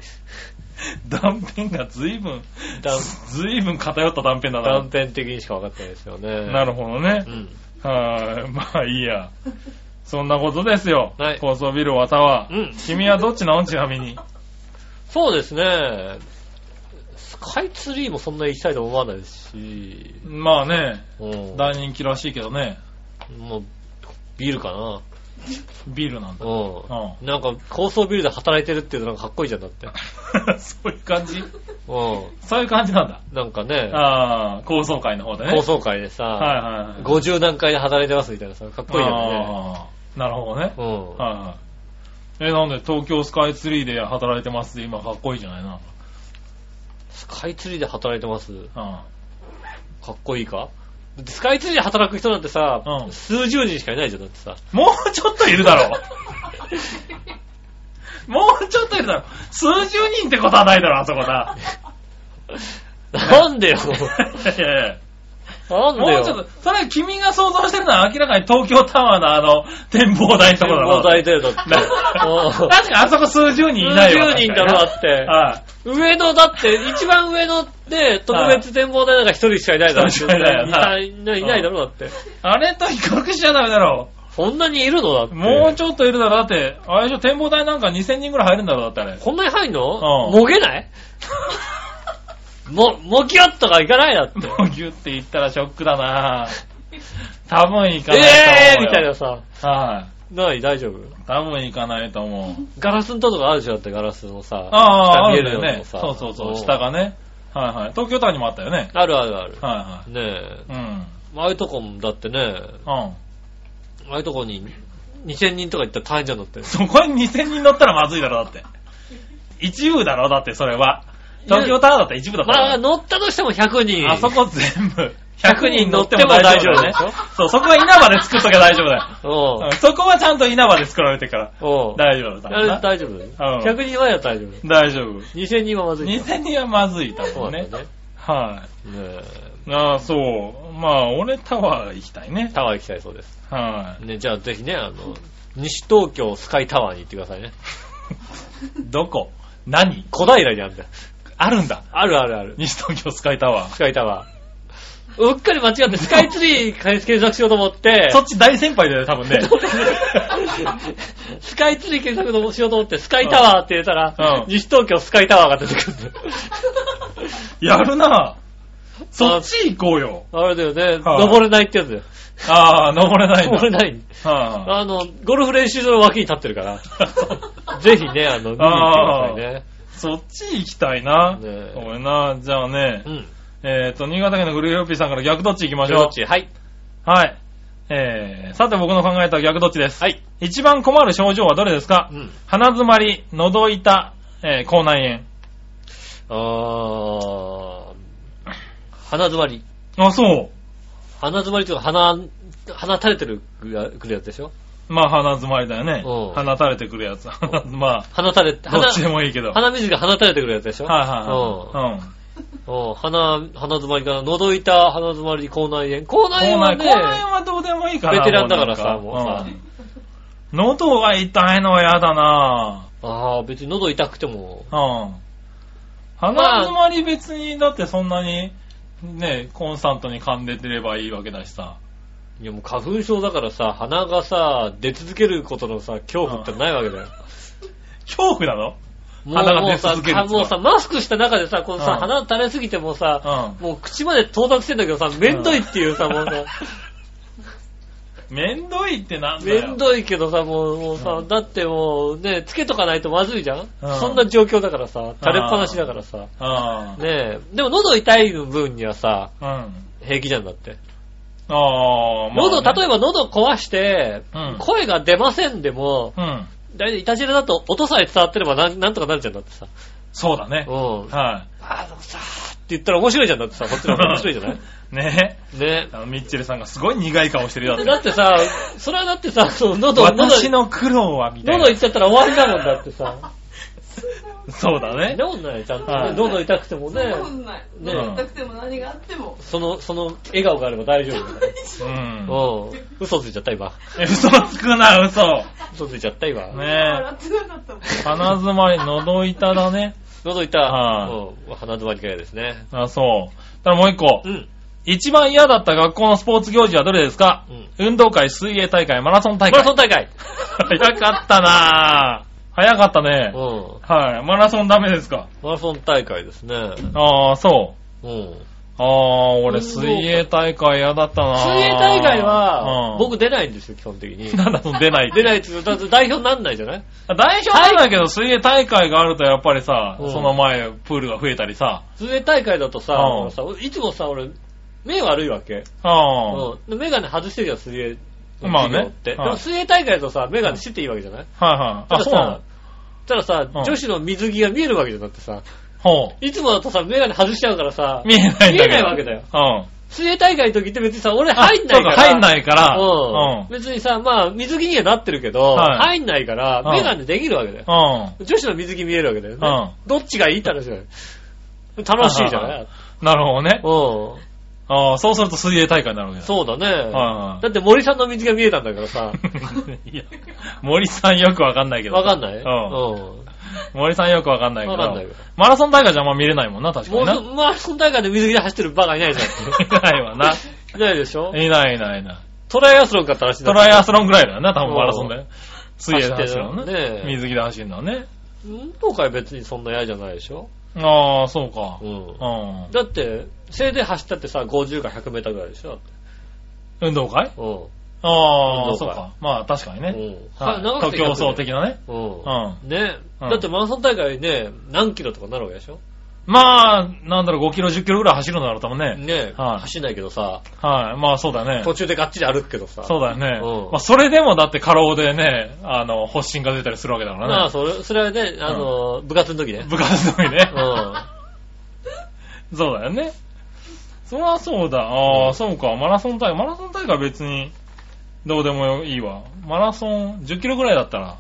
D: 断片が随分、
C: 断
D: 随分偏った断片だ
C: 断
D: な。
C: 片的にしか分かってないですよね。
D: なるほどね
C: う。ん。
D: はい。まあいいや。そんなことですよ。
C: はい
D: 高層ビル綿は。
C: うん
D: 君はどっちなのちなみに。
C: そうですね。スカイツリーもそんな行きたいと思わないですし、
D: まあね、
C: うん、
D: 大人気らしいけどね。
C: もうビルかな。
D: ビルなんだ。
C: うん。なんか高層ビルで働いてるっていうのなんかかっこいいじゃんだって。
D: そういう感じ
C: う
D: そういう感じなんだ。
C: ん。なんかね、
D: ああ、高層階の方でね。
C: 高層階で
D: はい
C: さ、
D: はいはい。
C: 50何階で働いてますみたいなさ、かっこいいじゃんね。
D: あーなるほどね。
C: う
D: はい
C: ん。
D: はい。え、なんで東京スカイツリーで働いてますって今かっこいいじゃないな。
C: スカイツリーで働いてます。
D: うん
C: かっこいいかだってスカイツリーで働く人なんてさ、
D: うん
C: 数十人しかいないじゃんだって さ。
D: もう ちょっといるだろう。もうちょっといるだろう。数十人ってことはないだろう、あそこ な。
C: なん でよ。
D: いやいや
C: なん
D: も
C: で
D: うちょっ
C: よ。
D: と、それは君が想像してるのは明らかに東京タワーのあの、展望台のと
C: 展
D: ころだろ
C: 望
D: う。
C: 台だよだ って。うん
D: 確かにあそこ数十人いないよ。
C: 数十人だろだって
D: は
C: 上の、だって、一番上ので、特別展望台なんか一人しかいないだろ。
D: 一人しかいないよない
C: ないいないだろ、だって。
D: い。あれと比較しちゃダメだろ
C: そんなにいるのだって。
D: う。もうちょっといるだろう。だって、あれでしょ、展望台なんか2000人ぐらい入るんだろう、だってあれ。
C: こんなに入んの
D: うん
C: もげ ないも、もぎょっとかいかないだって。
D: もうギュって言ったらショックだな多分行かないと思うよ。
C: えーみたいなさ。
D: はい。
C: ない大丈夫
D: 多分行かないと思う。
C: ガラスのとこがあるじゃんだって、ガラスのさ。
D: ああ、
C: 下
D: あ
C: 見え
D: る
C: る
D: よ
C: よう
D: ね
C: な。さ。
D: そうそうそ
C: ん
D: う、下。がね。はいはい。東京タワーにもあったよね。
C: あるあるある。
D: は
C: ね
D: いはい。うん。
C: え。ああいうとこも、だってね、
D: うん。
C: ああいうとこに2000人とか行ったら大変じゃんだって。
D: そこに2000人乗ったらまずいだろ、だって。一部だろ、だってそれは。東京タワーだったら一部だった
C: まあ、
D: ら。
C: 乗ったとしても100人。
D: あそこ全部。
C: 100
D: 100
C: 人
D: 人
C: 乗
D: 乗
C: っ
D: ってて
C: も
D: も
C: 大
D: 大
C: 丈
D: 丈
C: 夫
D: 夫
C: で
D: だ
C: しょ
D: よ。そう、そこは稲葉で作っときゃ大丈夫だよ。
C: うん
D: うんそこはちゃんと稲葉で作られてから。
C: うん。
D: 大丈夫だ
C: あ
D: 多分
C: れ
D: な。
C: 大丈夫
D: ん
C: ?100 人前は大丈夫。
D: 大丈夫。
C: 2000人はまずい。
D: 2000人はまずい、多
C: そう
D: 分
C: だよ。
D: ね
C: ね。
D: は
C: ね
D: い。ああ、そう。まあ、俺タワー行きたい
C: え
D: ね。
C: タワー行きたいそうです。
D: はい。
C: ね、じゃあぜひね、あの、西東京スカイタワーに行ってくださいね。
D: どこ何
C: 小平にあるんだよ。
D: あるんだ。
C: あるあるある。
D: 西東京スカイタワー。
C: スカイタワー。うっかり間違ってスカイツリー検索しようと思って、
D: そっち大先輩だよ、多分 ね。
C: スカイツリー検索しようと思って、スカイタワーって入れたら、
D: うん
C: 西東京スカイタワーが出てくるんだよ。
D: やるなそっち行こうよ。
C: あれだよね、
D: はい
C: 登れないってやつだよ。
D: ああ、登れないんだ。
C: 登れない。
D: は
C: あの、ゴルフ練習場の脇に立ってる から、ぜひね、あの、見に行ってくださいね。
D: いそっち行きたいな。
C: ねえ
D: 俺な、じゃあね
C: う、ん。
D: えっと、新潟県のグルーヨッピーさんから逆どっち行きまし
C: ど
D: ょ
C: っちはい。
D: う。はい。えー、さて僕の考えた逆どっちです。
C: はい。
D: 一番困る症状はどれですか
C: うん。
D: 鼻詰まり、喉痛、えー、口内
C: あー、鼻詰まり。
D: 炎。あ、そう。
C: 鼻詰まりというか鼻、鼻垂れてるくらくるやつでしょ
D: まあ、鼻詰まりだよね
C: うん。
D: 鼻垂れてくるやつ。鼻ま
C: 鼻垂れ、
D: あ、ど
C: 鼻
D: っ、ちでもいいけど。はい
C: 鼻水が鼻垂れてくるやつでしょい
D: はいは
C: う
D: い。うん。
C: ん。うん鼻、鼻詰まりから、喉痛、鼻詰まり、口内炎。口
D: 口内
C: 内炎は
D: 口内炎
C: ね、
D: はどうでもいいから。
C: ベテランだからさ、
D: も
C: も
D: う
C: う
D: な
C: さ
D: んか。喉が痛いのは嫌だな
C: ああ、別に喉痛くても。
D: ぁ。うん。鼻詰まり別に、だってそんなに、ね、コンスタントに噛んでてればいいわけだしさ。
C: いやもう花粉症だからさ、鼻がさ、出続けることのさ、恐怖ってないわけだよ。
D: 恐怖なの
C: もう
D: 鼻が
C: も
D: 出
C: うさ
D: 続けるんですか
C: もうさ、マスクした中でさ、このさ、
D: うん
C: 鼻垂れすぎても
D: う
C: さ、もう口まで到達してんだけどさ、めんどいっていうさ、もう さ、
D: ん。めんどいってなんだ
C: め
D: よ。
C: ん
D: い。
C: どいけどさ、もうもうさ
D: う、ん
C: だってもうね、つけとかないとまずいじゃん
D: うん
C: そんな状況だからさ、垂れっぱなしだからさ。
D: うん。
C: ねえ、でも喉痛い分にはさ、
D: うん。あ
C: 平気じゃんだって。
D: あ、まあね、
C: 喉、例えば喉壊して
D: うん、
C: 声が出ませんでも、
D: うん。
C: だいたいいたじらだと音さえ伝わってればなんなんとかなるじゃんだってさ。
D: そうだね
C: う。ん。あ
D: は
C: あ、でもさーって言ったら面白いじゃんだってさ、こっち の方が面白いじゃない
D: い。ね
C: ね
D: あの、ミッチェルさんがすごい苦い顔してるよ。だって
C: だってさ、それはだってさ、その喉、喉、
D: 私の苦労は、みたい
C: 喉
D: な
C: い。っちゃったら終わりだもんだってさ。
D: そうだ
C: そん
D: ね。
C: なことないよちゃんと
D: は
C: ね。
D: い
C: 喉痛くてもね、
F: そんなことない。
C: ね
F: 何がなくても何があっても。
C: その、その笑顔があれば大丈
D: うん。
C: 夫。うん。嘘ついちゃった今。
D: え嘘つくな、嘘。
C: 嘘ついちゃった今。
D: ね
F: 笑ってなかった もん。
D: え。鼻詰まり、喉痛だね。
C: 喉痛。
D: は
C: うん。鼻詰まりかやですね。
D: あ、そう。ただもう一個
C: う。ん。
D: 一番嫌だった学校のスポーツ行事はどれですか
C: うん
D: 運動会、水泳大会、マラソン
C: マ
D: 大
C: ラ
D: 会
C: ソ。ン大 会。
D: 早かったなぁ。早かったね
C: う。ん。
D: はい。マラソンダメですか
C: マラソン大会ですね。
D: ああ、そう。
C: うん。
D: ああ、俺、水泳大会嫌だったなぁ
C: 水泳大会は、、
D: うん
C: 僕出ないんですよ、基本的に。
D: なんだその出ないって
C: 出ないって言うとだって代表になんないじゃない
D: 代表なんだけど、水泳大会があるとやっぱりさ、
C: うん
D: その前、プールが増えたりさ。
C: 水泳大会だとさ、
D: うん
C: あのさいつもさ、俺、目悪いわけ。
D: ああ。
C: うん。でメガネ外してるじゃん、水泳の
D: まあね
C: 授業って。で
D: はい
C: も水泳大会だとさ、メガネしてていいわけじゃない
D: はいはい。
C: た
D: あ、
C: だ
D: そうな
C: さ
D: の、
C: たださ、
D: うん
C: 女子の水着が見えるわけじゃなくてさ、
D: ほ
C: いつもだとさ、メガネ外しちゃうからさ
D: う。、見えないんだけ
C: 見
D: ど。
C: えないわけだよ。
D: うん。
C: 水泳大会の時って別にさ、俺入んないから。
D: そう入んないから。
C: うん。別にさ、まあ、水着にはなってるけど、
D: はい
C: 入んないから、
D: うん
C: メガネできるわけだよ。
D: うん。うん。
C: 女子の水着見えるわけだよね。どっちがいいって話だよ。楽しいじゃない
D: なるほどね。
C: う
D: ああ、そうすると水泳大会になるわけ
C: ん。
D: だ。
C: そうだね。
D: はい
C: だって森さんの水着が見えたんだからさ、
D: いや、森さんよくわかんないけど。
C: わかんない
D: うん
C: うん。
D: 森さんよくわかんないけど。
C: わかんないけど
D: マラソン大会じゃあんま見れないもんな、確か
C: も
D: に
C: う
D: な。
C: そ、マラソン大会で水着で走ってるバカいないじ
D: い ないわ な。
C: ゃん。いないでしょ
D: いないいないいない。
C: トライアスロンかったらしい
D: トライアスロンぐらいだよな、多分マラソン
C: う
D: で。水泳で走るの
C: 走ってるの
D: ね
C: ね。
D: 水着で走るのはね。
C: 運動会別にそんな嫌じゃないでしょ
D: ああ、そうか。
C: うん。
D: うん。
C: だって、せいで走ったってさ、50か100メーターぐらいでしょ
D: 運動会
C: うん。運動
D: ああ、
C: 会
D: そうか。まあ確かに
C: う
D: ね。
C: ん。
D: はい
C: 長く
D: 徒
C: て
D: 競走的なね。
C: うん。
D: う
C: ね、
D: うん
C: だってマラソン大会ね、何キロとかなるわけでしょ
D: まあ、なんだろう、5キロ、10キロぐらい走るのだろう、多分ね。
C: ね、
D: はい
C: 走んないけどさ、
D: はい。まあそうだね。
C: 途中でがっちり歩くけどさ。
D: そうだよね。
C: うん
D: まあ、それでもだって過労でね、あの、発疹が出たりするわけだか
C: ま
D: ら
C: あ、
D: ね。
C: それ、それはね、あの、部活の時ね。
D: 部活のに
C: う
D: ね
C: ん。。あ
D: そうだよね。そりゃそうだ。ああ、そうか。マラソン大会、マラソン大会は別に、どうでもいいわ。マラソン10キロぐらいだったら、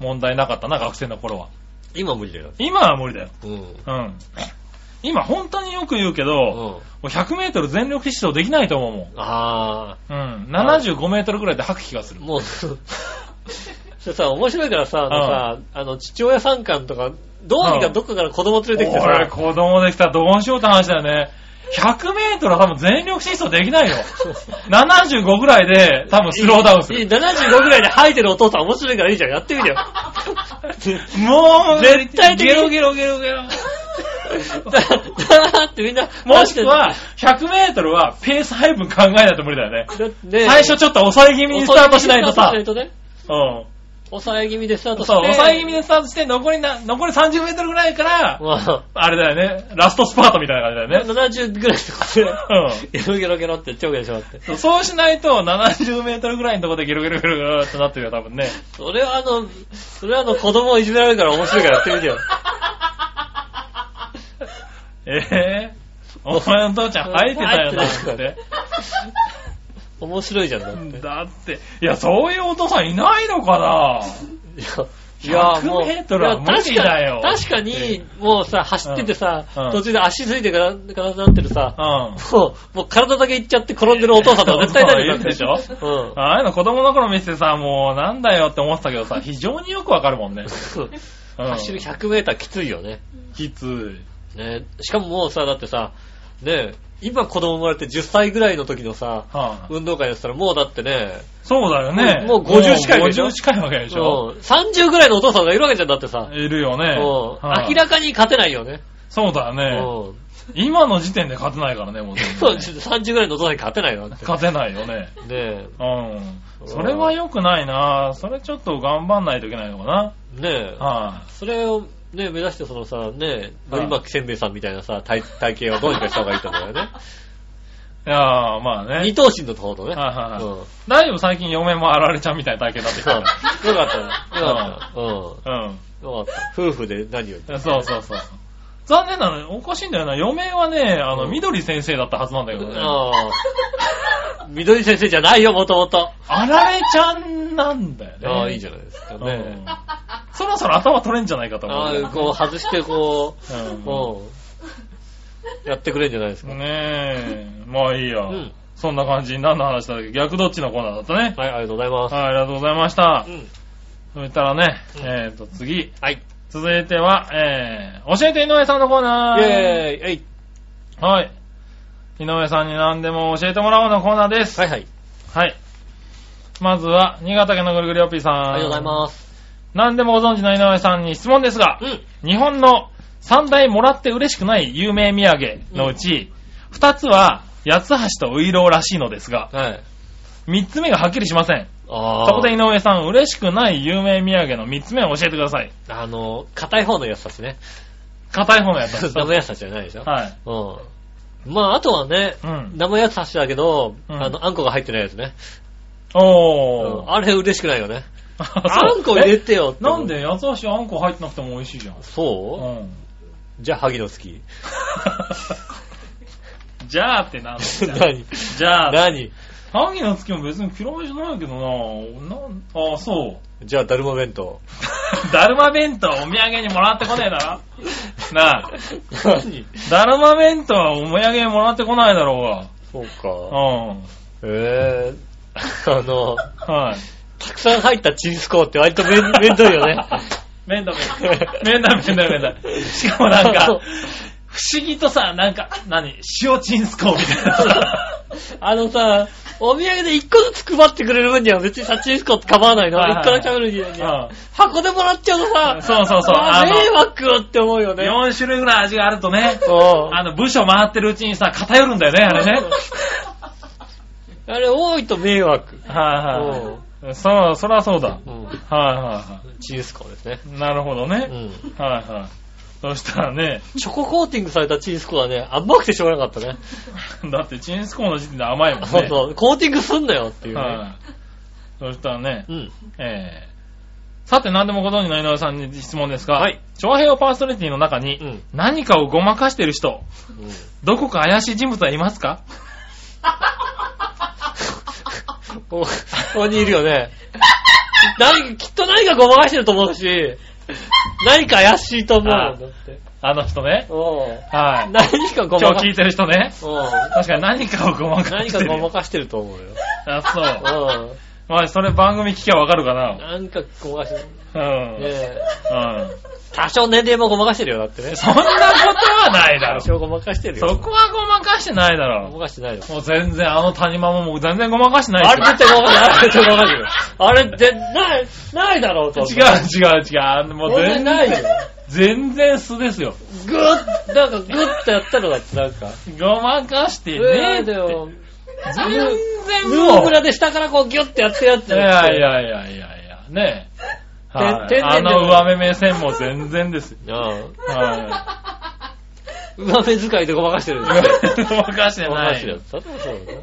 D: 問題なかったな、学生の頃は。
C: 今無理だよ。
D: 今は無理だよ。
C: うん。う
D: うん。今、本当によく言うけど、も
C: ん。
D: う100メートル全力疾走できないと思うもん。
C: あ
D: うん。75メートルぐらいで吐く気がす
C: あ、
D: る。
C: もう、それさ、面白いからさ、あのさ、あの、父親参観とか、どうにかどっかから子供連れてきて
D: 俺、
C: さ、
D: 子供できたらどうしようって話だよね。100メートルは多分全力疾走できないよ。75ぐらいで多分スローダウンす
C: いい
D: る。
C: 75ぐらいで吐いてるお父さん面白いからいいじゃん。やってみてよ。
D: もう、
C: 絶対的に
D: ゲロゲロゲロゲロ。
C: だだーってみんな、
D: もしくは、100メートルはペース配分考えないと無理だよね。
C: だってね、
D: 最初ちょっと抑え気味にスタートしないとさ。
C: 抑え気味にスタートしないとね
D: うん。
C: 抑え気味でスタートして。
D: そう、抑え気味でスタートして、残りな、残り30メートルぐらいから、
C: ま
D: あれだよね、ラストスパートみたいな感
C: あ、
D: じだよね。
C: 70ぐらいとかで、
D: うん
C: ゲロゲロゲロって超ゲロしまって。
D: そう。そうしないと、70メートルぐらいのところでゲロゲロゲロゲロってなってるよ、多分ね。
C: それはあの、それはあの子供をいじめられるから面白いからやってみてよ。
D: ええお前の父ちゃん吐いてたよな
C: 吐い
D: ってて。
C: 面白いじゃんだって。
D: だって、いや、そういうお父さんいないのかない
C: やいや、もう、
D: 100メートルはい
C: や確か
D: 無理だよ
C: 確かに、もうさ、走っててさ、
D: うんうん
C: 途中で足ついてから、からなってるさ、
D: うん。
C: もう、もう体だけいっちゃって転んでるお父さんとか絶対ない
D: いるでし
C: う
D: ょ
C: ん。
D: ああいうの子供の頃見ててさ、もうなんだよって思ってたけどさ、非常によくわかるもんね。
C: そう
D: うん
C: 走る100メーターきついよね。
D: きつい。
C: ねしかももうさ、だってさ、ね今子供生まれて10歳ぐらいの時のさ、
D: はあ、
C: 運動会やってたらもうだってね、
D: そうだよね。
C: もうもう50近いでしょ
D: もう50近いわけでしょ。
C: うん30ぐらいのお父さんがいるわけじゃんだってさ、
D: いるよね。
C: うん
D: はあ
C: 明らかに勝てないよね。
D: そうだよね。
C: うん
D: 今の時点で勝てないからね、もう全
C: そう、
D: 然ね、
C: 30ぐらいのお父さんに勝てないよだって。
D: 勝てないよね。
C: ね
D: うん。
C: うん
D: それは良くないなそれちょっと頑張んないといけないのかな。
C: え、ねえ、
D: は
C: それをね、目指してそのさ、ねえ、のり巻きせんべいさんみたいなさ、体体型はどうにかした方がいいと思うよね。
D: い。いやーまあね
C: 二。頭身のところね。
D: はいはいはい
C: うん
D: 大丈夫最近嫁もあられちゃんみたいな体型になってき
C: そう。
D: た
C: よかったね。よかった。うん。よ
D: うん。
C: かった。夫婦で何より。
D: そうそうそう。残念なのよおかしいんだよな。嫁はね、あの、
C: うん
D: 緑先生だったはずなんだけどね。
C: ああ。緑先生じゃないよ、もともと。
D: あられちゃんなんだよね。
C: ああ、いいじゃ
D: ん。
C: ないですかね。
D: そろそろ頭取れんじゃないかと思
C: あ
D: うよ。
C: あ、こう外してこう、
D: う
C: もうん、やってくれんじゃないです
D: ん
C: か。
D: ねえ。まあいいや。
C: うん
D: そんな感じに何の話だっけ逆どっちのコーナーだったね。
C: はい、ありがとうございます。
D: はい、ありがとうございました
C: う。ん。
D: そしたらね、
C: うん
D: えっと、次。
C: はい。
D: 続いては、えー、教えて井上さんのコーナ
C: イェーイ
D: ー。
C: えい
D: はい。井上さんに何でも教えてもらおうのコーナーです。
C: はいはい。
D: はい。まずは、新潟県のぐるぐるよっぴーさん。
C: ありがとうござい
D: す。
C: ます。
D: 何でもご存知の井上さんに質問ですが
C: う、ん。
D: 日本の三大もらって嬉しくない有名土産のうち、二、つは、八つ橋とウイローらしいのですが、
C: はい。
D: 三つ目がはっきりしません。
C: ああ。
D: そこで井上さん、嬉しくない有名土産の三つ目を教えてください。
C: あの、硬い方のやつたちね。
D: 硬い方のやつです。
C: 生やつたちじゃないでしょ。
D: はい。
C: うん。まあ、あとはね、
D: うん
C: 生やつたちだけど、
D: うん
C: あの、あんこが入ってないやつね。
D: おー。
C: あれ嬉しくないよね。あ
D: そうん
C: こ入れてよって
D: えなんで八つ橋あんこ入ってなくても美味しいじゃん。
C: そう、
D: うん。
C: じゃあ、萩の好き。
D: じゃあってなんだ
C: 何
D: じゃあ、
C: 何
D: 萩の月も別に嫌いじゃないけどななんああ、そう。
C: じゃあ、だるま弁当。
D: だるま弁当お土産にもらってこねえだろ なあ、
C: 何
D: だるま弁当はお土産にもらってこないだろ
C: そう
D: う
C: か。
D: が。うん。
C: えー、あの、
D: はい。
C: たくさん入ったチンスコーって割とめん、めんどいよね。
D: めんどめんど。めんどめんどめんど。しかもなんか、不思議とさ、なんか、何塩チンスコーみたいなさ。
C: あのさ、お土産で一個ずつ配ってくれる分には別にさ、チンスコって構わないの。
D: はいはい
C: 一個だけ食べるには
D: うん
C: 箱でもらっちゃうとさ、
D: そうそうそう
C: あ
D: あの
C: 迷惑って思うよね。
D: 4種類ぐらい味があるとね、
C: うん
D: あの、部署回ってるうちにさ、偏るんだよね、あれね。
C: あれ多いと迷惑。
D: はいはい。そう、そらそうだ。はい
C: うん
D: は
C: チンスコーですね。
D: いはい。なるほど
C: う
D: ね。
C: ん。
D: はいはい。そしたらね、
C: チョココーティングされたチンスコーはね、甘くてしょうがなかったね。
D: だってチンスコーの時点で甘いもんね。
C: そうそう、コーティングすんなよっていうね。
D: はい。そしたらね
C: う、ん。
D: えー、さて何でもご存知の井上さんに質問ですが、
C: はい。
D: 長平をパーソナリティの中
C: う
D: に
C: ん、
D: 何かをごまかしてる人、
C: うん
D: どこか怪しい人物はいますか
C: こここにいるよね。何か、きっと何かごまかしてると思うし、何か怪しいと思うよ。だ
D: あ
C: って。
D: あの人ね。
C: う
D: はい
C: ん。。 何かご
D: 今
C: ま
D: 日
C: か
D: 聞いてる人ね。
C: うん
D: 確かに何かをごまか
C: 何
D: して
C: か
D: る。
C: ごまかしてると思うよ。
D: あ、そう。
C: うん。
D: まあ、それ番組聞きゃわかるかな。
C: 何かごまかしてる。
D: うん。
C: ねえ
D: うん。
C: 多少年齢もごまかしてるよ、だってね。
D: そんなことはないだろ
C: 多。少ごまかしてる
D: そ
C: よ。
D: こはごまかしてないだ
C: ごま
D: ろ。
C: かしてないよ。
D: もう全然、あの谷間ももう全然ごまかしてない
C: あれ
D: です
C: 絶対ごまかしてる。あれ絶対ごまかしてる。あれ絶対ない、ないだろうと。
D: よ違う違う違うあの。もう
C: 全然
D: 全然、
C: ないよ。
D: 全然素ですよ。
C: ぐーっ、なんかぐーっとやったのだって、なんか。
D: ごまかして ねえ
C: え
D: っ
C: え
D: て
C: だ。よ。
D: 全然
C: ムー
D: もう
C: ブ。ラで下からこうギュッてやってるやつ
D: いやいやいやいやいや、ねえ。
C: て
D: は
C: て
D: い
C: んて
D: あ
C: んでも
D: の上目目線も全然ですよ。
C: うん。
D: は
C: 上目遣いでごまかしてる
D: い。
C: んだよ。
D: ごまかして
C: ごま
D: な
C: かしてるや
D: い。
C: つだとそうだよね。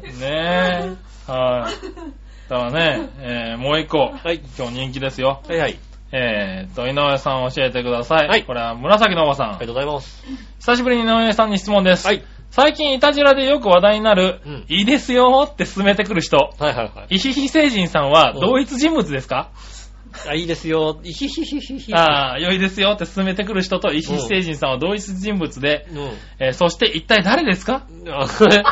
D: ねえ。はい。だからね、えーもう一個。
C: はい。
D: 今日人気ですよ。
C: はいはい。あり
D: えーと、井上さん教えてください。
C: はい
D: これは紫のおばさん
C: が。とうございます。
D: 久しぶりに井上さんに質問です。
C: はい。
D: 最近、イタジラでよく話題になる、
C: うん
D: いいですよって進めてくる人。
C: はいはいはい。
D: イヒヒ星人さんは同一人物ですか
C: あ、いいですよ。いひひひひひ。あ。
D: ああ、良いですよって進めてくる人と、石井聖人さんは同一人物で、
C: う
D: えーそして一体誰で すか
C: ん。あ、これ。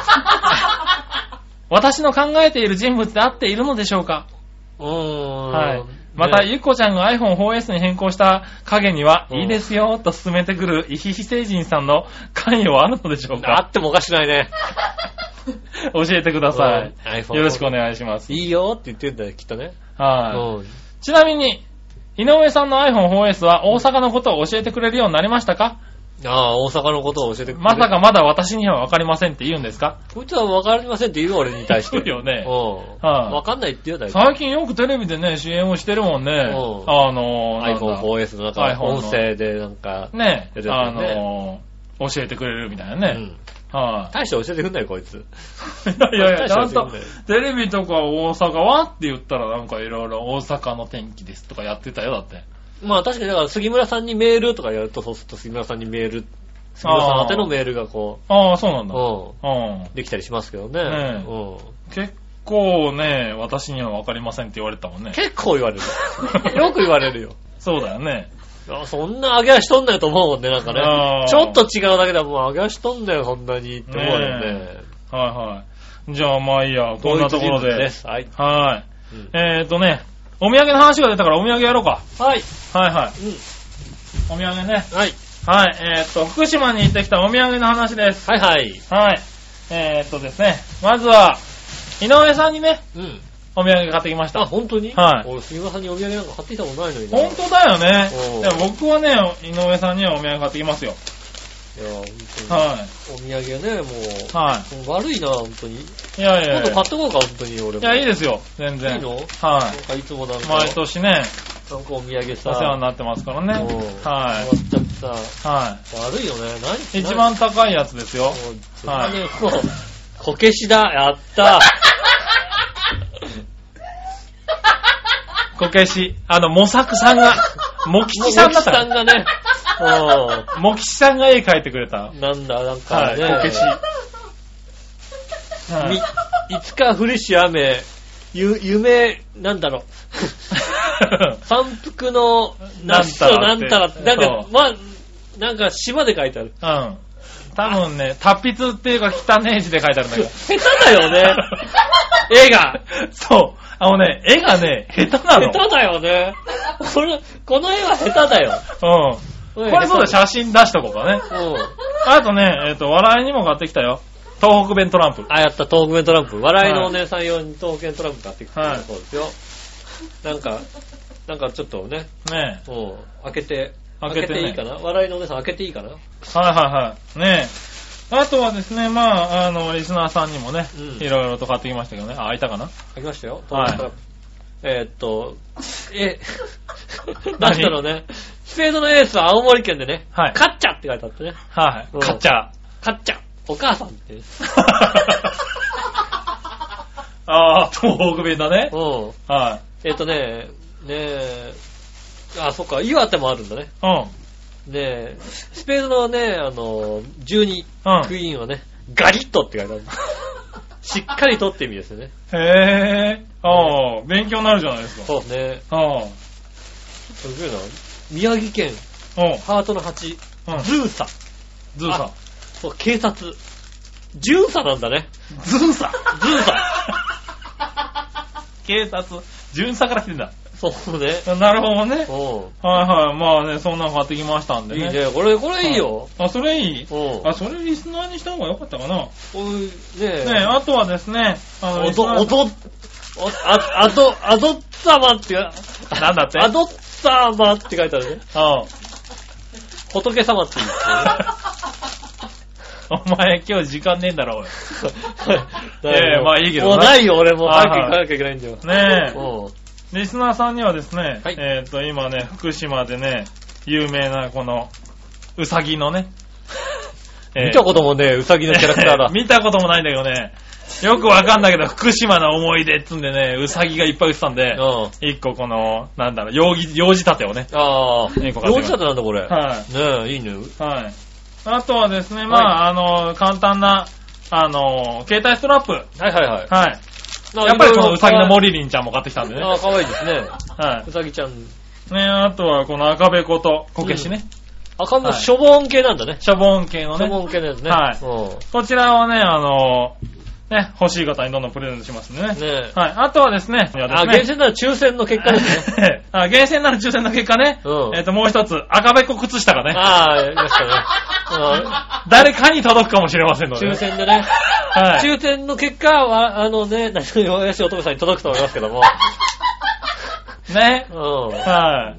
D: 私の考えている人物で合っているのでしょうか
C: うーん。
D: はい。また、
C: ね
D: ゆっこちゃんが iPhone4S に変更した影には、
C: うん
D: いいですよと進めてくる、イヒヒ星人さんの関与はあるのでしょう
C: あ
D: か
C: ってもおかしくないね。
D: 教えてください。
C: iPhone
D: よろしくお願いします。
C: いいよって言ってんだよ、きっとね。
D: は
C: うん。
D: い。ちなみに、井上さんの iPhone4S は大阪のことを教えてくれるようになりましたか
C: ああ、大阪のことを教えてくれる
D: まさ。かまだ私にはわかりませんって言うんですか
C: こいつはわかりませんって言う俺に対して。
D: そうよね
C: うん。
D: はい
C: わかんないって言うだよ。
D: 最近よくテレビでね、CM をしてるもんね。
C: うん
D: あのー、なんだ
C: iPhone4S の
D: iPhone
C: 中、
D: の
C: 音声でなんか、
D: ね
C: やつ、だよ
D: あ
C: ね
D: のー、教えてくれるみたいうなね。
C: ん。
D: は
C: 大して教えてくんないよ、こいつ。
D: い。いやいや、
C: 大し
D: ち
C: た
D: ゃ
C: や
D: ん
C: つ言う
D: と
C: んだよ、
D: テレビとか大阪はって言ったらなんかいろいろ大阪の天気ですとかやってたよ、だって。
C: まあ確かに、だから杉村さんにメールとかやると、そうすると杉村さんにメール、杉村さん宛てのメールがこ
D: ああ、そうなん
C: う、
D: だ。
C: う
D: うん。
C: ん、できたりしますけどね。
D: ねえ
C: う
D: 結構ね、私にはわかりませんって言われたもんね
C: ん。。結構言われる。よく言われるよ。
D: そうだよね。
C: あそんな上げ足とんなよと思うもんね、なんか
D: あ
C: ね
D: ー。
C: ちょっと違うだけでもう上げ足とんなよ、そんなにって思うよ
D: ね
C: ね。
D: はいはい。じゃあまあいいや、こんなところ
C: 同一人物
D: で。
C: す。はい。
D: はい。
C: うん
D: えーとね、お土産の話が出たからお土産やろうか。
C: はい。
D: はいはい。
C: う
D: お土産ね。
C: ん。はい。
D: はい、えーっと、福島に行ってきたお土産の話です。
C: はいはい。
D: はい。えーっとですね、まずは、井上さんにね、
C: うん。
D: お土産買ってきまし
C: あ、
D: た。
C: 本当に
D: はい
C: 俺、杉村さんにお土産なんか買ってきたことないのにな。
D: 本当だよね
C: お。う
D: でも僕はね、井上さんにはお土産買ってきますよ。
C: いや、本当に。
D: は
C: お土産ね、も
D: い。は
C: う。もう悪いな、本当に。
D: い。いやいや
C: 今
D: い
C: 度
D: や。
C: 買っとこうか、本当に、俺も。
D: いや、いいですよ。全然。
C: いいの
D: は
C: なんかいつもなん
D: い。
C: か、
D: 毎年ね、
C: なんかお土産
D: お
C: さ、
D: 世話になってますからね。
C: もう
D: は
C: もらっちゃって
D: い。は
C: さ、悪いよね。何
D: い。一番高いやつですよ。
C: はい。ね、もう、こけしだ、や った。
D: こけし。あの、模索さん が、もきちさんだっ
C: さんが
D: た。
C: ね、
D: もきちさんが絵描いてくれた
C: う。ん。なんだ、なん
D: は
C: か
D: い、
C: ね、
D: こけし。はい
C: みいつか降りし雨、ゆ、夢、なんだろう。 山腹の、梨とな
D: なんん
C: た
D: た
C: ら
D: ら
C: っ、
D: ってて
C: なんか
D: そ、う
C: まあ、なんか、島で書いてある。
D: うん。多分ね、達筆っていうか汚ねえ字で書いてあるんだけど。
C: 下手だよ ね。
D: 絵がそう。あのね、絵がね、下手な
C: 下
D: の。
C: 手だよね。これ、この絵は下手だよ。
D: うん。
C: こ
D: これそうだ、写真出しとこうかね。
C: うん。
D: あとね、えっ、と、笑いにも買ってきたよ。東北弁トランプ。
C: あ、やった、東北弁トランプ。笑いのお姉さん用に東北弁トランプ買ってきた
D: はい
C: そうですよ。なんか、なんかちょっとね、
D: ね
C: もう、開けて、
D: 開けてね
C: いいかな笑いのお姉さん開けていいかなう
D: え。はいはいはい。ねえ。あとはですね、まあ、あの、リスナーさんにもね、
C: うん
D: いろいろと買ってきましたけどね。あ、開いたかな
C: 開きましたよ、
D: はい
C: 東北弁トランプ。えーっと、え、なんだろうね。スペードのエースは青森県でね、
D: はい
C: カッチャって書いてあってね。
D: はい
C: うん。
D: 買っち ゃう。
C: カッチャ、お母さん ってね。
D: ああ、東北弁だね。
C: うん。
D: は
C: えっとね、ねえ、あ、そっか、岩手もあるんだね。
D: い。うん。
C: ねえ、スペードのね、あの、12、
D: うん
C: クイーンはね、ガリッとって書い てある。しっかりとって意味ですよね。
D: へえ。ああ、勉強になるじゃないですか。
C: そうね。
D: ああ。
C: すごいな。宮城県、
D: うん。うん。
C: ハートの8、ズーサ。
D: ズーさん
C: あ。そう、警察。ジューサなんだね。
D: ズーさん。
C: ズーサ。
D: 警察。巡査から来てんだ。
C: そうね。
D: なるほどね。
C: う
D: はいはい。まあね、そんなの買ってきましたん
C: ん。
D: で
C: いい
D: ね。
C: ね。これ、これいいよ。
D: あ、それいい
C: うん。
D: あ、それリスナーにした方が良かったかな。ね
C: おいね
D: え
C: え。
D: あとはですね、あの、
C: お
D: リス
C: ど、
D: ナー
C: おど、おあ、あど、あどっさまって、
D: なんだって
C: あどっさまって書いてあるね。
D: あ
C: 仏様って言うん
D: あお前今日時間ねえんだろ、おい。
C: ですよね
D: いやいやまあいいけど
C: も
D: な
C: うないよ、俺も。早
D: はい
C: く
D: はい
C: 行かなきゃいけないんだよ。
D: ねえ。
C: うん。
D: リスナーさんにはですね、
C: はい
D: えっ、と、今ね、福島でね、有名なこの、うさぎ のね、
C: 見たこともねえ、うさぎのキャラクターだ。
D: 見たこともないんだけどね、よくわかんないけど、福島の思い出っつんでね、うさぎがいっぱい売ってたんで、
C: うん。
D: 一個この、なんだろう、用事、用事立てをね。
C: ああ、
D: ねここ
C: 幼稚だったなんだ、これ。
D: は
C: ねえ、いいね。
D: い。はい。あとはですね、まあ、あの、簡単な、あの、携帯ストラップ。
C: はいはいはい。
D: はい。やっぱりこのうさぎのモリリンちゃんも買ってきたんでね。
C: あ
D: は
C: あ、かわいいですね。。
D: いう
C: さぎちゃん。
D: ねあとはこの赤べこと、こけしね。
C: 赤ん坊、
D: はい
C: しょぼん系なんだね。
D: シャボン系の
C: しょぼ
D: ね。
C: ん系のやつね。
D: はい
C: い。
D: こちらはね、あの、ね、欲しい方にどんどんプレゼントしますんでね。
C: ねえ。
D: はい。あとはですね、いやです
C: あ、
D: ね
C: 厳選なら抽選の結果です ね。
D: あ厳選なる抽選の結果ね、
C: うん
D: えっ、と、もう一つ、赤べこ靴下がね、
C: ああ、やりましたね。あ
D: 誰かに届くかもしれませんので、
C: 抽。選でね。
D: はい。
C: 抽選の結果は、あのね、何よよしおとめさんに届くと思いますけども。
D: ね。
C: う
D: は
C: ん。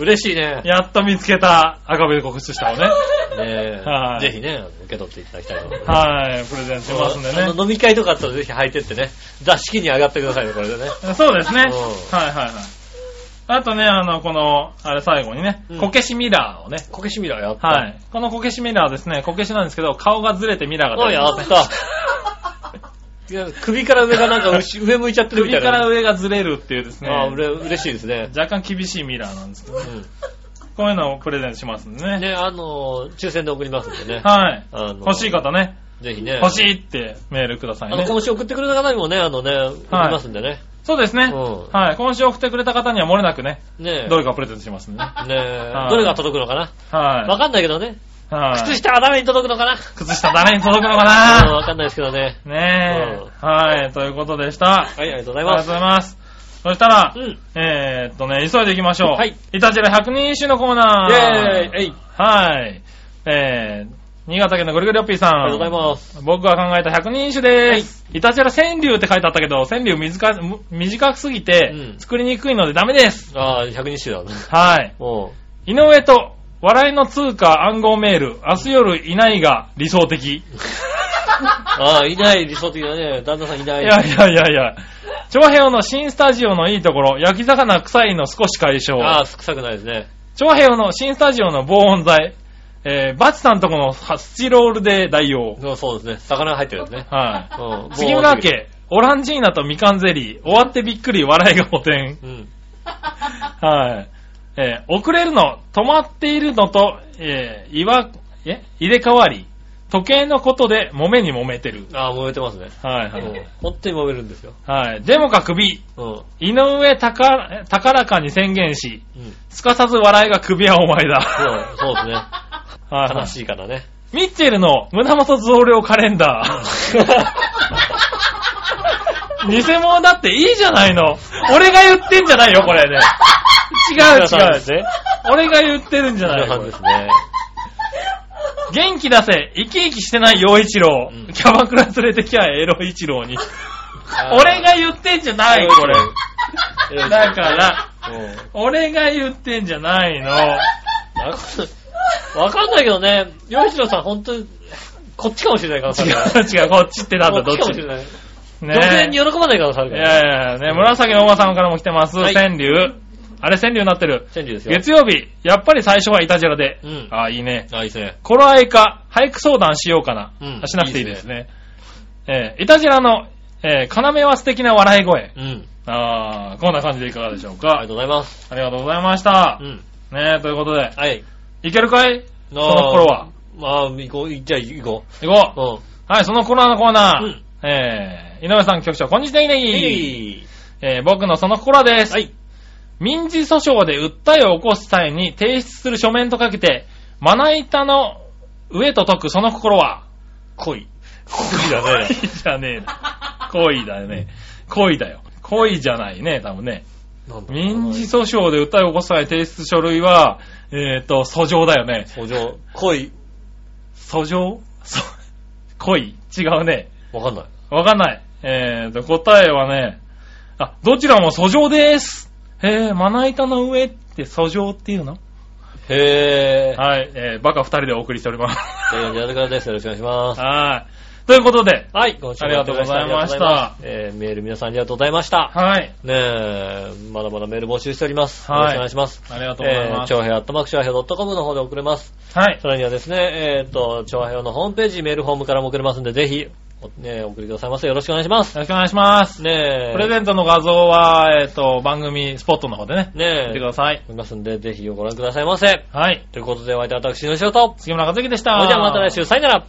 C: 嬉しいね
D: い。。やっと見つけた赤べこ靴下をね、
C: ね
D: はい
C: え。ぜひね、受け取っていただきたいと思います。
D: はい、プレゼントしますんで
C: あ
D: ね
C: の。飲み会とかあったらぜひ履いてってね、座敷に上がってくださいね、これでね。
D: そうですね。はい
C: うん
D: はいはい。あとね、あの、この、あれ最後にね
C: うん、
D: こけしミラーをね、
C: こけしミラーやった。
D: はい。このこけしミラーはですね、こけしなんですけど、顔がずれてミラーが
C: あ、
D: 出る
C: やった。いや首から上がなんかう し上向いちゃってるみた
D: 首
C: いな。
D: から上がずれるっていうですね、
C: ああ、うれ嬉しいですね。
D: 若干厳しいミラーなんですけど、
C: う
D: こういうのをプレゼントしますんで
C: ん。
D: ね。
C: ね、あのー、抽選で送りますんでね。
D: はい。
C: あの
D: 欲しい方ね、
C: ぜひね。
D: 欲しいってメールください
C: あの、
D: ね。
C: 今週送ってくれた方にもね、あのね、送りますんでね。
D: そうですね。
C: うん
D: はい。今週送ってくれた方には漏れなくね、
C: ねえ。
D: どれかプレゼントしますんでね。
C: ねえ
D: はい
C: どれが届くのかなわ
D: は
C: かんないけどね。
D: い。はい
C: 靴下は誰に届くのかな
D: 靴下誰に届くのか
C: うん
D: な
C: わかんないですけどね。
D: ね
C: う
D: え。はい。ということでした。
C: はい、ありがとうござ
D: あり
C: い
D: が
C: ま
D: とう
C: す
D: ご。ざいます。そしたら、
C: うん
D: えーっとね、急いでいきましょう。
C: はい。
D: いたじら100人一首のコーナー。
C: イェーイえい
D: はい。えー、新潟県のぐるぐるよっぴーさん。
C: ありがとうございます。
D: 僕が考えた100人一首です。いたじら川柳って書いてあったけど、川柳短いむ短すぎて
C: う、ん
D: 作りにくいのでダメです。
C: ああ、100日だな。
D: はい。
C: も
D: 井上と、笑いの通貨暗号メール、明日夜いないが理想
C: う。
D: 的。
C: ああ、いない、理想的だね。旦那さんいないい。
D: やいやいやいや。長平の新スタジオのいいところ、焼き魚臭いの少し解消。
C: ああ、臭くないですね。
D: 長平の新スタジオの防音材、えー、バチさんとこのスチロールで代用。
C: そうそうですね。魚が入ってるんですね。
D: は
C: うんもう
D: い。杉村家、オランジーナとみかんゼリー、終わってびっくり、笑いが補填。
C: うん。
D: はい。えー遅れるの、止まっているのと、えー、いわ、え入れ替わり、時計のことで揉めに揉めてる。
C: ああ、揉めてますね。
D: はい
C: う
D: はい
C: ん。本当に揉めるんですよ。
D: はい。でもか首、
C: うん。
D: 井上高ら高らかに宣言し、
C: うん。
D: すかさず笑いが首はお前
C: そう
D: だ。
C: そうですね。
D: はいは
C: 悲
D: い
C: しいから ね。
D: ミッチェルの胸元増量カレンダ ー。偽物だっていいじゃないの。俺が言ってんじゃないよ、これね。違う違
C: 皆さん
D: う。
C: ですね。
D: 俺が言ってるんじゃない
C: 皆さ
D: よ
C: んで。す ね。
D: 元気出せ、生き生きしてない陽一郎、
C: うん
D: キャバクラ連れてきゃエロ一郎に。俺が言ってんじゃない、これ。
C: うん、
D: だから、
C: うん
D: 俺が言ってんじゃないの。
C: わかんわかんないけどね、洋一郎さん本当に、こっちかもしれないからさ。
D: 違う違う、こっちってなんだ、
C: こ
D: ど
C: っ
D: っ
C: ちかも
D: ち。
C: しれ
D: ね
C: ない。女性
D: え
C: に喜ばないからさ、ある
D: い
C: か
D: やい
C: ら。
D: やいや、ね、紫のおばさんからも来てます。
C: はい
D: 川柳。あれ川柳になってる。
C: チェンジですよ。
D: 月曜日、やっぱり最初はいたじらで。
C: うん
D: あ、いいね。
C: あ、いいですね。
D: 頃合いか、俳句相談しようかな。
C: うん
D: あしなくていいですね。えー、いたじらの、えー、要は素敵な笑い声。
C: うん。
D: あー、こんな感じでいかがでしょう
C: ありが
D: か。
C: とうございます。
D: ありがとうございました
C: う。ん。
D: ねえ、ということで、
C: はい。
D: いけるかい
C: そ
D: その頃は。
C: まあ、行こう、じゃあ行こ
D: いこ
C: う。うん。
D: う。はい、その頃のコーナー。
C: うん
D: えー、井上さん局長、こんにちは、いね
C: え
D: ぎ。
C: い
D: えー、僕のその心です。
C: はい。
D: 民事訴訟で訴えを起こす際に提出する書面とかけて、まな板の上と解くその心は
C: 恋。恋だね。
D: 恋じゃねえな。恋だよね。恋だよ。恋じゃないね、多分ね。
C: なんだ
D: 民事訴訟で訴えを起こす際提出書類は、えっ、と、訴状だよね。
C: お嬢。恋。
D: 訴状そ恋違うね。
C: わかんない。
D: わかんない。えっ、と、答えはね、あ、どちらも訴状です。へえ、まな板の上って訴状っていうの
C: へぇー。
D: はい、えー、バカ二人でお送りしております。
C: えー、宮田倉です。よろしくお願いします。
D: はい。ということで、
C: はい、今週もやって
D: ありがとうございました
C: ありがとうございますえー、メール皆さんありがとうございました。
D: はい。
C: ねえ、まだまだメール募集しております。よろし
D: はい
C: くお願いします。
D: ありがとうござい
C: え
D: ま
C: ー、
D: す。
C: 長平アットマーク長平 .com の方で送れます。
D: はい。
C: さらにはですね、えっ、と、長平のホームページ、メールフォームからも送れますんで、ぜひ、おね、送りくださいませ。よろしくお願いします。
D: よろしくお願いします。
C: ねえ、
D: プレゼントの画像は、えっ、と、番組スポットの方でね、
C: ね
D: 見てく
C: え、
D: ださい。
C: 送りますんで、ぜひご覧くださいませ。
D: はい。
C: ということで、お相手は私の仕事。
D: 杉村和之でした。
C: それじゃあまた来週、さよなら。